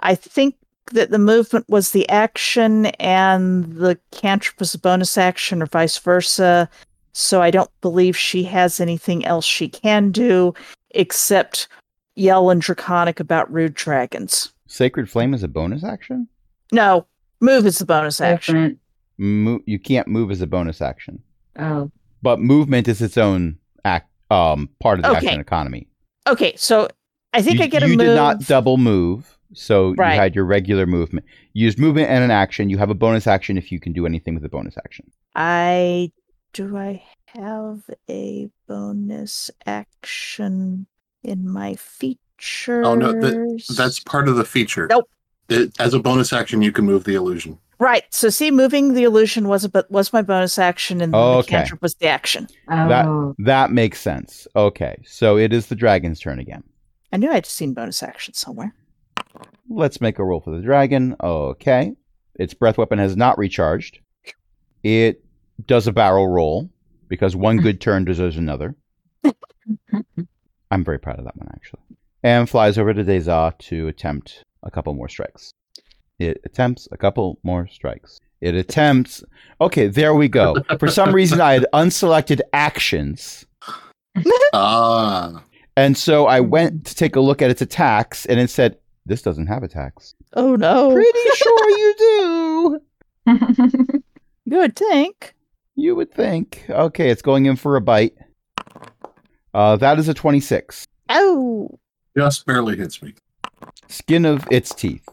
[SPEAKER 1] I think that the movement was the action and the cantrip was a bonus action or vice versa. So I don't believe she has anything else she can do except yell and draconic about rude dragons.
[SPEAKER 2] Sacred Flame is a bonus action?
[SPEAKER 1] No, move is the bonus action.
[SPEAKER 4] Different.
[SPEAKER 2] Mo- you can't move as a bonus action.
[SPEAKER 4] Oh,
[SPEAKER 2] But movement is its own act, um, part of the
[SPEAKER 1] Okay.
[SPEAKER 2] action economy.
[SPEAKER 1] Okay, so I think
[SPEAKER 2] you,
[SPEAKER 1] I get a
[SPEAKER 2] you
[SPEAKER 1] move.
[SPEAKER 2] did not double move, so
[SPEAKER 1] Right.
[SPEAKER 2] you had your regular movement. You used movement and an action. You have a bonus action if you can do anything with a bonus action.
[SPEAKER 1] I do I have a bonus action in my features?
[SPEAKER 3] Oh, no, That's part of the feature.
[SPEAKER 1] Nope.
[SPEAKER 3] It, as a bonus action, you can move the illusion.
[SPEAKER 1] right. So see, moving the illusion was a but was my bonus action, and then the
[SPEAKER 2] Okay.
[SPEAKER 1] cantrip was the action.
[SPEAKER 4] oh,
[SPEAKER 2] That makes sense. Okay, so it is the dragon's turn again.
[SPEAKER 1] I knew I'd seen bonus action somewhere.
[SPEAKER 2] Let's make a roll for the dragon. Okay. Its breath weapon has not recharged. It does a barrel roll because one good turn deserves another. I'm very proud of that one, actually. And flies over to Deza to attempt a couple more strikes. It attempts a couple more strikes. It attempts. Okay, there we go. For some reason, I had unselected actions.
[SPEAKER 3] Ah,
[SPEAKER 2] And so I went to take a look at its attacks, and it said, This doesn't have attacks.
[SPEAKER 1] Oh no!
[SPEAKER 2] Pretty sure you do.
[SPEAKER 1] You would think.
[SPEAKER 2] You would think. Okay, it's going in for a bite. Uh, that is a 26.
[SPEAKER 1] Oh,
[SPEAKER 3] just barely hits me.
[SPEAKER 2] Skin of its teeth.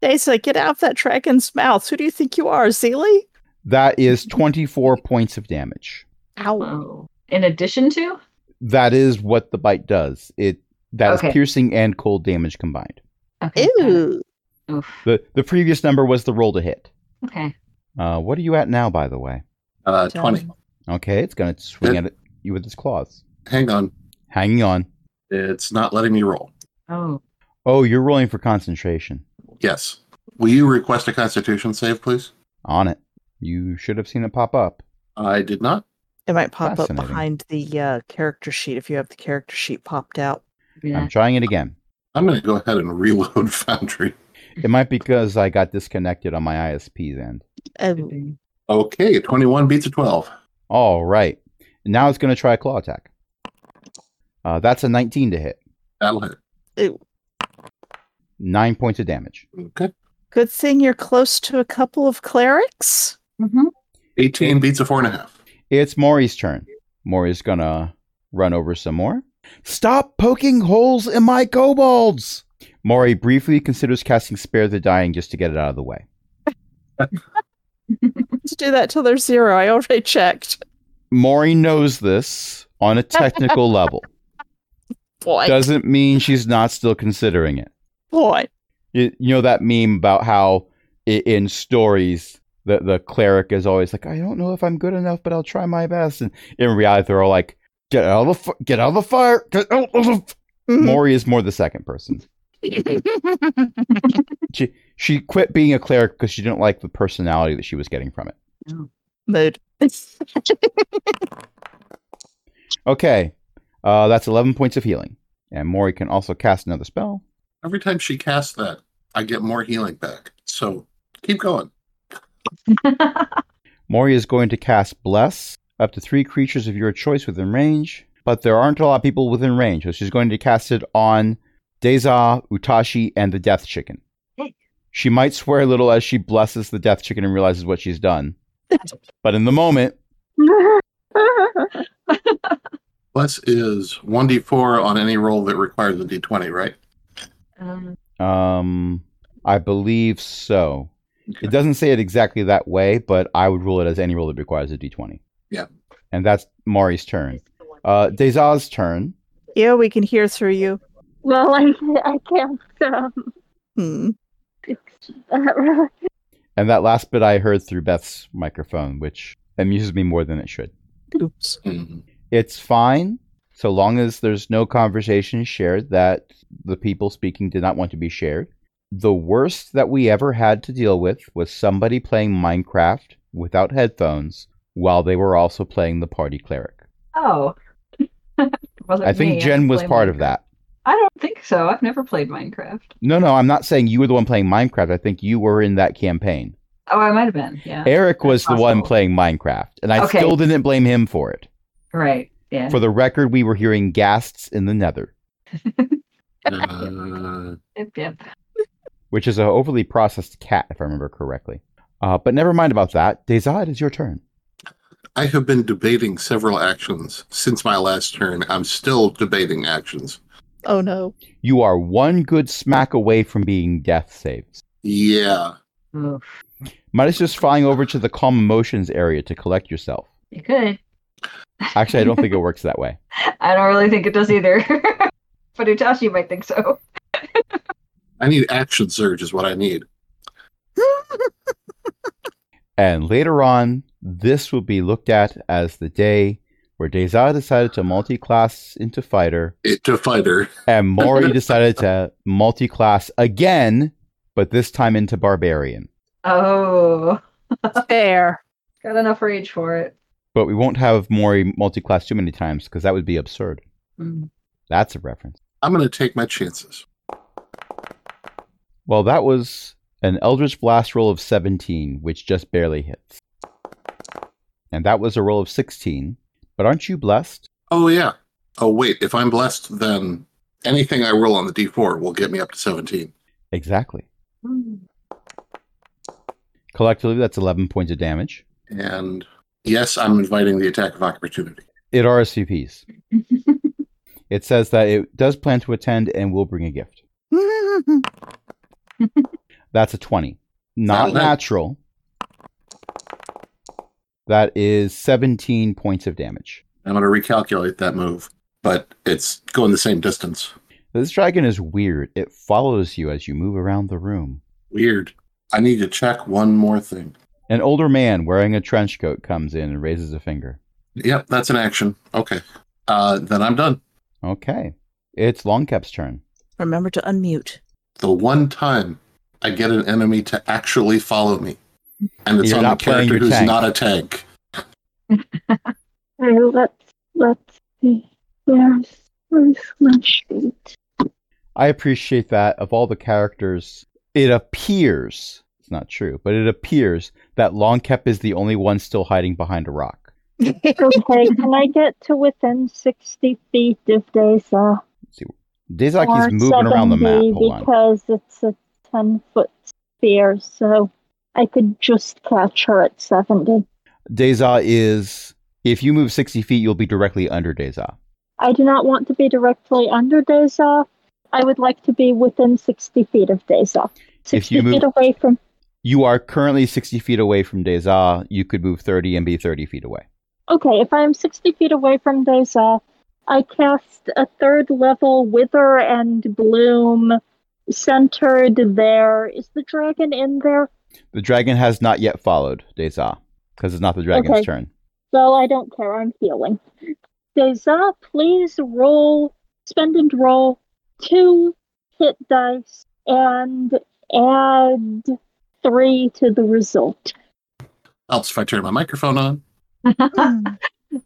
[SPEAKER 1] they said get out of that dragon's mouth. Who do you think you are, Zeely?
[SPEAKER 2] That is 24 points of damage.
[SPEAKER 1] Ow!
[SPEAKER 4] oh. In addition to?
[SPEAKER 2] That is what the bite does. It that is
[SPEAKER 4] Okay.
[SPEAKER 2] piercing and cold damage combined.
[SPEAKER 4] Okay. got it.
[SPEAKER 1] Ew!
[SPEAKER 4] Oof.
[SPEAKER 2] The the previous number was the roll to hit.
[SPEAKER 4] Okay.
[SPEAKER 2] Uh, what are you at now, by the way?
[SPEAKER 3] Uh,
[SPEAKER 1] Done.
[SPEAKER 3] 20.
[SPEAKER 2] Okay, it's gonna swing at it, you with its claws.
[SPEAKER 3] Hang on.
[SPEAKER 2] Hanging on.
[SPEAKER 3] It's not letting me roll.
[SPEAKER 4] Oh,
[SPEAKER 2] Oh, you're rolling for concentration.
[SPEAKER 3] Yes. Will you request a constitution save, please?
[SPEAKER 2] On it. You should have seen it pop up.
[SPEAKER 3] I did not.
[SPEAKER 1] It might pop up
[SPEAKER 2] Fascinating.
[SPEAKER 1] behind the uh, character sheet if you have the character sheet popped out.
[SPEAKER 4] yeah.
[SPEAKER 2] I'm trying it again.
[SPEAKER 3] I'm going to go ahead and reload Foundry.
[SPEAKER 2] It might be because I got disconnected on my ISP's end.
[SPEAKER 1] Oh,
[SPEAKER 4] could be.
[SPEAKER 3] Okay, 21 beats a 12.
[SPEAKER 2] All right. Now it's going to try a claw attack. Uh, that's a 19 to hit.
[SPEAKER 3] That'll hit.
[SPEAKER 2] Nine points of damage.
[SPEAKER 3] Okay.
[SPEAKER 1] Good thing you're close to a couple of clerics.
[SPEAKER 4] Mhm.
[SPEAKER 3] 18 beats a four and a half.
[SPEAKER 2] It's Maury's turn. Maury's going to run over some more. Stop poking holes in my kobolds! Maury briefly considers casting Spare the Dying just to get it out of the way.
[SPEAKER 1] To do that till they're zero, I already checked.
[SPEAKER 2] Maury knows this on a technical level.
[SPEAKER 1] Boy,
[SPEAKER 2] Doesn't mean she's not still considering it.
[SPEAKER 1] boy.
[SPEAKER 2] you, you know that meme about how i in stories the, the cleric is always like, I don't know if I'm good enough, but I'll try my best. And in reality, they're all like, get out of the f- get out of the fire. Get out of the f-"
[SPEAKER 1] Mm-hmm.
[SPEAKER 2] Maury is more the second person. she she quit being a cleric because she didn't like the personality that she was getting from it.
[SPEAKER 1] Mood.
[SPEAKER 2] Okay, uh, that's eleven points of healing, and Maury can also cast another spell.
[SPEAKER 3] Every time she casts that, I get more healing back. So keep going.
[SPEAKER 4] Mm-hmm.
[SPEAKER 2] Mori is going to cast Bless up to three creatures of your choice within range, but there aren't a lot of people within range, so she's going to cast it on Deza, Utashi, and the Death Chicken.
[SPEAKER 4] Hey.
[SPEAKER 2] She might swear a little as she blesses the Death Chicken and realizes what she's done, but in the moment,
[SPEAKER 3] Plus is 1d4 on any roll that requires a d20, right?
[SPEAKER 4] Um,
[SPEAKER 2] um, I believe so. It doesn't say it exactly that way, but I would rule it as any roll that requires a d20.
[SPEAKER 3] Yeah.
[SPEAKER 2] And that's Mari's turn. Uh, Dezaz's turn.
[SPEAKER 1] Yeah, we can hear through you.
[SPEAKER 5] Well, I, I can't. Um,
[SPEAKER 1] Hmm.
[SPEAKER 5] it's, uh,
[SPEAKER 2] And that last bit I heard through Beth's microphone, which amuses me more than it should.
[SPEAKER 1] Oops.
[SPEAKER 3] Mhm.
[SPEAKER 2] It's fine so long as there's no conversation shared that the people speaking did not want to be shared. The worst that we ever had to deal with was somebody playing Minecraft without headphones while they were also playing the party cleric.
[SPEAKER 4] Oh. Wasn't
[SPEAKER 2] I think
[SPEAKER 4] me,
[SPEAKER 2] Jen was
[SPEAKER 4] play
[SPEAKER 2] part of
[SPEAKER 4] Minecraft.
[SPEAKER 2] that.
[SPEAKER 4] I don't think so. I've never played Minecraft.
[SPEAKER 2] No, no, I'm not saying you were the one playing Minecraft. I think you were in that campaign.
[SPEAKER 4] Oh, I might have been. Yeah.
[SPEAKER 2] Eric was the one
[SPEAKER 4] possible.
[SPEAKER 2] playing Minecraft, and I
[SPEAKER 4] Okay.
[SPEAKER 2] still didn't blame him for it.
[SPEAKER 4] Right. Yeah.
[SPEAKER 2] For the record, we were hearing ghasts in the nether,
[SPEAKER 3] Uh,
[SPEAKER 4] Yep, yep.
[SPEAKER 2] which is an overly processed cat, if I remember correctly. Uh, but never mind about that. Dezad, it is your turn.
[SPEAKER 3] I have been debating several actions since my last turn. I'm still debating actions.
[SPEAKER 1] Oh no.
[SPEAKER 2] You are one good smack away from being death saved.
[SPEAKER 3] Yeah.
[SPEAKER 4] Oof.
[SPEAKER 2] Midas just flying over to the calm emotions area to collect yourself.
[SPEAKER 4] You could.
[SPEAKER 2] Actually, I don't think it works that way.
[SPEAKER 4] I don't really think it does either. but Utashi might think so.
[SPEAKER 3] I need action surge is what I need.
[SPEAKER 2] And later on, this will be looked at as the day where Deza decided to multi-class into fighter,
[SPEAKER 3] It to fighter.
[SPEAKER 2] and Mori decided to multi-class again, but this time into barbarian.
[SPEAKER 4] Oh.
[SPEAKER 1] Fair.
[SPEAKER 4] Got enough rage for it.
[SPEAKER 2] But we won't have Mori multi-class too many times because that would be absurd.
[SPEAKER 4] Mm.
[SPEAKER 2] That's a reference.
[SPEAKER 3] I'm gonna take my chances.
[SPEAKER 2] Well, that was an Eldritch Blast roll of 17, which just barely hits. And that was a roll of 16. But aren't you blessed?
[SPEAKER 3] Oh yeah. Oh wait, if I'm blessed, then anything I roll on the D4 will get me up to 17.
[SPEAKER 2] Exactly.
[SPEAKER 4] Mm.
[SPEAKER 2] Collectively, that's 11 points of damage.
[SPEAKER 3] And yes, I'm inviting the attack of opportunity.
[SPEAKER 2] It RSVPs. it says that it does plan to attend and will bring a gift. That's a 20. Not
[SPEAKER 3] Sounds nice.
[SPEAKER 2] natural. That is 17 points of damage.
[SPEAKER 3] I'm gonna recalculate that move, but it's going the same distance.
[SPEAKER 2] This dragon is weird. It follows you as you move around the room.
[SPEAKER 3] Weird. I need to check one more thing.
[SPEAKER 2] An older man wearing a trench coat comes in and raises a finger.
[SPEAKER 3] Yep, that's an action. Okay. Uh, then I'm done.
[SPEAKER 2] Okay. It's Longcap's turn.
[SPEAKER 1] Remember to unmute.
[SPEAKER 3] The one time I get an enemy to actually follow me, and it's
[SPEAKER 2] You're
[SPEAKER 3] on the
[SPEAKER 2] not playing
[SPEAKER 3] character
[SPEAKER 2] your
[SPEAKER 3] who's
[SPEAKER 2] tank.
[SPEAKER 3] not a tank.
[SPEAKER 5] well, let's let's see. Where's where's Lynch Street?
[SPEAKER 2] I appreciate that of all the characters, it appears, it's not true, but it appears that Longcap is the only one still hiding behind a rock.
[SPEAKER 5] Okay, can I get to within sixty feet of Deza?
[SPEAKER 2] Dezaki's
[SPEAKER 5] Or
[SPEAKER 2] moving around the map.
[SPEAKER 5] 70,
[SPEAKER 2] Hold on.
[SPEAKER 5] because it's a ten foot sphere, so I could just catch her at seventy.
[SPEAKER 2] Deza is, if you move 60 feet, you'll be directly under Deza.
[SPEAKER 5] I do not want to be directly under Deza. I would like to be within sixty feet of Deza. Sixty
[SPEAKER 2] you move-
[SPEAKER 5] feet away from
[SPEAKER 2] You are currently 60 feet away from Deza. You could move 30 and be 30 feet away.
[SPEAKER 5] Okay, if I am 60 feet away from Deza, I cast a third level Wither and Bloom centered there. Is the dragon in there?
[SPEAKER 2] The dragon has not yet followed Deza because it's not the dragon's
[SPEAKER 5] Okay.
[SPEAKER 2] turn.
[SPEAKER 5] So I don't care, I'm healing. Deza, please roll, spend and roll two hit dice and add three to the result.
[SPEAKER 3] Helps if I turn my microphone on.
[SPEAKER 4] Yep,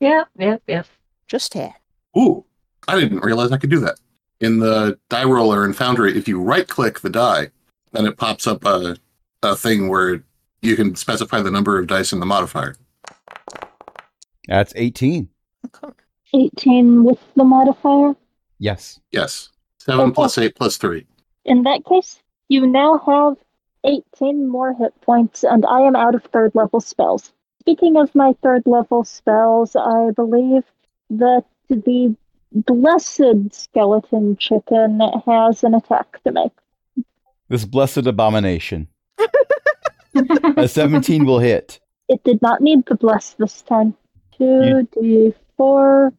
[SPEAKER 4] yep, yep.
[SPEAKER 1] Hmm. Just had.
[SPEAKER 3] Ooh, I didn't realize I could do that. In the die roller in Foundry, if you right click the die, then it pops up a, a thing where you can specify the number of dice in the modifier.
[SPEAKER 2] That's 18.
[SPEAKER 5] 18 with the modifier.
[SPEAKER 2] Yes.
[SPEAKER 3] Yes.
[SPEAKER 2] Oh,
[SPEAKER 3] Seven plus eight plus three.
[SPEAKER 5] In that case, you now have 18 more hit points, and I am out of third level spells. Speaking of my third level spells, I believe that the blessed skeleton chicken has an attack to make.
[SPEAKER 2] This blessed abomination. A 17 will hit.
[SPEAKER 5] It did not need the bless this time. 2d4.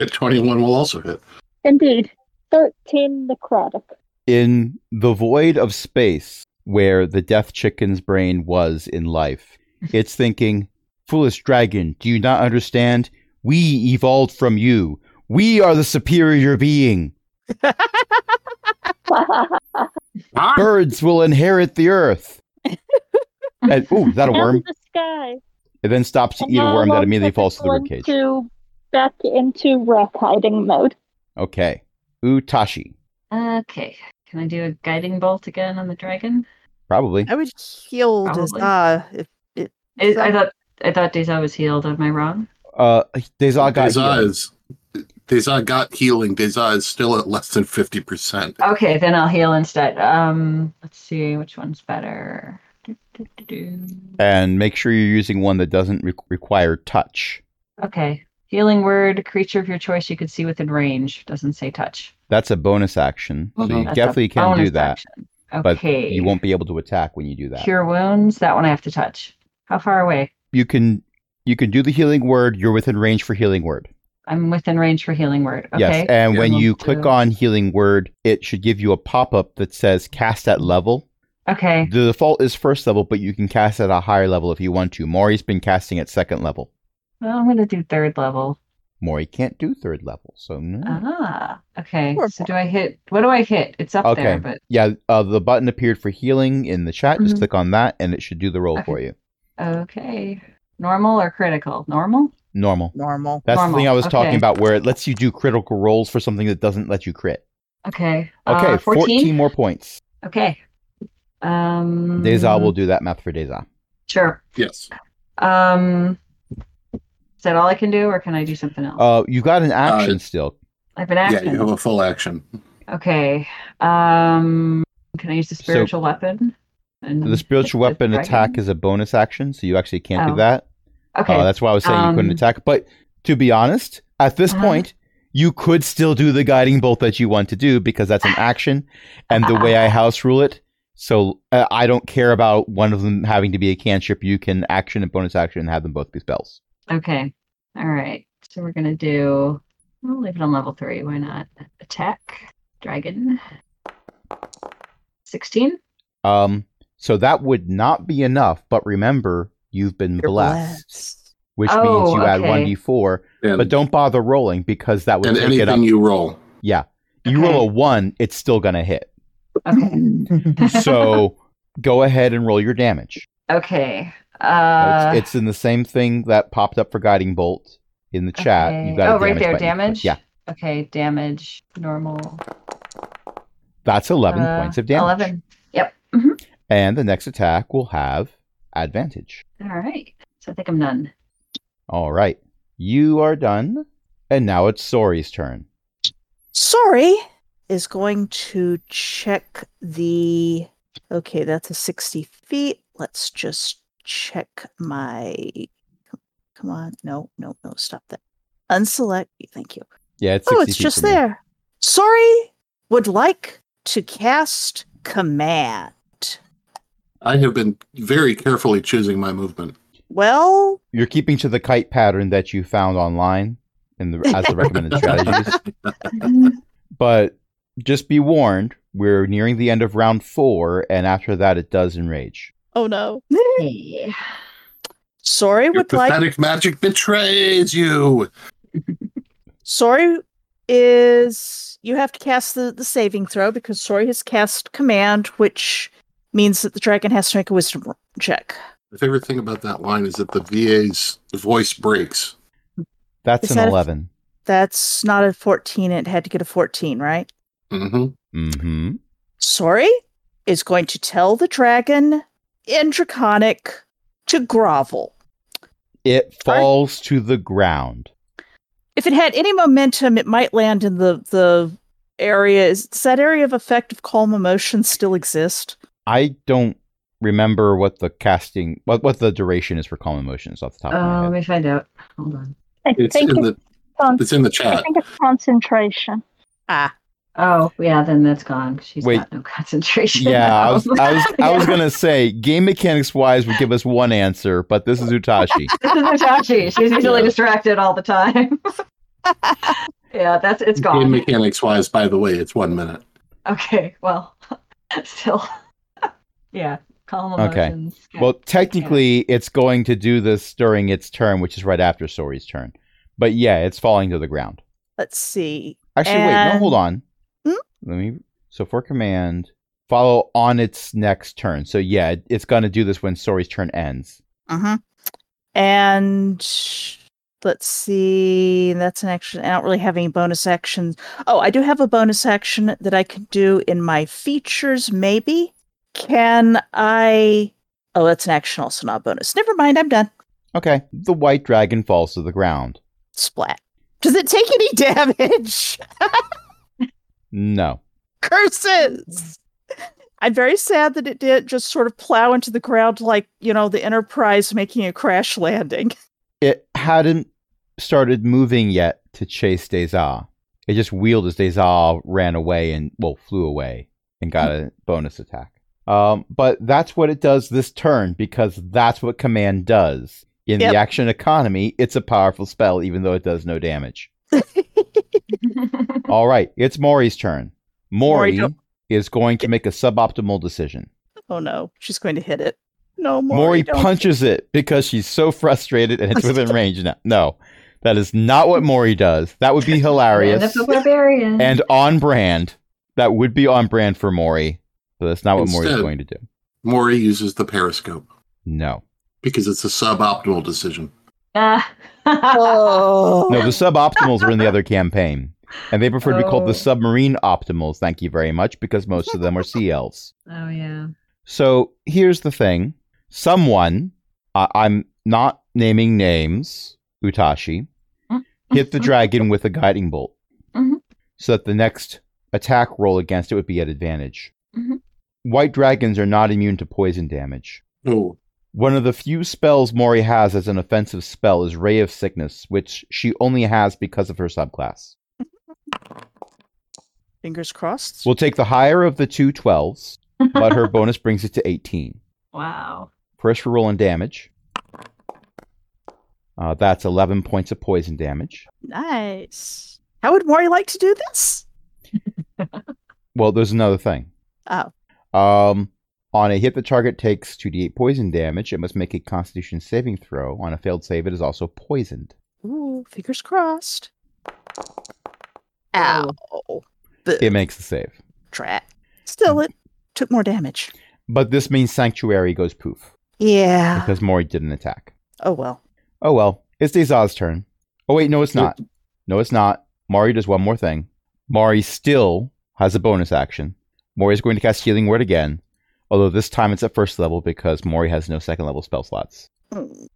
[SPEAKER 3] A 21 will also hit.
[SPEAKER 5] Indeed. 13 necrotic.
[SPEAKER 2] In the void of space where the death chicken's brain was in life, it's thinking, Foolish dragon, do you not understand? We evolved from you. We are the superior being.
[SPEAKER 3] Ah,
[SPEAKER 2] Birds will inherit the earth. and, ooh, is that a
[SPEAKER 5] Out
[SPEAKER 2] worm?
[SPEAKER 5] of the sky.
[SPEAKER 2] It then stops to eat a
[SPEAKER 5] Now
[SPEAKER 2] worm that
[SPEAKER 5] I'll
[SPEAKER 2] immediately
[SPEAKER 5] put
[SPEAKER 2] falls to the
[SPEAKER 5] this one
[SPEAKER 2] ribcage.
[SPEAKER 5] to- back into wreck hiding mode.
[SPEAKER 2] Okay. Utashi.
[SPEAKER 4] okay. Can I do a guiding bolt again on the dragon?
[SPEAKER 2] Probably.
[SPEAKER 1] I would heal
[SPEAKER 4] Probably.
[SPEAKER 1] Dazah if it.
[SPEAKER 4] I, I
[SPEAKER 1] So-
[SPEAKER 4] thought I thought Deza was healed. Am I wrong?
[SPEAKER 2] Uh, Dezal got
[SPEAKER 3] Deza
[SPEAKER 2] healed.
[SPEAKER 3] is. Deza got healing. Deza is still at less than 50%.
[SPEAKER 2] Uh,
[SPEAKER 4] Okay, then I'll heal instead. Um, let's see which one's better. Do, do, do, do.
[SPEAKER 2] And make sure you're using one that doesn't re- require touch.
[SPEAKER 4] Okay. Healing word, creature of your choice you could see within range. Doesn't say touch.
[SPEAKER 2] That's a bonus action. So
[SPEAKER 3] Mhm.
[SPEAKER 2] you
[SPEAKER 4] That's a
[SPEAKER 2] definitely can do
[SPEAKER 4] bonus
[SPEAKER 2] that,
[SPEAKER 4] action.
[SPEAKER 2] but
[SPEAKER 4] Okay.
[SPEAKER 2] you won't be able to attack when you do that.
[SPEAKER 4] cure wounds. That one I have to touch. How far away?
[SPEAKER 2] You can you can do the healing word. You're within range for healing word.
[SPEAKER 4] I'm within range for healing word. Okay.
[SPEAKER 2] Yes, and when
[SPEAKER 4] Yeah.
[SPEAKER 2] you click
[SPEAKER 4] Two.
[SPEAKER 2] on healing word, it should give you a pop up that says cast at level.
[SPEAKER 4] Okay.
[SPEAKER 2] The default is first level, but you can cast at a higher level if you want to. Maury's been casting at second level.
[SPEAKER 4] Well, I'm gonna do third level.
[SPEAKER 2] Maury can't do third level, so no.
[SPEAKER 4] Ah. Okay.
[SPEAKER 1] Poor
[SPEAKER 4] So do I hit? What do I hit? It's up there,
[SPEAKER 2] Okay.
[SPEAKER 4] but
[SPEAKER 2] Yeah, uh, the button appeared for healing in the chat. Just
[SPEAKER 4] Mhm.
[SPEAKER 2] click on that, and it should do the roll
[SPEAKER 4] Okay.
[SPEAKER 2] for you.
[SPEAKER 4] okay. Normal or critical? Normal.
[SPEAKER 2] Normal.
[SPEAKER 1] Normal.
[SPEAKER 2] That's the
[SPEAKER 4] Normal,
[SPEAKER 2] thing I was talking
[SPEAKER 4] okay.
[SPEAKER 2] about, where it lets you do critical rolls for something that doesn't let you crit.
[SPEAKER 4] Okay.
[SPEAKER 2] Okay,
[SPEAKER 4] Uh,
[SPEAKER 2] 14? more points.
[SPEAKER 4] Okay. Um.
[SPEAKER 2] Deza will do that math for Deza.
[SPEAKER 4] Sure.
[SPEAKER 3] Yes.
[SPEAKER 4] Um. Is that all I can do, or can I do something else?
[SPEAKER 2] Uh, you got an action still.
[SPEAKER 4] I've been
[SPEAKER 3] Yeah,
[SPEAKER 4] acting.
[SPEAKER 3] you have a full action.
[SPEAKER 4] Okay. Um. Can I use the
[SPEAKER 2] So-
[SPEAKER 4] spiritual weapon? And
[SPEAKER 2] The spiritual
[SPEAKER 4] hit Mm-hmm. the
[SPEAKER 2] weapon attack
[SPEAKER 4] dragon?
[SPEAKER 2] is a bonus action, so you actually can't
[SPEAKER 4] Oh,
[SPEAKER 2] do that.
[SPEAKER 4] Okay.
[SPEAKER 2] Uh, that's why I was saying you couldn't
[SPEAKER 4] Um,
[SPEAKER 2] attack. But to be honest, at this
[SPEAKER 4] Uh-huh.
[SPEAKER 2] point, you could still do the guiding bolt that you want to do because that's an action, and the way I house rule it. So uh, I don't care about one of them having to be a cantrip. You can action and bonus action and have them both be spells.
[SPEAKER 4] Okay. All right. So we're gonna do. We'll leave it on level three. Why not? Attack dragon. Sixteen.
[SPEAKER 2] Um, so that would not be enough. But remember, you've been
[SPEAKER 1] You're
[SPEAKER 2] blessed,
[SPEAKER 1] blessed.
[SPEAKER 2] which
[SPEAKER 4] Oh,
[SPEAKER 2] means you add
[SPEAKER 4] okay.
[SPEAKER 2] one d four.
[SPEAKER 3] And,
[SPEAKER 2] But don't bother rolling because that would
[SPEAKER 3] and
[SPEAKER 2] take it up.
[SPEAKER 3] anything you roll.
[SPEAKER 2] yeah, you roll a one, it's still gonna hit.
[SPEAKER 4] Okay.
[SPEAKER 6] Oh.
[SPEAKER 2] So go ahead and roll your damage.
[SPEAKER 4] okay. Uh,
[SPEAKER 2] it's, it's in the same thing that popped up for guiding bolt in the chat.
[SPEAKER 4] okay.
[SPEAKER 2] You've got a
[SPEAKER 4] oh, right there.
[SPEAKER 2] button.
[SPEAKER 4] Damage.
[SPEAKER 2] Yeah,
[SPEAKER 4] Okay. Damage. Normal.
[SPEAKER 2] that's eleven
[SPEAKER 4] uh,
[SPEAKER 2] points of damage.
[SPEAKER 4] Eleven. Yep.
[SPEAKER 2] And the next attack will have advantage.
[SPEAKER 4] All right. So I think I'm done.
[SPEAKER 2] All right, you are done, and now it's Sori's turn.
[SPEAKER 1] Sorry is going to check the. Okay, that's a 60 feet. Let's just check my. Come on. No, no, no. Stop that. Unselect. Thank you.
[SPEAKER 2] Yeah, it's
[SPEAKER 1] Oh,
[SPEAKER 2] 60
[SPEAKER 1] it's
[SPEAKER 2] feet
[SPEAKER 1] just
[SPEAKER 2] from you.
[SPEAKER 1] there. Sorry would like to cast command.
[SPEAKER 3] I have been very carefully choosing my movement.
[SPEAKER 1] Well,
[SPEAKER 2] You're keeping to the kite pattern that you found online in the, as the recommended strategies. But just be warned, we're nearing the end of round four, and after that, it does enrage.
[SPEAKER 1] oh no.
[SPEAKER 4] Hey.
[SPEAKER 1] Sorry
[SPEAKER 3] Your
[SPEAKER 1] would like
[SPEAKER 3] pathetic magic betrays you.
[SPEAKER 1] Sorry is you have to cast the, the saving throw because Sorry has cast command, which means that the dragon has to make a wisdom ro- check.
[SPEAKER 3] My favorite thing about that line is that the VA's voice breaks.
[SPEAKER 2] That's
[SPEAKER 1] Is
[SPEAKER 2] an
[SPEAKER 1] that a-
[SPEAKER 2] eleven.
[SPEAKER 1] That's not a 14. It had to get a 14, right?
[SPEAKER 3] hmm
[SPEAKER 2] Mm-hmm.
[SPEAKER 1] Sorry is going to tell the dragon in Draconic to grovel.
[SPEAKER 2] It
[SPEAKER 1] Sorry?
[SPEAKER 2] falls to the ground.
[SPEAKER 1] If it had any momentum, it might land in the, the area. Is, does that area of effect of calm emotion still exist?
[SPEAKER 2] I don't remember what the casting, what, what the duration is for calm emotions off the top
[SPEAKER 4] Oh,
[SPEAKER 2] of
[SPEAKER 4] let
[SPEAKER 2] my head.
[SPEAKER 4] me find out. Hold on.
[SPEAKER 5] I
[SPEAKER 3] It's
[SPEAKER 5] think
[SPEAKER 3] in
[SPEAKER 5] it's,
[SPEAKER 3] the
[SPEAKER 5] con-
[SPEAKER 3] it's in the
[SPEAKER 5] I
[SPEAKER 3] chat.
[SPEAKER 5] think it's concentration.
[SPEAKER 1] Ah,
[SPEAKER 4] Oh, yeah, then that's gone. She's
[SPEAKER 2] Wait.
[SPEAKER 4] got no concentration.
[SPEAKER 2] Yeah, I was,
[SPEAKER 4] now.
[SPEAKER 2] I was, I was
[SPEAKER 4] Yeah.
[SPEAKER 2] gonna say game mechanics wise would give us one answer, but this is Utashi.
[SPEAKER 4] This is Hitachi. She's easily
[SPEAKER 3] Yeah.
[SPEAKER 4] distracted all the time. yeah, that's it's
[SPEAKER 3] Game
[SPEAKER 4] gone.
[SPEAKER 3] mechanics wise, by the way, it's one minute.
[SPEAKER 4] okay, well, still, yeah, calm
[SPEAKER 2] Okay.
[SPEAKER 4] emotions. Okay.
[SPEAKER 2] Well, technically, it's going to do this during its turn, which is right after Sori's turn. But yeah, it's falling to the ground.
[SPEAKER 1] Let's see.
[SPEAKER 2] Actually, wait, no, hold on.
[SPEAKER 1] Hmm?
[SPEAKER 2] Let me. So for command, follow on its next turn. So yeah, it- it's gonna do this when Sori's turn ends.
[SPEAKER 1] Uh-huh. And let's see. That's an action. I don't really have any bonus actions. Oh, I do have a bonus action that I can do in my features, maybe. Can I? Oh, that's an action, also not a bonus. Never mind. I'm done.
[SPEAKER 2] Okay, the white dragon falls to the ground.
[SPEAKER 1] Splat. Does it take any damage?
[SPEAKER 2] No.
[SPEAKER 1] Curses. I'm very sad that it did just sort of plow into the ground like, you know, the Enterprise making a crash landing.
[SPEAKER 2] it hadn't started moving yet to chase Deza. It just wheeled as Deza ran away and well flew away and got a bonus attack. Um, but that's what it does this turn because that's what command does. In
[SPEAKER 1] Yep.
[SPEAKER 2] the action economy, it's a powerful spell, even though it does no damage. All right, it's Maury's turn. Maury
[SPEAKER 1] Maury, don't-
[SPEAKER 2] is going to make a suboptimal decision.
[SPEAKER 1] Oh no, she's going to hit it. No more.
[SPEAKER 2] Maury punches it because she's so frustrated and it's within range now. No, that is not what Maury does. That would be
[SPEAKER 4] Land of
[SPEAKER 2] hilarious
[SPEAKER 4] the barbarian.
[SPEAKER 2] and on brand. That would be on brand for Maury, but that's not what Maury's
[SPEAKER 3] Instead-
[SPEAKER 2] going to do.
[SPEAKER 3] Maury uses the periscope
[SPEAKER 2] No,
[SPEAKER 3] because it's a suboptimal decision.
[SPEAKER 4] Ah.
[SPEAKER 1] Oh.
[SPEAKER 2] no, the suboptimals were in the other campaign, and they prefer to be called
[SPEAKER 4] Oh.
[SPEAKER 2] the submarine optimals. Thank you very much, because most of them are sea elves.
[SPEAKER 4] oh yeah.
[SPEAKER 2] So here's the thing: someone, I I'm not naming names, Utashi, hit the dragon with a guiding bolt,
[SPEAKER 4] Mhm.
[SPEAKER 2] so that the next attack roll against it would be at advantage.
[SPEAKER 4] Mhm.
[SPEAKER 2] White dragons are not immune to poison damage.
[SPEAKER 3] Oh,
[SPEAKER 2] One of the few spells Mori has as an offensive spell is Ray of Sickness, which she only has because of her subclass.
[SPEAKER 1] Fingers crossed.
[SPEAKER 2] We'll take the higher of the two 12s, but her bonus brings it to 18.
[SPEAKER 4] wow.
[SPEAKER 2] First, we're rolling damage. Uh, that's 11 points of poison damage.
[SPEAKER 1] nice. How would Maury like to do this?
[SPEAKER 2] Well, there's another thing.
[SPEAKER 1] Oh.
[SPEAKER 2] Um, on a hit, the target takes 2d8 poison damage and must make a constitution saving throw. On a failed save, it is also poisoned.
[SPEAKER 1] Ooh, fingers crossed. Ow. The
[SPEAKER 2] It makes the save.
[SPEAKER 1] Oh, trap. Still, it took more damage.
[SPEAKER 2] But this means Sanctuary goes poof
[SPEAKER 1] Yeah.
[SPEAKER 2] because Mori didn't attack.
[SPEAKER 1] Oh well.
[SPEAKER 2] Oh well, it's Deza's turn. Oh wait, no, it's not. No, it's not. Mari does one more thing. Mari still has a bonus action. Mari is going to cast Healing Word again, although this time it's at first level because Mori has no second level spell slots.
[SPEAKER 1] Mm,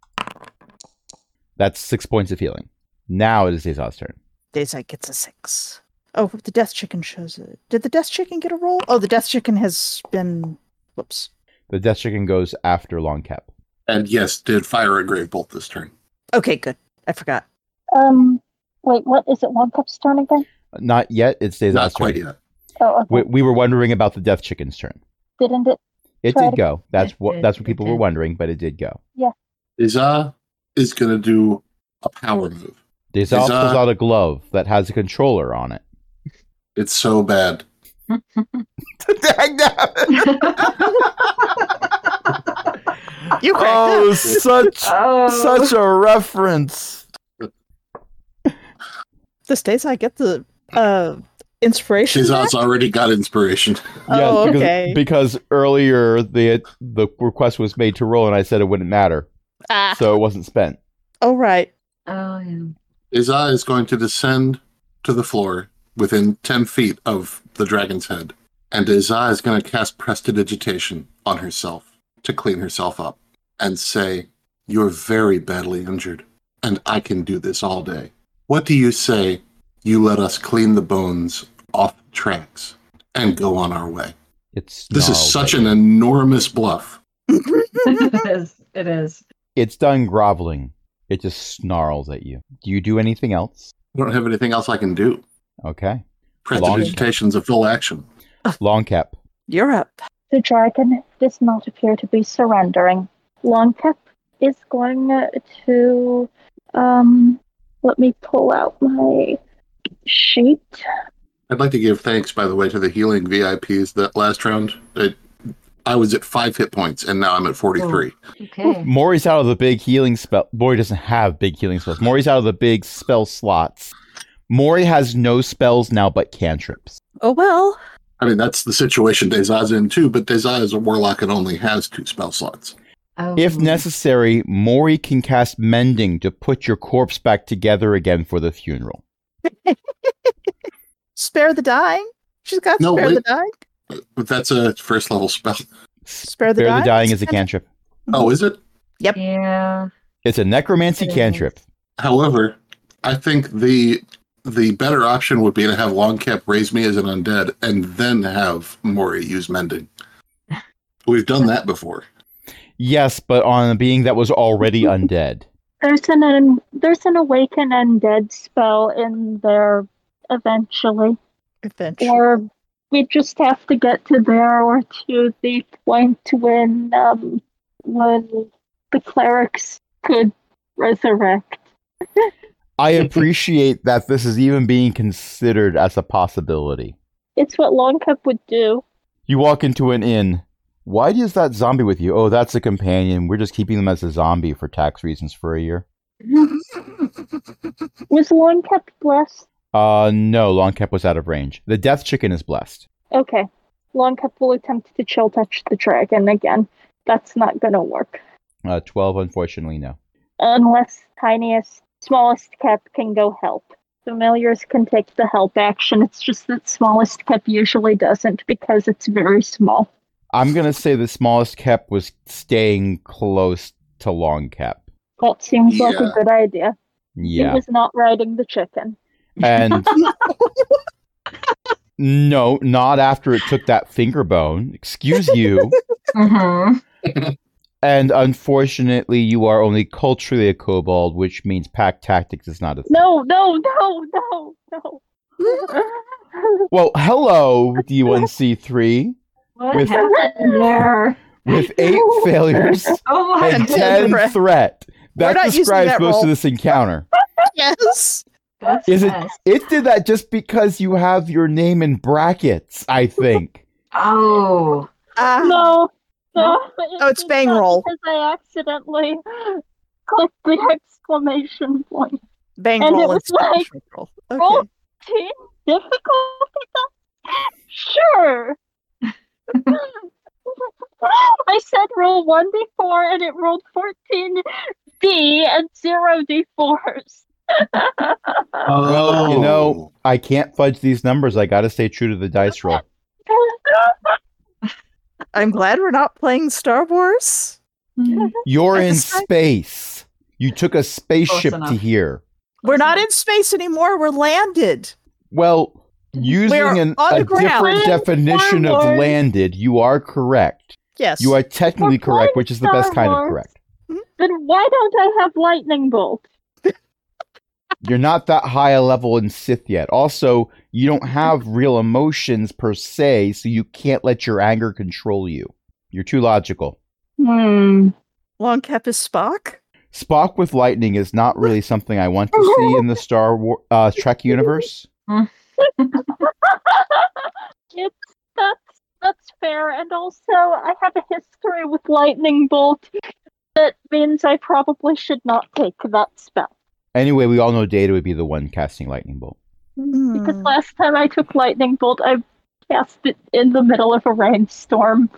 [SPEAKER 2] That's six points of healing. Now it is Deza's turn.
[SPEAKER 1] Dazai gets a six. Oh, the death chicken shows it. Did the death chicken get a roll? Oh, the death chicken has been. Whoops.
[SPEAKER 2] The Death Chicken goes after Long Cap.
[SPEAKER 3] and yes, did fire a grave bolt this turn.
[SPEAKER 1] Okay, good. I forgot.
[SPEAKER 5] Um, wait, what is it? One cup's turn again?
[SPEAKER 2] Not yet. It's Deza's
[SPEAKER 3] Not
[SPEAKER 2] turn.
[SPEAKER 3] quite yet.
[SPEAKER 5] Oh, okay.
[SPEAKER 2] We, we were wondering about the Death Chicken's turn.
[SPEAKER 5] didn't it?
[SPEAKER 2] It
[SPEAKER 5] Try
[SPEAKER 2] did
[SPEAKER 5] to-
[SPEAKER 2] go. That's
[SPEAKER 4] It
[SPEAKER 2] what
[SPEAKER 4] did,
[SPEAKER 2] that's what
[SPEAKER 4] it
[SPEAKER 2] people were
[SPEAKER 4] did.
[SPEAKER 2] wondering, but it did go.
[SPEAKER 3] Iza is going to do a power move.
[SPEAKER 2] Deza pulls
[SPEAKER 3] Deza-
[SPEAKER 2] out a glove that has a controller on it.
[SPEAKER 3] It's so bad.
[SPEAKER 1] You cracked
[SPEAKER 2] Oh,
[SPEAKER 1] up.
[SPEAKER 2] such
[SPEAKER 4] oh.
[SPEAKER 2] such a reference.
[SPEAKER 1] This Dazai get the uh, inspiration. back?
[SPEAKER 3] Iza's already got inspiration.
[SPEAKER 1] Oh,
[SPEAKER 2] because,
[SPEAKER 1] okay.
[SPEAKER 2] Because earlier the the request was made to roll, and I said it wouldn't matter,
[SPEAKER 1] Ah.
[SPEAKER 2] so it wasn't spent.
[SPEAKER 1] Oh, right.
[SPEAKER 4] Oh yeah.
[SPEAKER 3] Iza is going to descend to the floor within 10 feet of the dragon's head. And Iza is going to cast Prestidigitation on herself to clean herself up and say, You're very badly injured, and I can do this all day. What do you say? You let us clean the bones off the tracks and go on our way.
[SPEAKER 2] It's
[SPEAKER 3] This is
[SPEAKER 2] snarled
[SPEAKER 3] such
[SPEAKER 2] at
[SPEAKER 3] an
[SPEAKER 2] you.
[SPEAKER 3] enormous bluff.
[SPEAKER 4] it is. It is.
[SPEAKER 2] It's done groveling. It just snarls at you. Do you do anything else?
[SPEAKER 3] I don't have anything else I can do.
[SPEAKER 2] Okay.
[SPEAKER 3] Prestidigitation's a full action.
[SPEAKER 2] Long cap.
[SPEAKER 1] You're up.
[SPEAKER 5] The dragon does not appear to be surrendering. Longcap is going uh, to. Um, let me pull out my sheet.
[SPEAKER 3] I'd like to give thanks, by the way, to the healing VIPs that last round. It, I was at five hit points, and now I'm at 43.
[SPEAKER 4] Okay.
[SPEAKER 2] Maury's out of the big healing spell. Maury doesn't have big healing spells. Maury's out of the big spell slots. Maury has no spells now but cantrips.
[SPEAKER 1] Oh well.
[SPEAKER 3] I mean, that's the situation Desai's in, too, but Desai is a warlock and only has two spell slots.
[SPEAKER 4] Oh.
[SPEAKER 2] If necessary, Maury can cast mending to put your corpse back together again for the funeral.
[SPEAKER 1] Spare the dying. She's got
[SPEAKER 3] No,
[SPEAKER 1] spare
[SPEAKER 3] wait.
[SPEAKER 1] the dying.
[SPEAKER 3] But that's a first level spell.
[SPEAKER 1] Spare the
[SPEAKER 2] Spare
[SPEAKER 1] dying.
[SPEAKER 2] the dying is a
[SPEAKER 1] It's-
[SPEAKER 2] cantrip.
[SPEAKER 3] Oh, is it?
[SPEAKER 4] Yeah.
[SPEAKER 2] It's a necromancy
[SPEAKER 4] It is.
[SPEAKER 2] cantrip.
[SPEAKER 3] However, I think the the better option would be to have Longcap raise me as an undead and then have Mori use mending. We've done that before.
[SPEAKER 2] Yes, but on a being that was already undead.
[SPEAKER 5] There's an, un- there's an awaken undead spell in there eventually.
[SPEAKER 1] Adventure.
[SPEAKER 5] Or we just have to get to there or to the point when um, when the clerics could resurrect.
[SPEAKER 2] I appreciate that this is even being considered as a possibility.
[SPEAKER 5] It's what Longcup would do.
[SPEAKER 2] You walk into an inn. Why is that zombie with you? Oh, that's a companion. We're just keeping them as a zombie for tax reasons for a year.
[SPEAKER 5] Was Longcup blessed?
[SPEAKER 2] Uh, no, Longcap was out of range. The death chicken is blessed.
[SPEAKER 5] Okay. Longcup will attempt to chill touch the dragon again. That's not gonna work.
[SPEAKER 2] Uh, 12, unfortunately, no.
[SPEAKER 5] Unless tiniest, smallest cup can go help. Familiars can take the help action. It's just that smallest cup usually doesn't because it's very small.
[SPEAKER 2] I'm going to say the smallest cap was staying close to Longcap.
[SPEAKER 5] That seems like a
[SPEAKER 3] Yeah.
[SPEAKER 5] good idea. It
[SPEAKER 2] Yeah.
[SPEAKER 5] was not riding the chicken.
[SPEAKER 2] And no, not after it took that finger bone. Excuse you.
[SPEAKER 4] Mm-hmm.
[SPEAKER 2] And unfortunately, you are only culturally a kobold, which means pack tactics is not a thing.
[SPEAKER 5] No, no, no, no, no.
[SPEAKER 2] Well, hello, D1C3.
[SPEAKER 4] What
[SPEAKER 2] With-
[SPEAKER 4] happened there?
[SPEAKER 2] With eight failures
[SPEAKER 4] Oh my
[SPEAKER 2] and
[SPEAKER 1] Content
[SPEAKER 2] ten
[SPEAKER 1] breath.
[SPEAKER 2] threat.
[SPEAKER 1] We're
[SPEAKER 2] That
[SPEAKER 1] not using
[SPEAKER 2] describes
[SPEAKER 1] that
[SPEAKER 2] most
[SPEAKER 1] roll.
[SPEAKER 2] of this encounter.
[SPEAKER 1] yes.
[SPEAKER 4] goodness.
[SPEAKER 2] Is it it did that just because you have your name in brackets, I think.
[SPEAKER 4] Oh.
[SPEAKER 1] Ah,
[SPEAKER 5] No, no.
[SPEAKER 1] Oh, it's
[SPEAKER 5] did
[SPEAKER 1] bang
[SPEAKER 5] that
[SPEAKER 1] roll.
[SPEAKER 5] Because I accidentally clicked the exclamation point.
[SPEAKER 1] bang
[SPEAKER 5] And it
[SPEAKER 1] roll and
[SPEAKER 5] was like-
[SPEAKER 1] spell
[SPEAKER 5] "Oh,
[SPEAKER 1] roll. Okay.
[SPEAKER 5] Roll. Team difficulty. test? Sure. I said roll one d4 and it rolled 14d and zero d4s.
[SPEAKER 2] Oh, You know, I can't fudge these numbers. I gotta stay true to the dice roll.
[SPEAKER 1] I'm glad we're not playing Star Wars.
[SPEAKER 4] Hmm.
[SPEAKER 2] You're
[SPEAKER 1] That's a
[SPEAKER 2] in
[SPEAKER 1] strike.
[SPEAKER 2] space. You took a spaceship to
[SPEAKER 4] enough.
[SPEAKER 2] here.
[SPEAKER 1] We're not in space anymore. We're landed.
[SPEAKER 2] Well, using an,
[SPEAKER 1] on
[SPEAKER 2] a
[SPEAKER 1] the ground.
[SPEAKER 2] different definition of
[SPEAKER 5] Forward.
[SPEAKER 2] landed, you are correct.
[SPEAKER 1] Yes.
[SPEAKER 2] You are technically
[SPEAKER 5] We're playing
[SPEAKER 2] correct, which is the best
[SPEAKER 5] Star
[SPEAKER 2] kind of
[SPEAKER 5] Wars.
[SPEAKER 2] correct.
[SPEAKER 5] Then why don't I have lightning bolt?
[SPEAKER 2] You're not that high a level in Sith yet. Also, you don't have real emotions per se, so you can't let your anger control you. You're too logical.
[SPEAKER 5] Hmm.
[SPEAKER 1] Long cap is Spock.
[SPEAKER 2] Spock with lightning is not really something I want to see in the Star War, uh, Trek universe.
[SPEAKER 5] it's that's that's fair, and also I have a history with lightning bolt. That means I probably should not take that spell
[SPEAKER 2] Anyway, we all know Data would be the one casting lightning bolt.
[SPEAKER 5] because
[SPEAKER 1] Hmm.
[SPEAKER 5] last time I took lightning bolt, I cast it in the middle of a rainstorm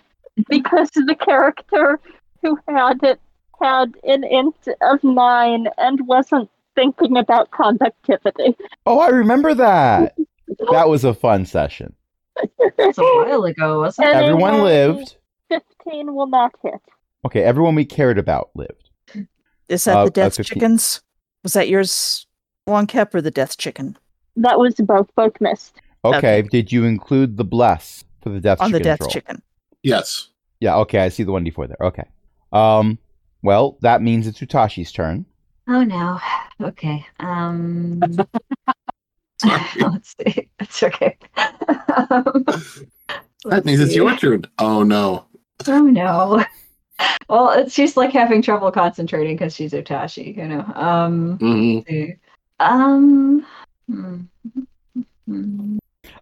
[SPEAKER 5] because the character who had it had an int of nine and wasn't thinking about conductivity.
[SPEAKER 2] Oh, I remember that. That was a fun session.
[SPEAKER 4] That's a while ago, wasn't it?
[SPEAKER 5] And-
[SPEAKER 2] Everyone
[SPEAKER 5] Anyway.
[SPEAKER 2] lived.
[SPEAKER 5] Fifteen will not hit.
[SPEAKER 2] Okay, everyone we cared about lived.
[SPEAKER 1] Is that
[SPEAKER 2] Uh, uh,
[SPEAKER 1] the death
[SPEAKER 2] 15.
[SPEAKER 1] chickens? Was that yours, Long Cap, or the death chicken?
[SPEAKER 5] That was both both missed.
[SPEAKER 2] Okay,
[SPEAKER 1] Okay.
[SPEAKER 2] did you include the bless for the death
[SPEAKER 1] On the
[SPEAKER 2] chicken
[SPEAKER 1] death
[SPEAKER 2] roll?
[SPEAKER 1] chicken.
[SPEAKER 3] Yes.
[SPEAKER 2] Yeah, okay, I see the one before there. Okay. Um, well, that means it's Utashi's turn.
[SPEAKER 4] Oh no. Okay. Um
[SPEAKER 3] Sorry.
[SPEAKER 4] Let's see. It's okay. um,
[SPEAKER 3] that means it's
[SPEAKER 4] see.
[SPEAKER 3] your turn. Oh no.
[SPEAKER 4] Oh no. Well, it's she's like having trouble concentrating because she's Otashi, you know. Um,
[SPEAKER 3] hmm
[SPEAKER 4] let's see. um, hmm. Hmm.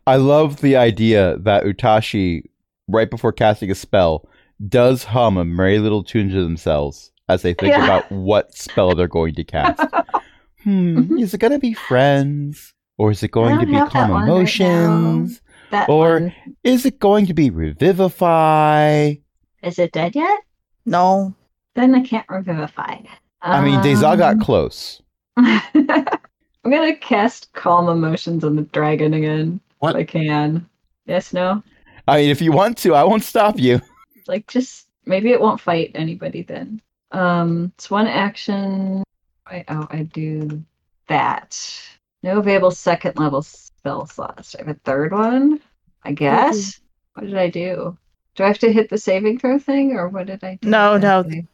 [SPEAKER 2] I love the idea that Utashi, right before casting a spell, does hum a merry little tune to themselves as they think
[SPEAKER 4] Yeah.
[SPEAKER 2] about what spell they're going to cast. hmm,
[SPEAKER 4] Mhm.
[SPEAKER 2] is it going to be friends? Or is it going to
[SPEAKER 4] don't
[SPEAKER 2] be
[SPEAKER 4] have that
[SPEAKER 2] calm
[SPEAKER 4] one right now.
[SPEAKER 2] emotions?
[SPEAKER 4] that
[SPEAKER 2] Or-
[SPEAKER 4] one.
[SPEAKER 2] Is it going to be revivify?
[SPEAKER 4] is it dead yet?
[SPEAKER 1] No.
[SPEAKER 4] Then I can't revivify.
[SPEAKER 2] I mean, Deza got
[SPEAKER 4] Um,
[SPEAKER 2] close.
[SPEAKER 4] I'm gonna cast calm emotions on the dragon again.
[SPEAKER 3] What?
[SPEAKER 4] If I can. Yes, no.
[SPEAKER 2] I mean, if you want to, I won't stop you.
[SPEAKER 4] Like just maybe it won't fight anybody then. Um it's one action. I oh I do that. No available second level spell slots. Do I have a third one? I guess.
[SPEAKER 1] Mm-hmm.
[SPEAKER 4] What did I do? Do I have to hit the saving throw thing or what did I do?
[SPEAKER 1] No, no.
[SPEAKER 4] exactly?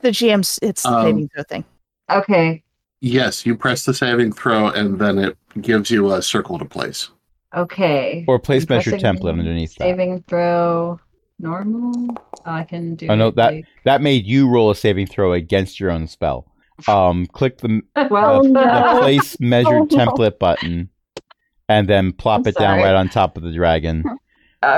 [SPEAKER 1] The GM's it's the
[SPEAKER 3] Um,
[SPEAKER 1] saving throw thing.
[SPEAKER 4] Okay.
[SPEAKER 3] Yes, you press the saving throw and then it gives you a circle to place.
[SPEAKER 4] Okay.
[SPEAKER 2] Or place measure
[SPEAKER 4] Pressing
[SPEAKER 2] template underneath that.
[SPEAKER 4] Saving throw normal. Oh, I can do.
[SPEAKER 2] Oh, no,
[SPEAKER 4] it,
[SPEAKER 2] that-
[SPEAKER 4] like-
[SPEAKER 2] That made you roll a saving throw against your own spell. Um, click the
[SPEAKER 4] well,
[SPEAKER 5] Oh,
[SPEAKER 2] the
[SPEAKER 5] no.
[SPEAKER 2] place measure
[SPEAKER 5] Oh, no.
[SPEAKER 2] template button and then plop
[SPEAKER 4] I'm
[SPEAKER 2] it down
[SPEAKER 4] sorry.
[SPEAKER 2] right on top of the dragon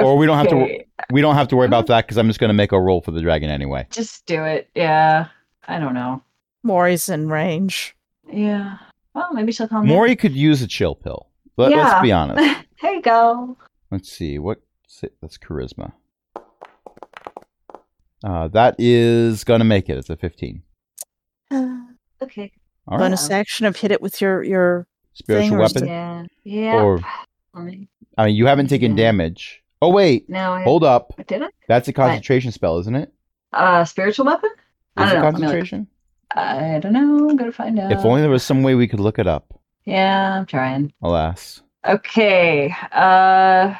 [SPEAKER 2] or we don't have to-
[SPEAKER 4] Okay, Uh-huh.
[SPEAKER 2] we don't have to worry about that because i'm just going to make a roll for the dragon anyway
[SPEAKER 4] Just do it. Yeah. I don't know.
[SPEAKER 1] Mori's in range.
[SPEAKER 4] Yeah. Well, maybe she'll come.
[SPEAKER 2] mori could use a chill pill Let,
[SPEAKER 4] Um, Yeah.
[SPEAKER 2] let's be honest
[SPEAKER 4] there you go.
[SPEAKER 2] let's see what that's charisma uh, that is going to make it it's a 15
[SPEAKER 4] Okay.
[SPEAKER 2] all right
[SPEAKER 1] Bonus action of hit it with your your
[SPEAKER 2] spiritual
[SPEAKER 1] Thing or
[SPEAKER 2] weapon
[SPEAKER 4] Yeah. Yeah.
[SPEAKER 2] Or-
[SPEAKER 4] Let me-
[SPEAKER 2] i mean you haven't taken
[SPEAKER 4] Yeah.
[SPEAKER 2] damage oh wait
[SPEAKER 4] Now I
[SPEAKER 2] hold up
[SPEAKER 4] Did I?
[SPEAKER 2] that's a concentration spell isn't it
[SPEAKER 4] Uh, spiritual weapon? I
[SPEAKER 2] is
[SPEAKER 4] don't
[SPEAKER 2] it
[SPEAKER 4] know. Uh, I mean, like-
[SPEAKER 2] concentration
[SPEAKER 4] I don't know. I'm gonna find out.
[SPEAKER 2] if only there was some way we could look it up
[SPEAKER 4] Yeah, I'm trying.
[SPEAKER 2] alas
[SPEAKER 4] Okay. Uh,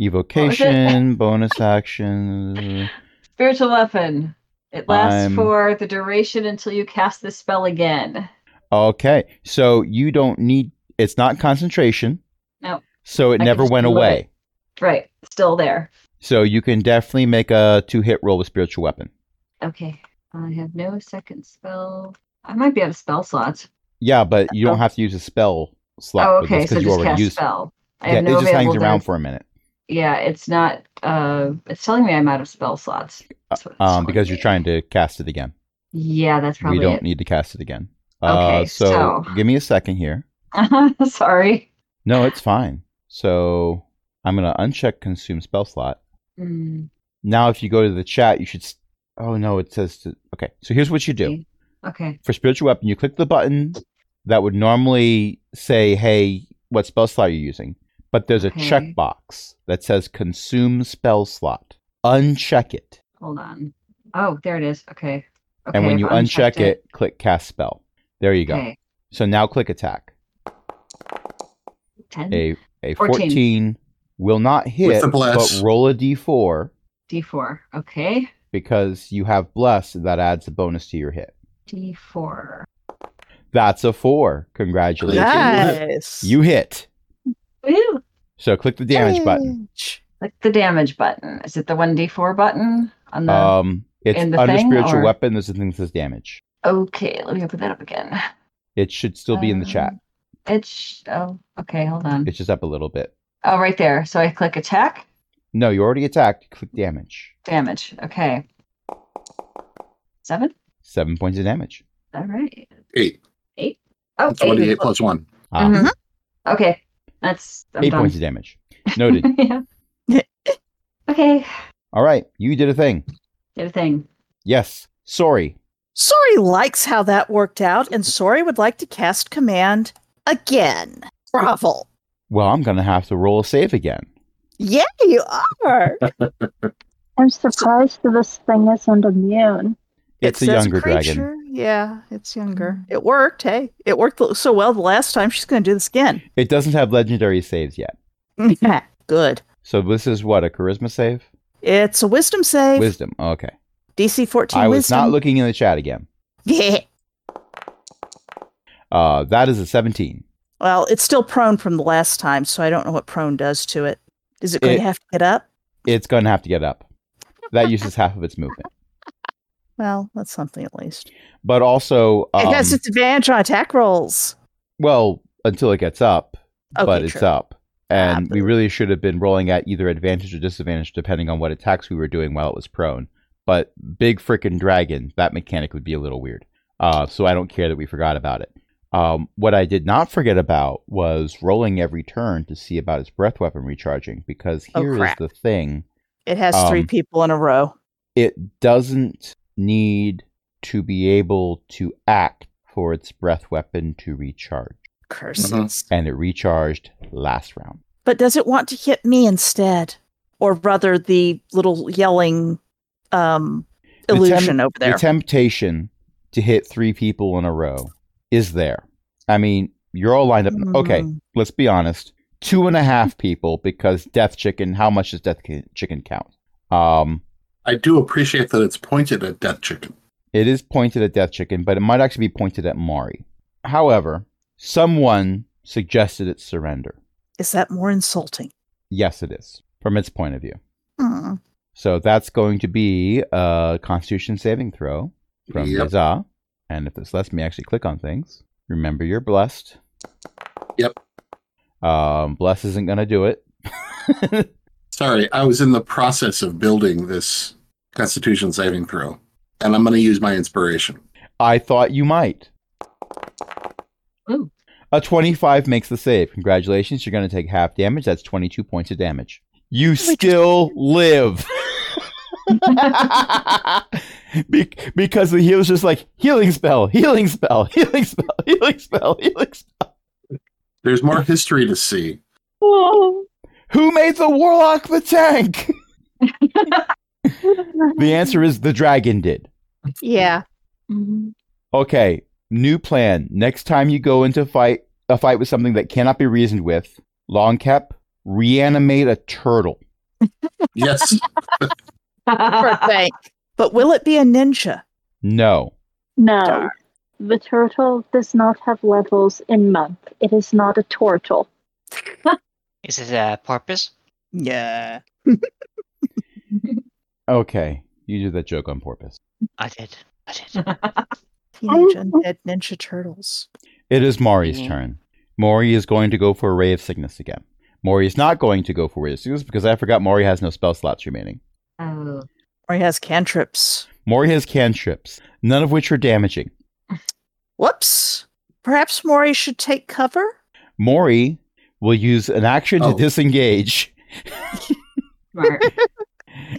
[SPEAKER 2] evocation bonus action
[SPEAKER 4] Spiritual weapon. It lasts
[SPEAKER 2] I'm-
[SPEAKER 4] for the duration until you cast this spell again.
[SPEAKER 2] okay so you don't need it's not concentration
[SPEAKER 4] No.
[SPEAKER 2] so it
[SPEAKER 4] I
[SPEAKER 2] never
[SPEAKER 4] can
[SPEAKER 2] went
[SPEAKER 4] just
[SPEAKER 2] away
[SPEAKER 4] Right. Still there.
[SPEAKER 2] so you can definitely make a two hit roll with spiritual weapon
[SPEAKER 4] Okay. I have no second spell. I might be out of spell slots.
[SPEAKER 2] yeah but you don't
[SPEAKER 4] Oh.
[SPEAKER 2] have to use a spell slot
[SPEAKER 4] Oh,
[SPEAKER 2] for
[SPEAKER 4] okay.
[SPEAKER 2] this
[SPEAKER 4] So
[SPEAKER 2] because you
[SPEAKER 4] just
[SPEAKER 2] already
[SPEAKER 4] cast
[SPEAKER 2] used
[SPEAKER 4] spell. I
[SPEAKER 2] yeah
[SPEAKER 4] have
[SPEAKER 2] it
[SPEAKER 4] no
[SPEAKER 2] just hangs
[SPEAKER 4] available
[SPEAKER 2] around
[SPEAKER 4] dice-
[SPEAKER 2] for a minute
[SPEAKER 4] Yeah, it's not. Uh, it's telling me I'm out of spell slots. That's what it's
[SPEAKER 2] um,
[SPEAKER 4] telling
[SPEAKER 2] because you're
[SPEAKER 4] me.
[SPEAKER 2] trying to cast it again
[SPEAKER 4] Yeah, that's probably
[SPEAKER 2] we don't
[SPEAKER 4] it.
[SPEAKER 2] need to cast it again uh,
[SPEAKER 4] Okay,
[SPEAKER 2] so,
[SPEAKER 4] so-
[SPEAKER 2] give me a second here
[SPEAKER 4] Sorry.
[SPEAKER 2] no it's fine so i'm going to uncheck consume spell slot
[SPEAKER 4] Mm,
[SPEAKER 2] now if you go to the chat you should s oh no it says to okay so here's what you do
[SPEAKER 4] Okay. okay.
[SPEAKER 2] for spiritual weapon you click the button that would normally say hey what spell slot are you using but there's a
[SPEAKER 4] Okay.
[SPEAKER 2] checkbox that says consume spell slot uncheck it
[SPEAKER 4] Hold on. Oh, there it is. Okay. Okay.
[SPEAKER 2] and when
[SPEAKER 4] I've
[SPEAKER 2] you uncheck
[SPEAKER 4] unchecked
[SPEAKER 2] it, click cast spell there you go
[SPEAKER 4] okay.
[SPEAKER 2] so now click attack
[SPEAKER 4] Ten.
[SPEAKER 2] a a 14,
[SPEAKER 4] 14.
[SPEAKER 2] will not hit
[SPEAKER 3] the
[SPEAKER 2] but
[SPEAKER 3] bless.
[SPEAKER 2] roll a d4
[SPEAKER 4] D4. Okay.
[SPEAKER 2] because you have bless and that adds a bonus to your hit
[SPEAKER 4] D4.
[SPEAKER 2] That's a four. Congratulations.
[SPEAKER 3] Yeah.
[SPEAKER 1] Nice.
[SPEAKER 2] You hit.
[SPEAKER 4] Woo!
[SPEAKER 2] So click the damage button.
[SPEAKER 1] Damage.
[SPEAKER 4] Like the damage button. Is it the one D4 button on the?
[SPEAKER 2] Um, it's
[SPEAKER 4] In the
[SPEAKER 2] under
[SPEAKER 4] thing,
[SPEAKER 2] spiritual
[SPEAKER 4] or-
[SPEAKER 2] weapon. There's a thing that says damage.
[SPEAKER 4] okay, let me open that up again.
[SPEAKER 2] It should still be in the chat.
[SPEAKER 4] Um, It's sh- oh okay. Hold on.
[SPEAKER 2] It's just up a little bit.
[SPEAKER 4] Oh, right there. So I click attack
[SPEAKER 2] No, you already attacked. Click damage.
[SPEAKER 4] damage. Okay. Seven.
[SPEAKER 2] Seven points of damage.
[SPEAKER 4] All right.
[SPEAKER 3] Eight.
[SPEAKER 4] Oh, eight
[SPEAKER 3] Twenty
[SPEAKER 4] is
[SPEAKER 3] eight plus one.
[SPEAKER 2] Ah,
[SPEAKER 4] Mhm. Okay, that's I'm
[SPEAKER 2] eight
[SPEAKER 4] done.
[SPEAKER 2] points of damage. Noted.
[SPEAKER 4] Yeah. okay.
[SPEAKER 2] All right, you did a thing.
[SPEAKER 4] Did a thing.
[SPEAKER 2] Yes. Sorry.
[SPEAKER 1] Sori likes how that worked out, and Sori would like to cast command again. Bravo.
[SPEAKER 2] Well, I'm gonna have to roll a save again.
[SPEAKER 1] Yeah, you are.
[SPEAKER 2] Uh,
[SPEAKER 5] I'm surprised that this thing isn't immune.
[SPEAKER 2] It's
[SPEAKER 1] It
[SPEAKER 2] a
[SPEAKER 1] says
[SPEAKER 2] younger dragon.
[SPEAKER 1] creature. Yeah, it's younger. It worked. Hey, it worked so well the last time. She's going to do this again.
[SPEAKER 2] It doesn't have legendary saves yet.
[SPEAKER 1] Good.
[SPEAKER 2] So this is what a charisma save.
[SPEAKER 1] It's a wisdom save.
[SPEAKER 2] Wisdom. Okay.
[SPEAKER 1] DC 14
[SPEAKER 2] I was
[SPEAKER 1] wisdom.
[SPEAKER 2] not looking in the chat again.
[SPEAKER 1] Yeah.
[SPEAKER 2] Uh, that is a 17.
[SPEAKER 1] Well, it's still prone from the last time, so I don't know what prone does to it. Is it going
[SPEAKER 2] It-
[SPEAKER 1] to have to get up?
[SPEAKER 2] It's going to have to get up. That uses half of its movement.
[SPEAKER 1] Well, that's something at least.
[SPEAKER 2] But also, um,
[SPEAKER 1] it has its advantage on attack rolls.
[SPEAKER 2] well, until it gets up,
[SPEAKER 1] Okay,
[SPEAKER 2] but it's
[SPEAKER 1] true.
[SPEAKER 2] up.
[SPEAKER 1] Ah,
[SPEAKER 2] And we
[SPEAKER 1] boo.
[SPEAKER 2] really should have been rolling at either advantage or disadvantage depending on what attacks we were doing while it was prone. But big frickin' dragon, that mechanic would be a little weird. Uh, so I don't care that we forgot about it. Um, what I did not forget about was rolling every turn to see about its breath weapon recharging because
[SPEAKER 1] Oh,
[SPEAKER 2] here is
[SPEAKER 1] crap.
[SPEAKER 2] the thing
[SPEAKER 1] It has three
[SPEAKER 2] um,
[SPEAKER 1] people in a row.
[SPEAKER 2] it doesn't need to be able to act for its breath weapon to recharge.
[SPEAKER 1] Curses.
[SPEAKER 2] Mm-hmm.
[SPEAKER 3] Mm-hmm.
[SPEAKER 2] And it recharged last round.
[SPEAKER 1] But does it want to hit me instead? Or rather, the little yelling um,
[SPEAKER 2] The tem-
[SPEAKER 1] illusion over there.
[SPEAKER 2] The temptation to hit three people in a row is there. I mean, you're all lined up. Okay,
[SPEAKER 1] Mm,
[SPEAKER 2] let's be honest. Two and a half people because Death Chicken, how much does Death Ki- Chicken count? Um,
[SPEAKER 3] I do appreciate that it's pointed at Death Chicken.
[SPEAKER 2] It is pointed at Death Chicken, but it might actually be pointed at Mari. However, someone suggested its surrender.
[SPEAKER 1] Is that more insulting?
[SPEAKER 2] Yes, it is, from its point of view.
[SPEAKER 1] Mm.
[SPEAKER 2] So that's going to be a constitution saving throw from
[SPEAKER 3] Yep.
[SPEAKER 2] Yazah. And if this lets me actually click on things, remember you're blessed.
[SPEAKER 3] Yep.
[SPEAKER 2] Um, bless isn't going to do it.
[SPEAKER 3] Sorry, I was in the process of building this Constitution saving throw, and I'm going to use my inspiration.
[SPEAKER 2] I thought you might.
[SPEAKER 4] Ooh.
[SPEAKER 2] A 25 makes the save. Congratulations, you're going to take half damage. That's 22 points of damage. You still live. Be- because the healer's just like healing spell, healing spell, healing spell, healing spell, healing spell.
[SPEAKER 3] There's more history to see.
[SPEAKER 5] Oh,
[SPEAKER 2] Who made the warlock the tank? The answer is the dragon did.
[SPEAKER 1] Yeah.
[SPEAKER 2] Okay, new plan. Next time you go into fight a fight with something that cannot be reasoned with, long cap, reanimate a turtle.
[SPEAKER 3] Yes,
[SPEAKER 1] for bank. But will it be a ninja?
[SPEAKER 2] No.
[SPEAKER 5] no.
[SPEAKER 1] Darn.
[SPEAKER 5] The turtle does not have levels in month. It is not a turtle.
[SPEAKER 6] Is it a porpoise?
[SPEAKER 1] Yeah.
[SPEAKER 2] Okay, you did that joke on purpose.
[SPEAKER 6] I did. I did.
[SPEAKER 1] Teenage undead ninja turtles.
[SPEAKER 2] It is Maury's
[SPEAKER 6] Yeah.
[SPEAKER 2] turn. Maury is going to go for a ray of sickness again. Maury is not going to go for ray of sickness because I forgot Maury has no spell slots remaining.
[SPEAKER 4] Oh.
[SPEAKER 1] Or he has cantrips.
[SPEAKER 2] Maury has cantrips, none of which are damaging.
[SPEAKER 1] Whoops. Perhaps Mori should take cover?
[SPEAKER 2] Maury will use an action
[SPEAKER 3] Oh.
[SPEAKER 2] to disengage.
[SPEAKER 4] Smart.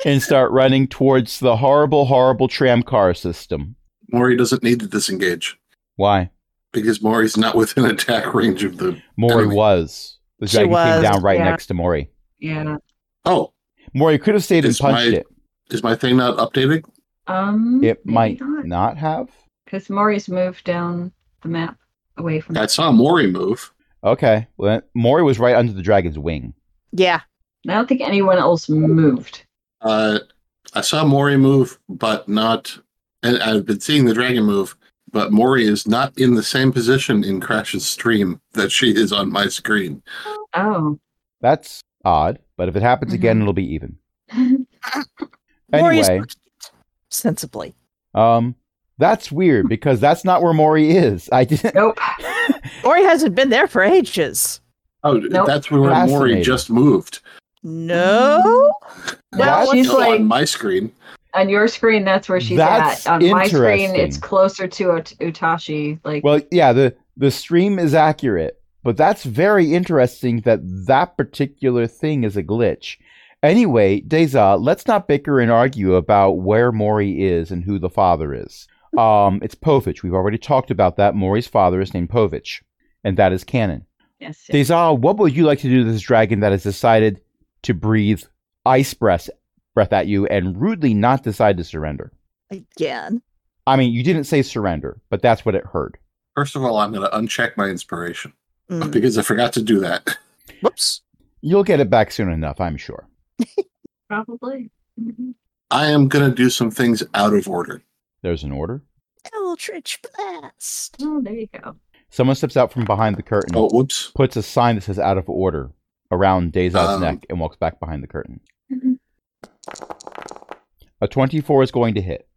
[SPEAKER 2] and start running towards the horrible, horrible tramcar system.
[SPEAKER 3] Maury doesn't need to disengage
[SPEAKER 2] Why?
[SPEAKER 3] because Maury's not within attack range of the.
[SPEAKER 2] Mori
[SPEAKER 3] Enemy.
[SPEAKER 2] was. The
[SPEAKER 1] She
[SPEAKER 2] dragon came
[SPEAKER 1] was,
[SPEAKER 2] down right
[SPEAKER 4] yeah.
[SPEAKER 2] next to Mori.
[SPEAKER 4] Yeah.
[SPEAKER 3] Oh,
[SPEAKER 2] Mori could have stayed and
[SPEAKER 3] It's my-
[SPEAKER 2] punched it.
[SPEAKER 3] is my thing not updating?
[SPEAKER 4] Um.
[SPEAKER 2] It might not have.
[SPEAKER 4] Because Maury's moved down the map away from.
[SPEAKER 3] I saw Maury move.
[SPEAKER 2] Okay. Well, Mori was right under the dragon's wing.
[SPEAKER 1] Yeah.
[SPEAKER 4] I don't think anyone else moved.
[SPEAKER 3] Uh, I saw Maury move, but not. And I've been seeing the dragon move, but Maury is not in the same position in Crash's stream that she is on my screen.
[SPEAKER 4] Oh.
[SPEAKER 2] That's odd, but if it happens again,
[SPEAKER 4] Mhm.
[SPEAKER 2] it'll be even.
[SPEAKER 1] Mori is
[SPEAKER 2] Anyway,
[SPEAKER 1] sensibly.
[SPEAKER 2] um, that's weird because that's not where Mori is. I didn't.
[SPEAKER 4] nope.
[SPEAKER 1] Mori hasn't been there for ages.
[SPEAKER 3] Oh,
[SPEAKER 4] Nope.
[SPEAKER 3] that's where Maury
[SPEAKER 2] Fascinating.
[SPEAKER 3] just moved.
[SPEAKER 1] No.
[SPEAKER 4] No,
[SPEAKER 2] That's-
[SPEAKER 4] she's
[SPEAKER 3] Still
[SPEAKER 4] like
[SPEAKER 3] on my screen.
[SPEAKER 4] on your screen. That's where she's
[SPEAKER 2] That's
[SPEAKER 4] at. On my screen,
[SPEAKER 2] interesting.
[SPEAKER 4] it's closer to Ut- Utashi. Like.
[SPEAKER 2] Well, yeah, the the stream is accurate, but that's very interesting that that particular thing is a glitch. Anyway, Deza, let's not bicker and argue about where Mori is and who the father is. Um, it's Povich. We've already talked about that. Mori's father is named Povich, and that is canon.
[SPEAKER 4] yes. yes.
[SPEAKER 2] Deza, what would you like to do to this dragon that has decided to breathe ice breath breath at you and rudely not decide to surrender?
[SPEAKER 1] Again.
[SPEAKER 2] I mean, you didn't say surrender, but that's what it heard.
[SPEAKER 3] First of all, I'm going to uncheck my inspiration
[SPEAKER 4] Hmm.
[SPEAKER 1] Mm.
[SPEAKER 3] because I forgot to do that.
[SPEAKER 1] Whoops.
[SPEAKER 2] You'll get it back soon enough, I'm sure.
[SPEAKER 4] Probably. Mhm.
[SPEAKER 3] I am going to do some things out of order.
[SPEAKER 2] There's an order.
[SPEAKER 1] Eldritch Blast.
[SPEAKER 4] Oh, there you go.
[SPEAKER 2] Someone steps out from behind the curtain,
[SPEAKER 3] Oh, whoops.
[SPEAKER 2] puts a sign that says "out of order" around Dazad's
[SPEAKER 3] Um,
[SPEAKER 2] neck, and walks back behind the curtain.
[SPEAKER 5] Mhm.
[SPEAKER 2] A twenty-four is going to hit.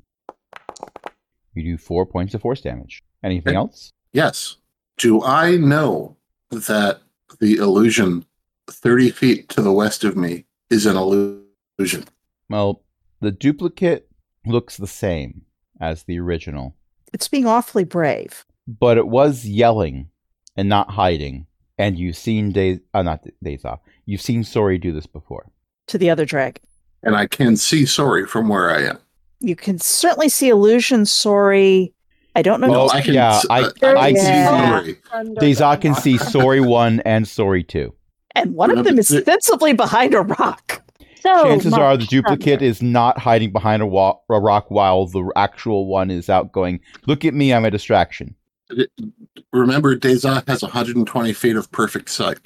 [SPEAKER 2] You do four points of force damage. Anything
[SPEAKER 3] Okay.
[SPEAKER 2] else?
[SPEAKER 3] Yes. Do I know that the illusion 30 feet to the west of me is an illusion?
[SPEAKER 2] Well, the duplicate looks the same as the original,
[SPEAKER 1] It's being awfully brave.
[SPEAKER 2] but it was yelling and not hiding. And you've seen Day, uh, not Dazad. You've seen Sori do this before.
[SPEAKER 1] To the other dragon,
[SPEAKER 3] And I can see sorry from where I am.
[SPEAKER 1] you can certainly see illusion. Sorry, I don't know.
[SPEAKER 2] Well,
[SPEAKER 3] I can,
[SPEAKER 2] yeah,
[SPEAKER 3] s-
[SPEAKER 2] I-
[SPEAKER 3] uh,
[SPEAKER 2] I
[SPEAKER 1] can-
[SPEAKER 3] can see sorry.
[SPEAKER 2] Dazad can see Sori one and Sori two.
[SPEAKER 1] and one of them is sensibly behind a rock.
[SPEAKER 5] So
[SPEAKER 2] Chances
[SPEAKER 5] much
[SPEAKER 2] are the duplicate
[SPEAKER 5] thunder.
[SPEAKER 2] is not hiding behind a, wa- a rock while the actual one is out going, look at me, I'm a distraction.
[SPEAKER 3] Remember, Deza has 120 feet of perfect sight.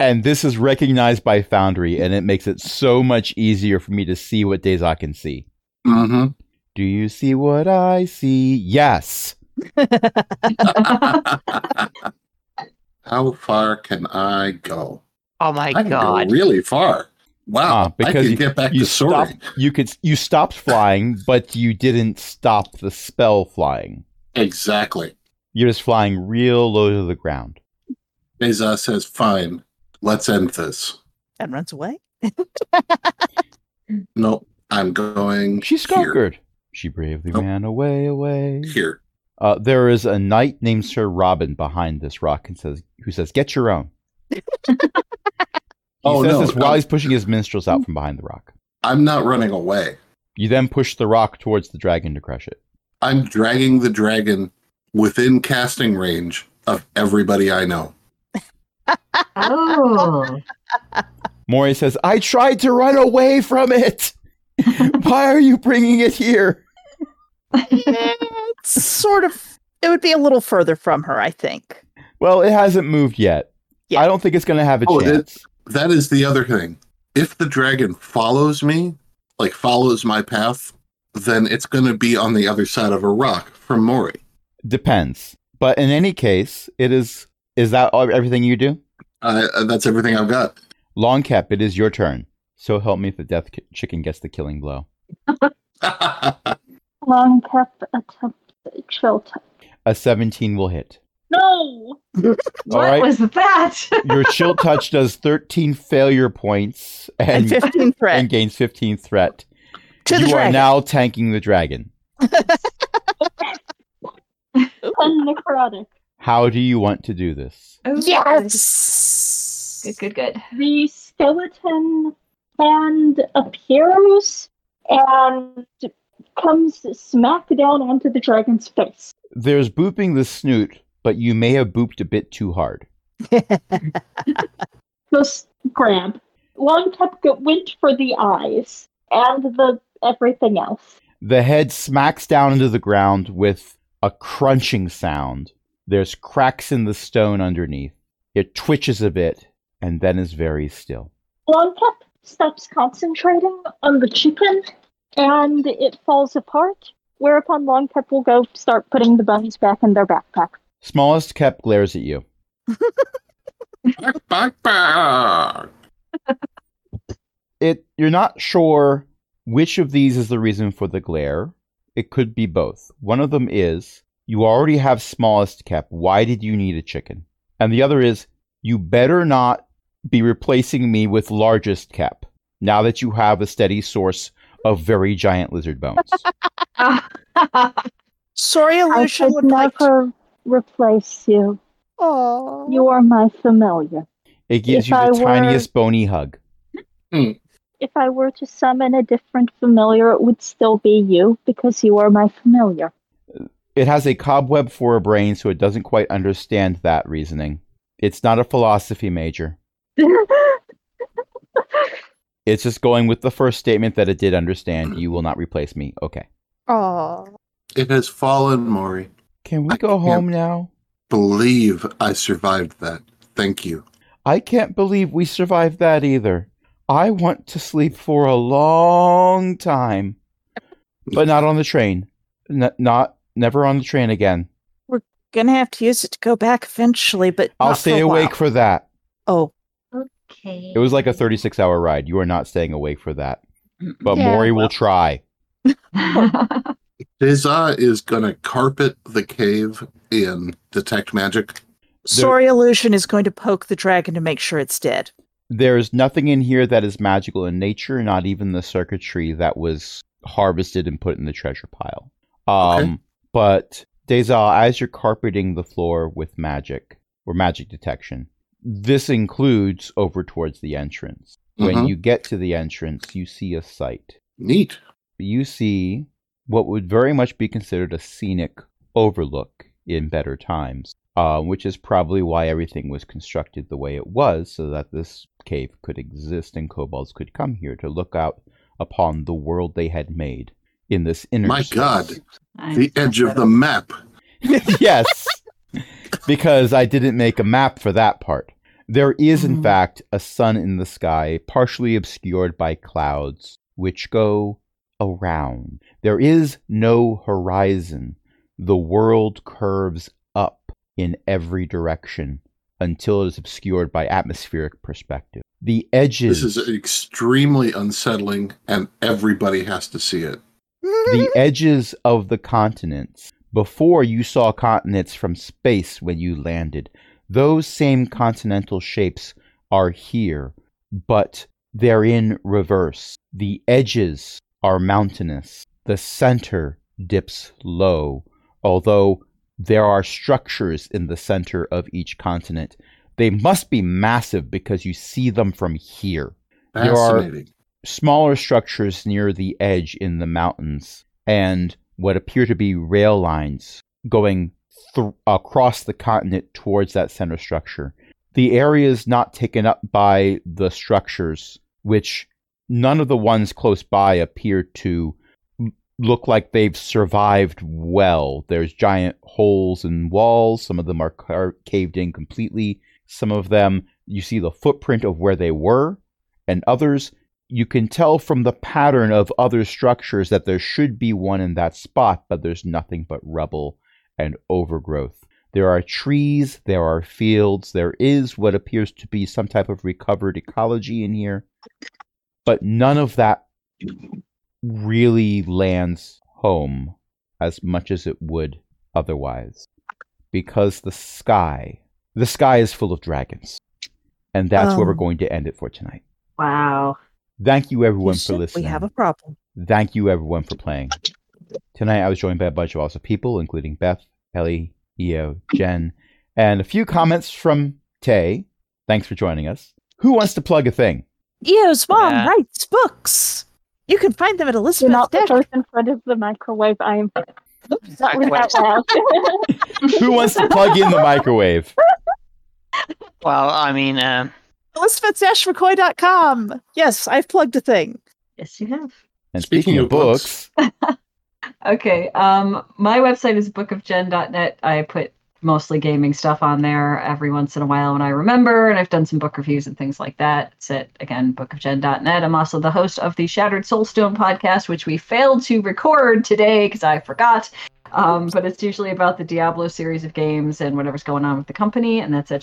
[SPEAKER 2] And this is recognized by Foundry, and it makes it so much easier for me to see what Dazak can see.
[SPEAKER 3] Mm-hmm.
[SPEAKER 2] Do you see what I see? Yes.
[SPEAKER 3] How far can I go?
[SPEAKER 6] Oh my
[SPEAKER 3] I can
[SPEAKER 6] god.
[SPEAKER 3] go really far. Wow.
[SPEAKER 2] Ah, because
[SPEAKER 3] I can
[SPEAKER 2] you-
[SPEAKER 3] get back
[SPEAKER 2] you
[SPEAKER 3] to sorry.
[SPEAKER 2] stopped- You could you stopped flying, but you didn't stop the spell flying.
[SPEAKER 3] Exactly.
[SPEAKER 2] You're just flying real low to the ground.
[SPEAKER 3] Deza says, fine, let's end this.
[SPEAKER 1] and runs away.
[SPEAKER 3] No, I'm going
[SPEAKER 2] She
[SPEAKER 3] here.
[SPEAKER 2] skulkered. She bravely
[SPEAKER 3] Oh.
[SPEAKER 2] ran away, away.
[SPEAKER 3] Here.
[SPEAKER 2] Uh, there is a knight named Sir Robin behind this rock and says, who says, "Get your own." He
[SPEAKER 3] Oh
[SPEAKER 2] says
[SPEAKER 3] no,
[SPEAKER 2] this while
[SPEAKER 3] no,
[SPEAKER 2] he's pushing his minstrels out from behind the rock.
[SPEAKER 3] I'm not running away.
[SPEAKER 2] You then push the rock towards the dragon to crush it.
[SPEAKER 3] I'm dragging the dragon within casting range of everybody I know.
[SPEAKER 4] Oh.
[SPEAKER 2] Mori says, "I tried to run away from it. Why are you bringing it here?"
[SPEAKER 1] it's sort of. It would be a little further from her, I think.
[SPEAKER 2] Well, it hasn't moved yet.
[SPEAKER 1] Yeah.
[SPEAKER 2] I don't think it's going to have a
[SPEAKER 3] Oh, it
[SPEAKER 2] chance.
[SPEAKER 3] That is the other thing. If the dragon follows me, like follows my path, then it's going to be on the other side of a rock from Mori.
[SPEAKER 2] Depends. But in any case, it is. Is that all, everything you do?
[SPEAKER 3] Uh, uh, that's everything I've got.
[SPEAKER 2] Long cap, it is your turn. So help me if the death ki- chicken gets the killing blow.
[SPEAKER 5] long kept attempt at chill touch.
[SPEAKER 2] A 17 will hit.
[SPEAKER 5] No.
[SPEAKER 2] All
[SPEAKER 4] What
[SPEAKER 2] right.
[SPEAKER 4] was that?
[SPEAKER 2] Your chill touch does 13 failure points
[SPEAKER 1] And,
[SPEAKER 2] and,
[SPEAKER 1] 15 threat
[SPEAKER 2] and gains 15 threat.
[SPEAKER 1] to the
[SPEAKER 2] you are
[SPEAKER 1] dragon.
[SPEAKER 2] now tanking the dragon.
[SPEAKER 5] Ten necrotic.
[SPEAKER 2] How do you want to do this?
[SPEAKER 4] Oh,
[SPEAKER 1] yes.
[SPEAKER 4] Good, good, good.
[SPEAKER 5] The skeleton hand appears and comes smack down onto the dragon's face.
[SPEAKER 2] There's booping the snoot, but you may have booped a bit too hard.
[SPEAKER 5] Just grab. Long cup go- went for the eyes and the everything else.
[SPEAKER 2] The head smacks down into the ground with a crunching sound. There's cracks in the stone underneath. It twitches a bit and then is very still.
[SPEAKER 5] Long cup stops concentrating on the chicken and it falls apart. Whereupon Long Cup will go start putting the bones back in their backpack.
[SPEAKER 2] Smallest cap glares at you.
[SPEAKER 3] Bark, bark, bark.
[SPEAKER 2] it you're not sure which of these is the reason for the glare. It could be both. One of them is you already have smallest cap. Why did you need a chicken? And the other is you better not be replacing me with largest cap now that you have a steady source of very giant lizard bones.
[SPEAKER 1] Sorry,
[SPEAKER 5] I
[SPEAKER 1] illusion
[SPEAKER 5] should
[SPEAKER 1] would like. To-
[SPEAKER 5] never replace you.
[SPEAKER 1] Aw.
[SPEAKER 5] You are my familiar.
[SPEAKER 2] It gives
[SPEAKER 5] If
[SPEAKER 2] you the
[SPEAKER 5] I were-
[SPEAKER 2] tiniest bony hug.
[SPEAKER 5] If I were to summon a different familiar, it would still be you because you are my familiar.
[SPEAKER 2] It has a cobweb for a brain, so it doesn't quite understand that reasoning. It's not a philosophy major. It's just going with the first statement that it did understand. You will not replace me. Okay.
[SPEAKER 1] Aw.
[SPEAKER 3] It has fallen, Mori.
[SPEAKER 2] Can
[SPEAKER 3] I
[SPEAKER 2] we go
[SPEAKER 3] can't-
[SPEAKER 2] home now?
[SPEAKER 3] Believe I survived that. Thank you.
[SPEAKER 2] I can't believe we survived that either. I want to sleep for a long time, but not on the train. N- not never on the train again.
[SPEAKER 1] Gonna have to use it to go back eventually, but
[SPEAKER 2] I'll
[SPEAKER 1] not for
[SPEAKER 2] stay
[SPEAKER 1] a while.
[SPEAKER 2] awake for that.
[SPEAKER 1] Oh,
[SPEAKER 4] Okay.
[SPEAKER 2] It was like a 36 hour ride. You are not staying awake for that. But
[SPEAKER 5] Yeah.
[SPEAKER 2] Maury will try.
[SPEAKER 3] Deza is gonna carpet the cave in detect magic.
[SPEAKER 1] sorry, illusion is going to poke the dragon to make sure it's dead.
[SPEAKER 2] There's nothing in here that is magical in nature, not even the circuitry that was harvested and put in the treasure pile. Um,
[SPEAKER 3] Okay.
[SPEAKER 2] But, Deza, as you're carpeting the floor with magic or magic detection, this includes over towards the entrance. When
[SPEAKER 3] Mhm.
[SPEAKER 2] you get to the entrance, you see a sight.
[SPEAKER 3] Neat.
[SPEAKER 2] you see what would very much be considered a scenic overlook in better times, uh, which is probably why everything was constructed the way it was, so that this cave could exist and kobolds could come here to look out upon the world they had made in this inner.
[SPEAKER 3] My
[SPEAKER 2] space.
[SPEAKER 3] God. The edge of the map.
[SPEAKER 2] yes, because I didn't make a map for that part. There is, in
[SPEAKER 3] Mm-hmm.
[SPEAKER 4] Mhm.
[SPEAKER 2] fact, a sun in the sky, partially obscured by clouds, which go around. There is no horizon. The world curves up in every direction until it is obscured by atmospheric perspective. The edges.
[SPEAKER 3] This is extremely unsettling, and everybody has to see it.
[SPEAKER 2] the edges of the continents. Before you saw continents from space when you landed, those same continental shapes are here, but they're in reverse. The edges are mountainous, the center dips low, although there are structures in the center of each continent. They must be massive because you see them from here There are-
[SPEAKER 3] Fascinating.
[SPEAKER 2] smaller structures near the edge in the mountains and what appear to be rail lines going th- across the continent towards that center structure. The areas not taken up by the structures, which none of the ones close by appear to m- look like they've survived well. There's giant holes in walls, some of them are car- caved in completely, some of them you see the footprint of where they were, and others you can tell from the pattern of other structures that there should be one in that spot, but there's nothing but rubble and overgrowth. There are trees, there are fields, there is what appears to be some type of recovered ecology in here, but none of that really lands home as much as it would otherwise. Because the sky, the sky is full of dragons. And that's where we're
[SPEAKER 1] Um.
[SPEAKER 2] going to end it for tonight.
[SPEAKER 4] Wow.
[SPEAKER 2] Thank you everyone for
[SPEAKER 1] Houston, we
[SPEAKER 2] listening.
[SPEAKER 1] have a problem.
[SPEAKER 2] Thank you everyone for playing. Tonight I was joined by a bunch of awesome people, including Beth, Ellie, Eo, Jen, and a few comments from Tay. Thanks for joining us. Who wants to plug a thing?
[SPEAKER 1] Eo's mom
[SPEAKER 6] Yeah.
[SPEAKER 1] writes books. You can find them at
[SPEAKER 5] Do
[SPEAKER 1] Elizabeth's
[SPEAKER 5] not put
[SPEAKER 1] desk.
[SPEAKER 5] those in front of the microwave. I am that was
[SPEAKER 6] Microwave.
[SPEAKER 5] that loud.
[SPEAKER 2] Who wants to plug in the microwave?
[SPEAKER 6] Well, I mean, um,
[SPEAKER 1] Elizabeth's-McCoy.com. Yes, I've plugged a thing.
[SPEAKER 4] Yes, you have.
[SPEAKER 2] And speaking,
[SPEAKER 3] Speaking
[SPEAKER 2] of
[SPEAKER 3] of books.
[SPEAKER 2] books,
[SPEAKER 4] Okay. Um, my website is bookofgen.net. I put mostly gaming stuff on there every once in a while when I remember, and I've done some book reviews and things like that. It's at again bookofgen.net. I'm also the host of the Shattered Soulstone podcast, which we failed to record today because I forgot. Um, but it's usually about the Diablo series of games and whatever's going on with the company, and that's at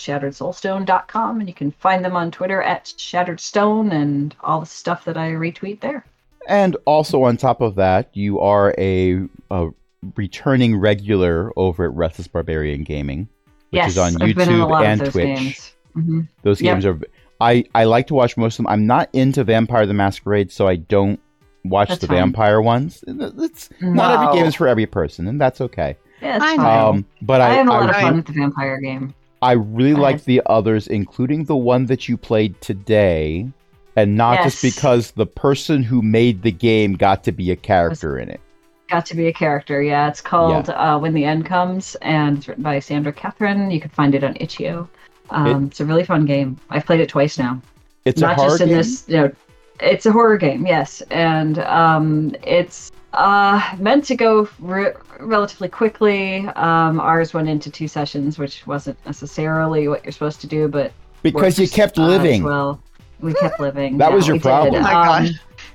[SPEAKER 4] shatteredsoulstone.com. And you can find them on Twitter at shatteredstone and all the stuff that I retweet there.
[SPEAKER 2] and also on top of that, you are a, a returning regular over at Restless Barbarian Gaming, which
[SPEAKER 4] yes,
[SPEAKER 2] is on
[SPEAKER 4] I've been in a
[SPEAKER 2] YouTube
[SPEAKER 4] lot
[SPEAKER 2] and
[SPEAKER 4] of those
[SPEAKER 2] Twitch.
[SPEAKER 4] games. Mhm.
[SPEAKER 2] Those
[SPEAKER 4] Yep.
[SPEAKER 2] games are. I I like to watch most of them. I'm not into Vampire the Masquerade, so I don't watch
[SPEAKER 4] That's
[SPEAKER 2] the
[SPEAKER 4] fine.
[SPEAKER 2] vampire ones. It's not every game is for every person, and that's okay.
[SPEAKER 4] Yeah, it's
[SPEAKER 1] I
[SPEAKER 4] fine.
[SPEAKER 1] know.
[SPEAKER 2] Um, but
[SPEAKER 4] I
[SPEAKER 2] I
[SPEAKER 4] had a lot
[SPEAKER 2] I,
[SPEAKER 4] of fun
[SPEAKER 2] re-
[SPEAKER 4] with the vampire game.
[SPEAKER 2] I really
[SPEAKER 4] I
[SPEAKER 2] like
[SPEAKER 4] had-
[SPEAKER 2] the others, including the one that you played today, and not just
[SPEAKER 4] Yes.
[SPEAKER 2] because the person who made the game got to be a character in it.
[SPEAKER 4] Got to be a character. Yeah, it's called Uh, When the End Comes, and it's written by Sandra Catherine. You can find it on itch.io. Um, It's a really fun game. I've played it twice now.
[SPEAKER 2] It's a
[SPEAKER 4] Not
[SPEAKER 2] horror
[SPEAKER 4] just in
[SPEAKER 2] game.
[SPEAKER 4] this. You know, it's a horror game. Yes, and um, it's uh, meant to go re- relatively quickly. Um, ours went into two sessions, which wasn't necessarily what you're supposed to do, but
[SPEAKER 2] because you
[SPEAKER 4] works,
[SPEAKER 2] kept
[SPEAKER 4] uh, as
[SPEAKER 2] living.
[SPEAKER 4] well, we kept living.
[SPEAKER 2] That was your
[SPEAKER 4] Yeah, we did. Um,
[SPEAKER 2] problem.
[SPEAKER 6] Oh my gosh.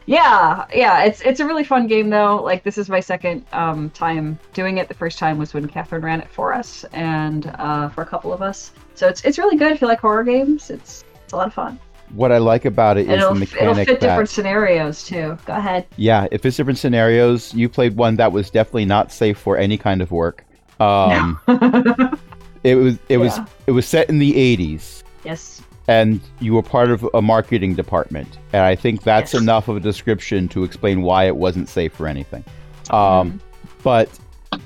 [SPEAKER 4] Yeah, yeah, it's it's a really fun game though. Like this is my second um, time doing it. The first time was when Catherine ran it for us and uh, for a couple of us. So it's it's really good if you like horror games. It's it's a lot of fun.
[SPEAKER 2] What I like about it
[SPEAKER 4] And
[SPEAKER 2] is the
[SPEAKER 4] it'll f- it'll
[SPEAKER 2] mechanic
[SPEAKER 4] fit
[SPEAKER 2] that
[SPEAKER 4] different scenarios too. Go ahead.
[SPEAKER 2] yeah, if it's different scenarios, you played one that was definitely not safe for any kind of work. Um, it was it was
[SPEAKER 4] Yeah.
[SPEAKER 2] it was set in the '80s.
[SPEAKER 4] yes.
[SPEAKER 2] and you were part of a marketing department. And I think that's
[SPEAKER 4] Yes.
[SPEAKER 2] enough of a description to explain why it wasn't safe for anything.
[SPEAKER 4] Mm-hmm.
[SPEAKER 2] Um, but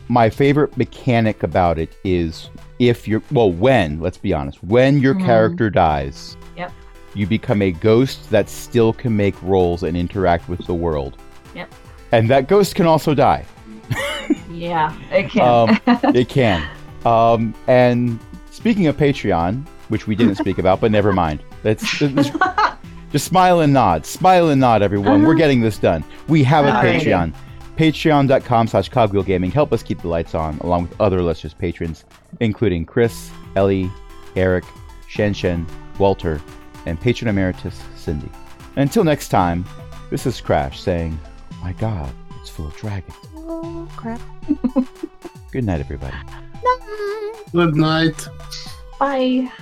[SPEAKER 2] my favorite mechanic about it is if you're, well, when, let's be honest, when your
[SPEAKER 4] Mhm.
[SPEAKER 2] character dies,
[SPEAKER 4] Yep.
[SPEAKER 2] you become a ghost that still can make rolls and interact with the world.
[SPEAKER 4] Yep.
[SPEAKER 2] And that ghost can also die.
[SPEAKER 4] yeah, it can.
[SPEAKER 2] Um, it can. Um, and speaking of Patreon, which we didn't speak about, but never mind. That's that's- just smile and nod, smile and nod, everyone. We're getting this done. We have a
[SPEAKER 6] Alrighty.
[SPEAKER 2] Patreon. Patreon.com slash Cogwheel Gaming. Help us keep the lights on, along with other illustrious patrons, including Chris, Ellie, Eric, Shen Shen, Walter, and patron emeritus Cindy. Until next time, this is Crash saying, My God, it's full of dragons.
[SPEAKER 1] Oh, crap.
[SPEAKER 2] Good night, everybody.
[SPEAKER 3] Good night.
[SPEAKER 4] Bye.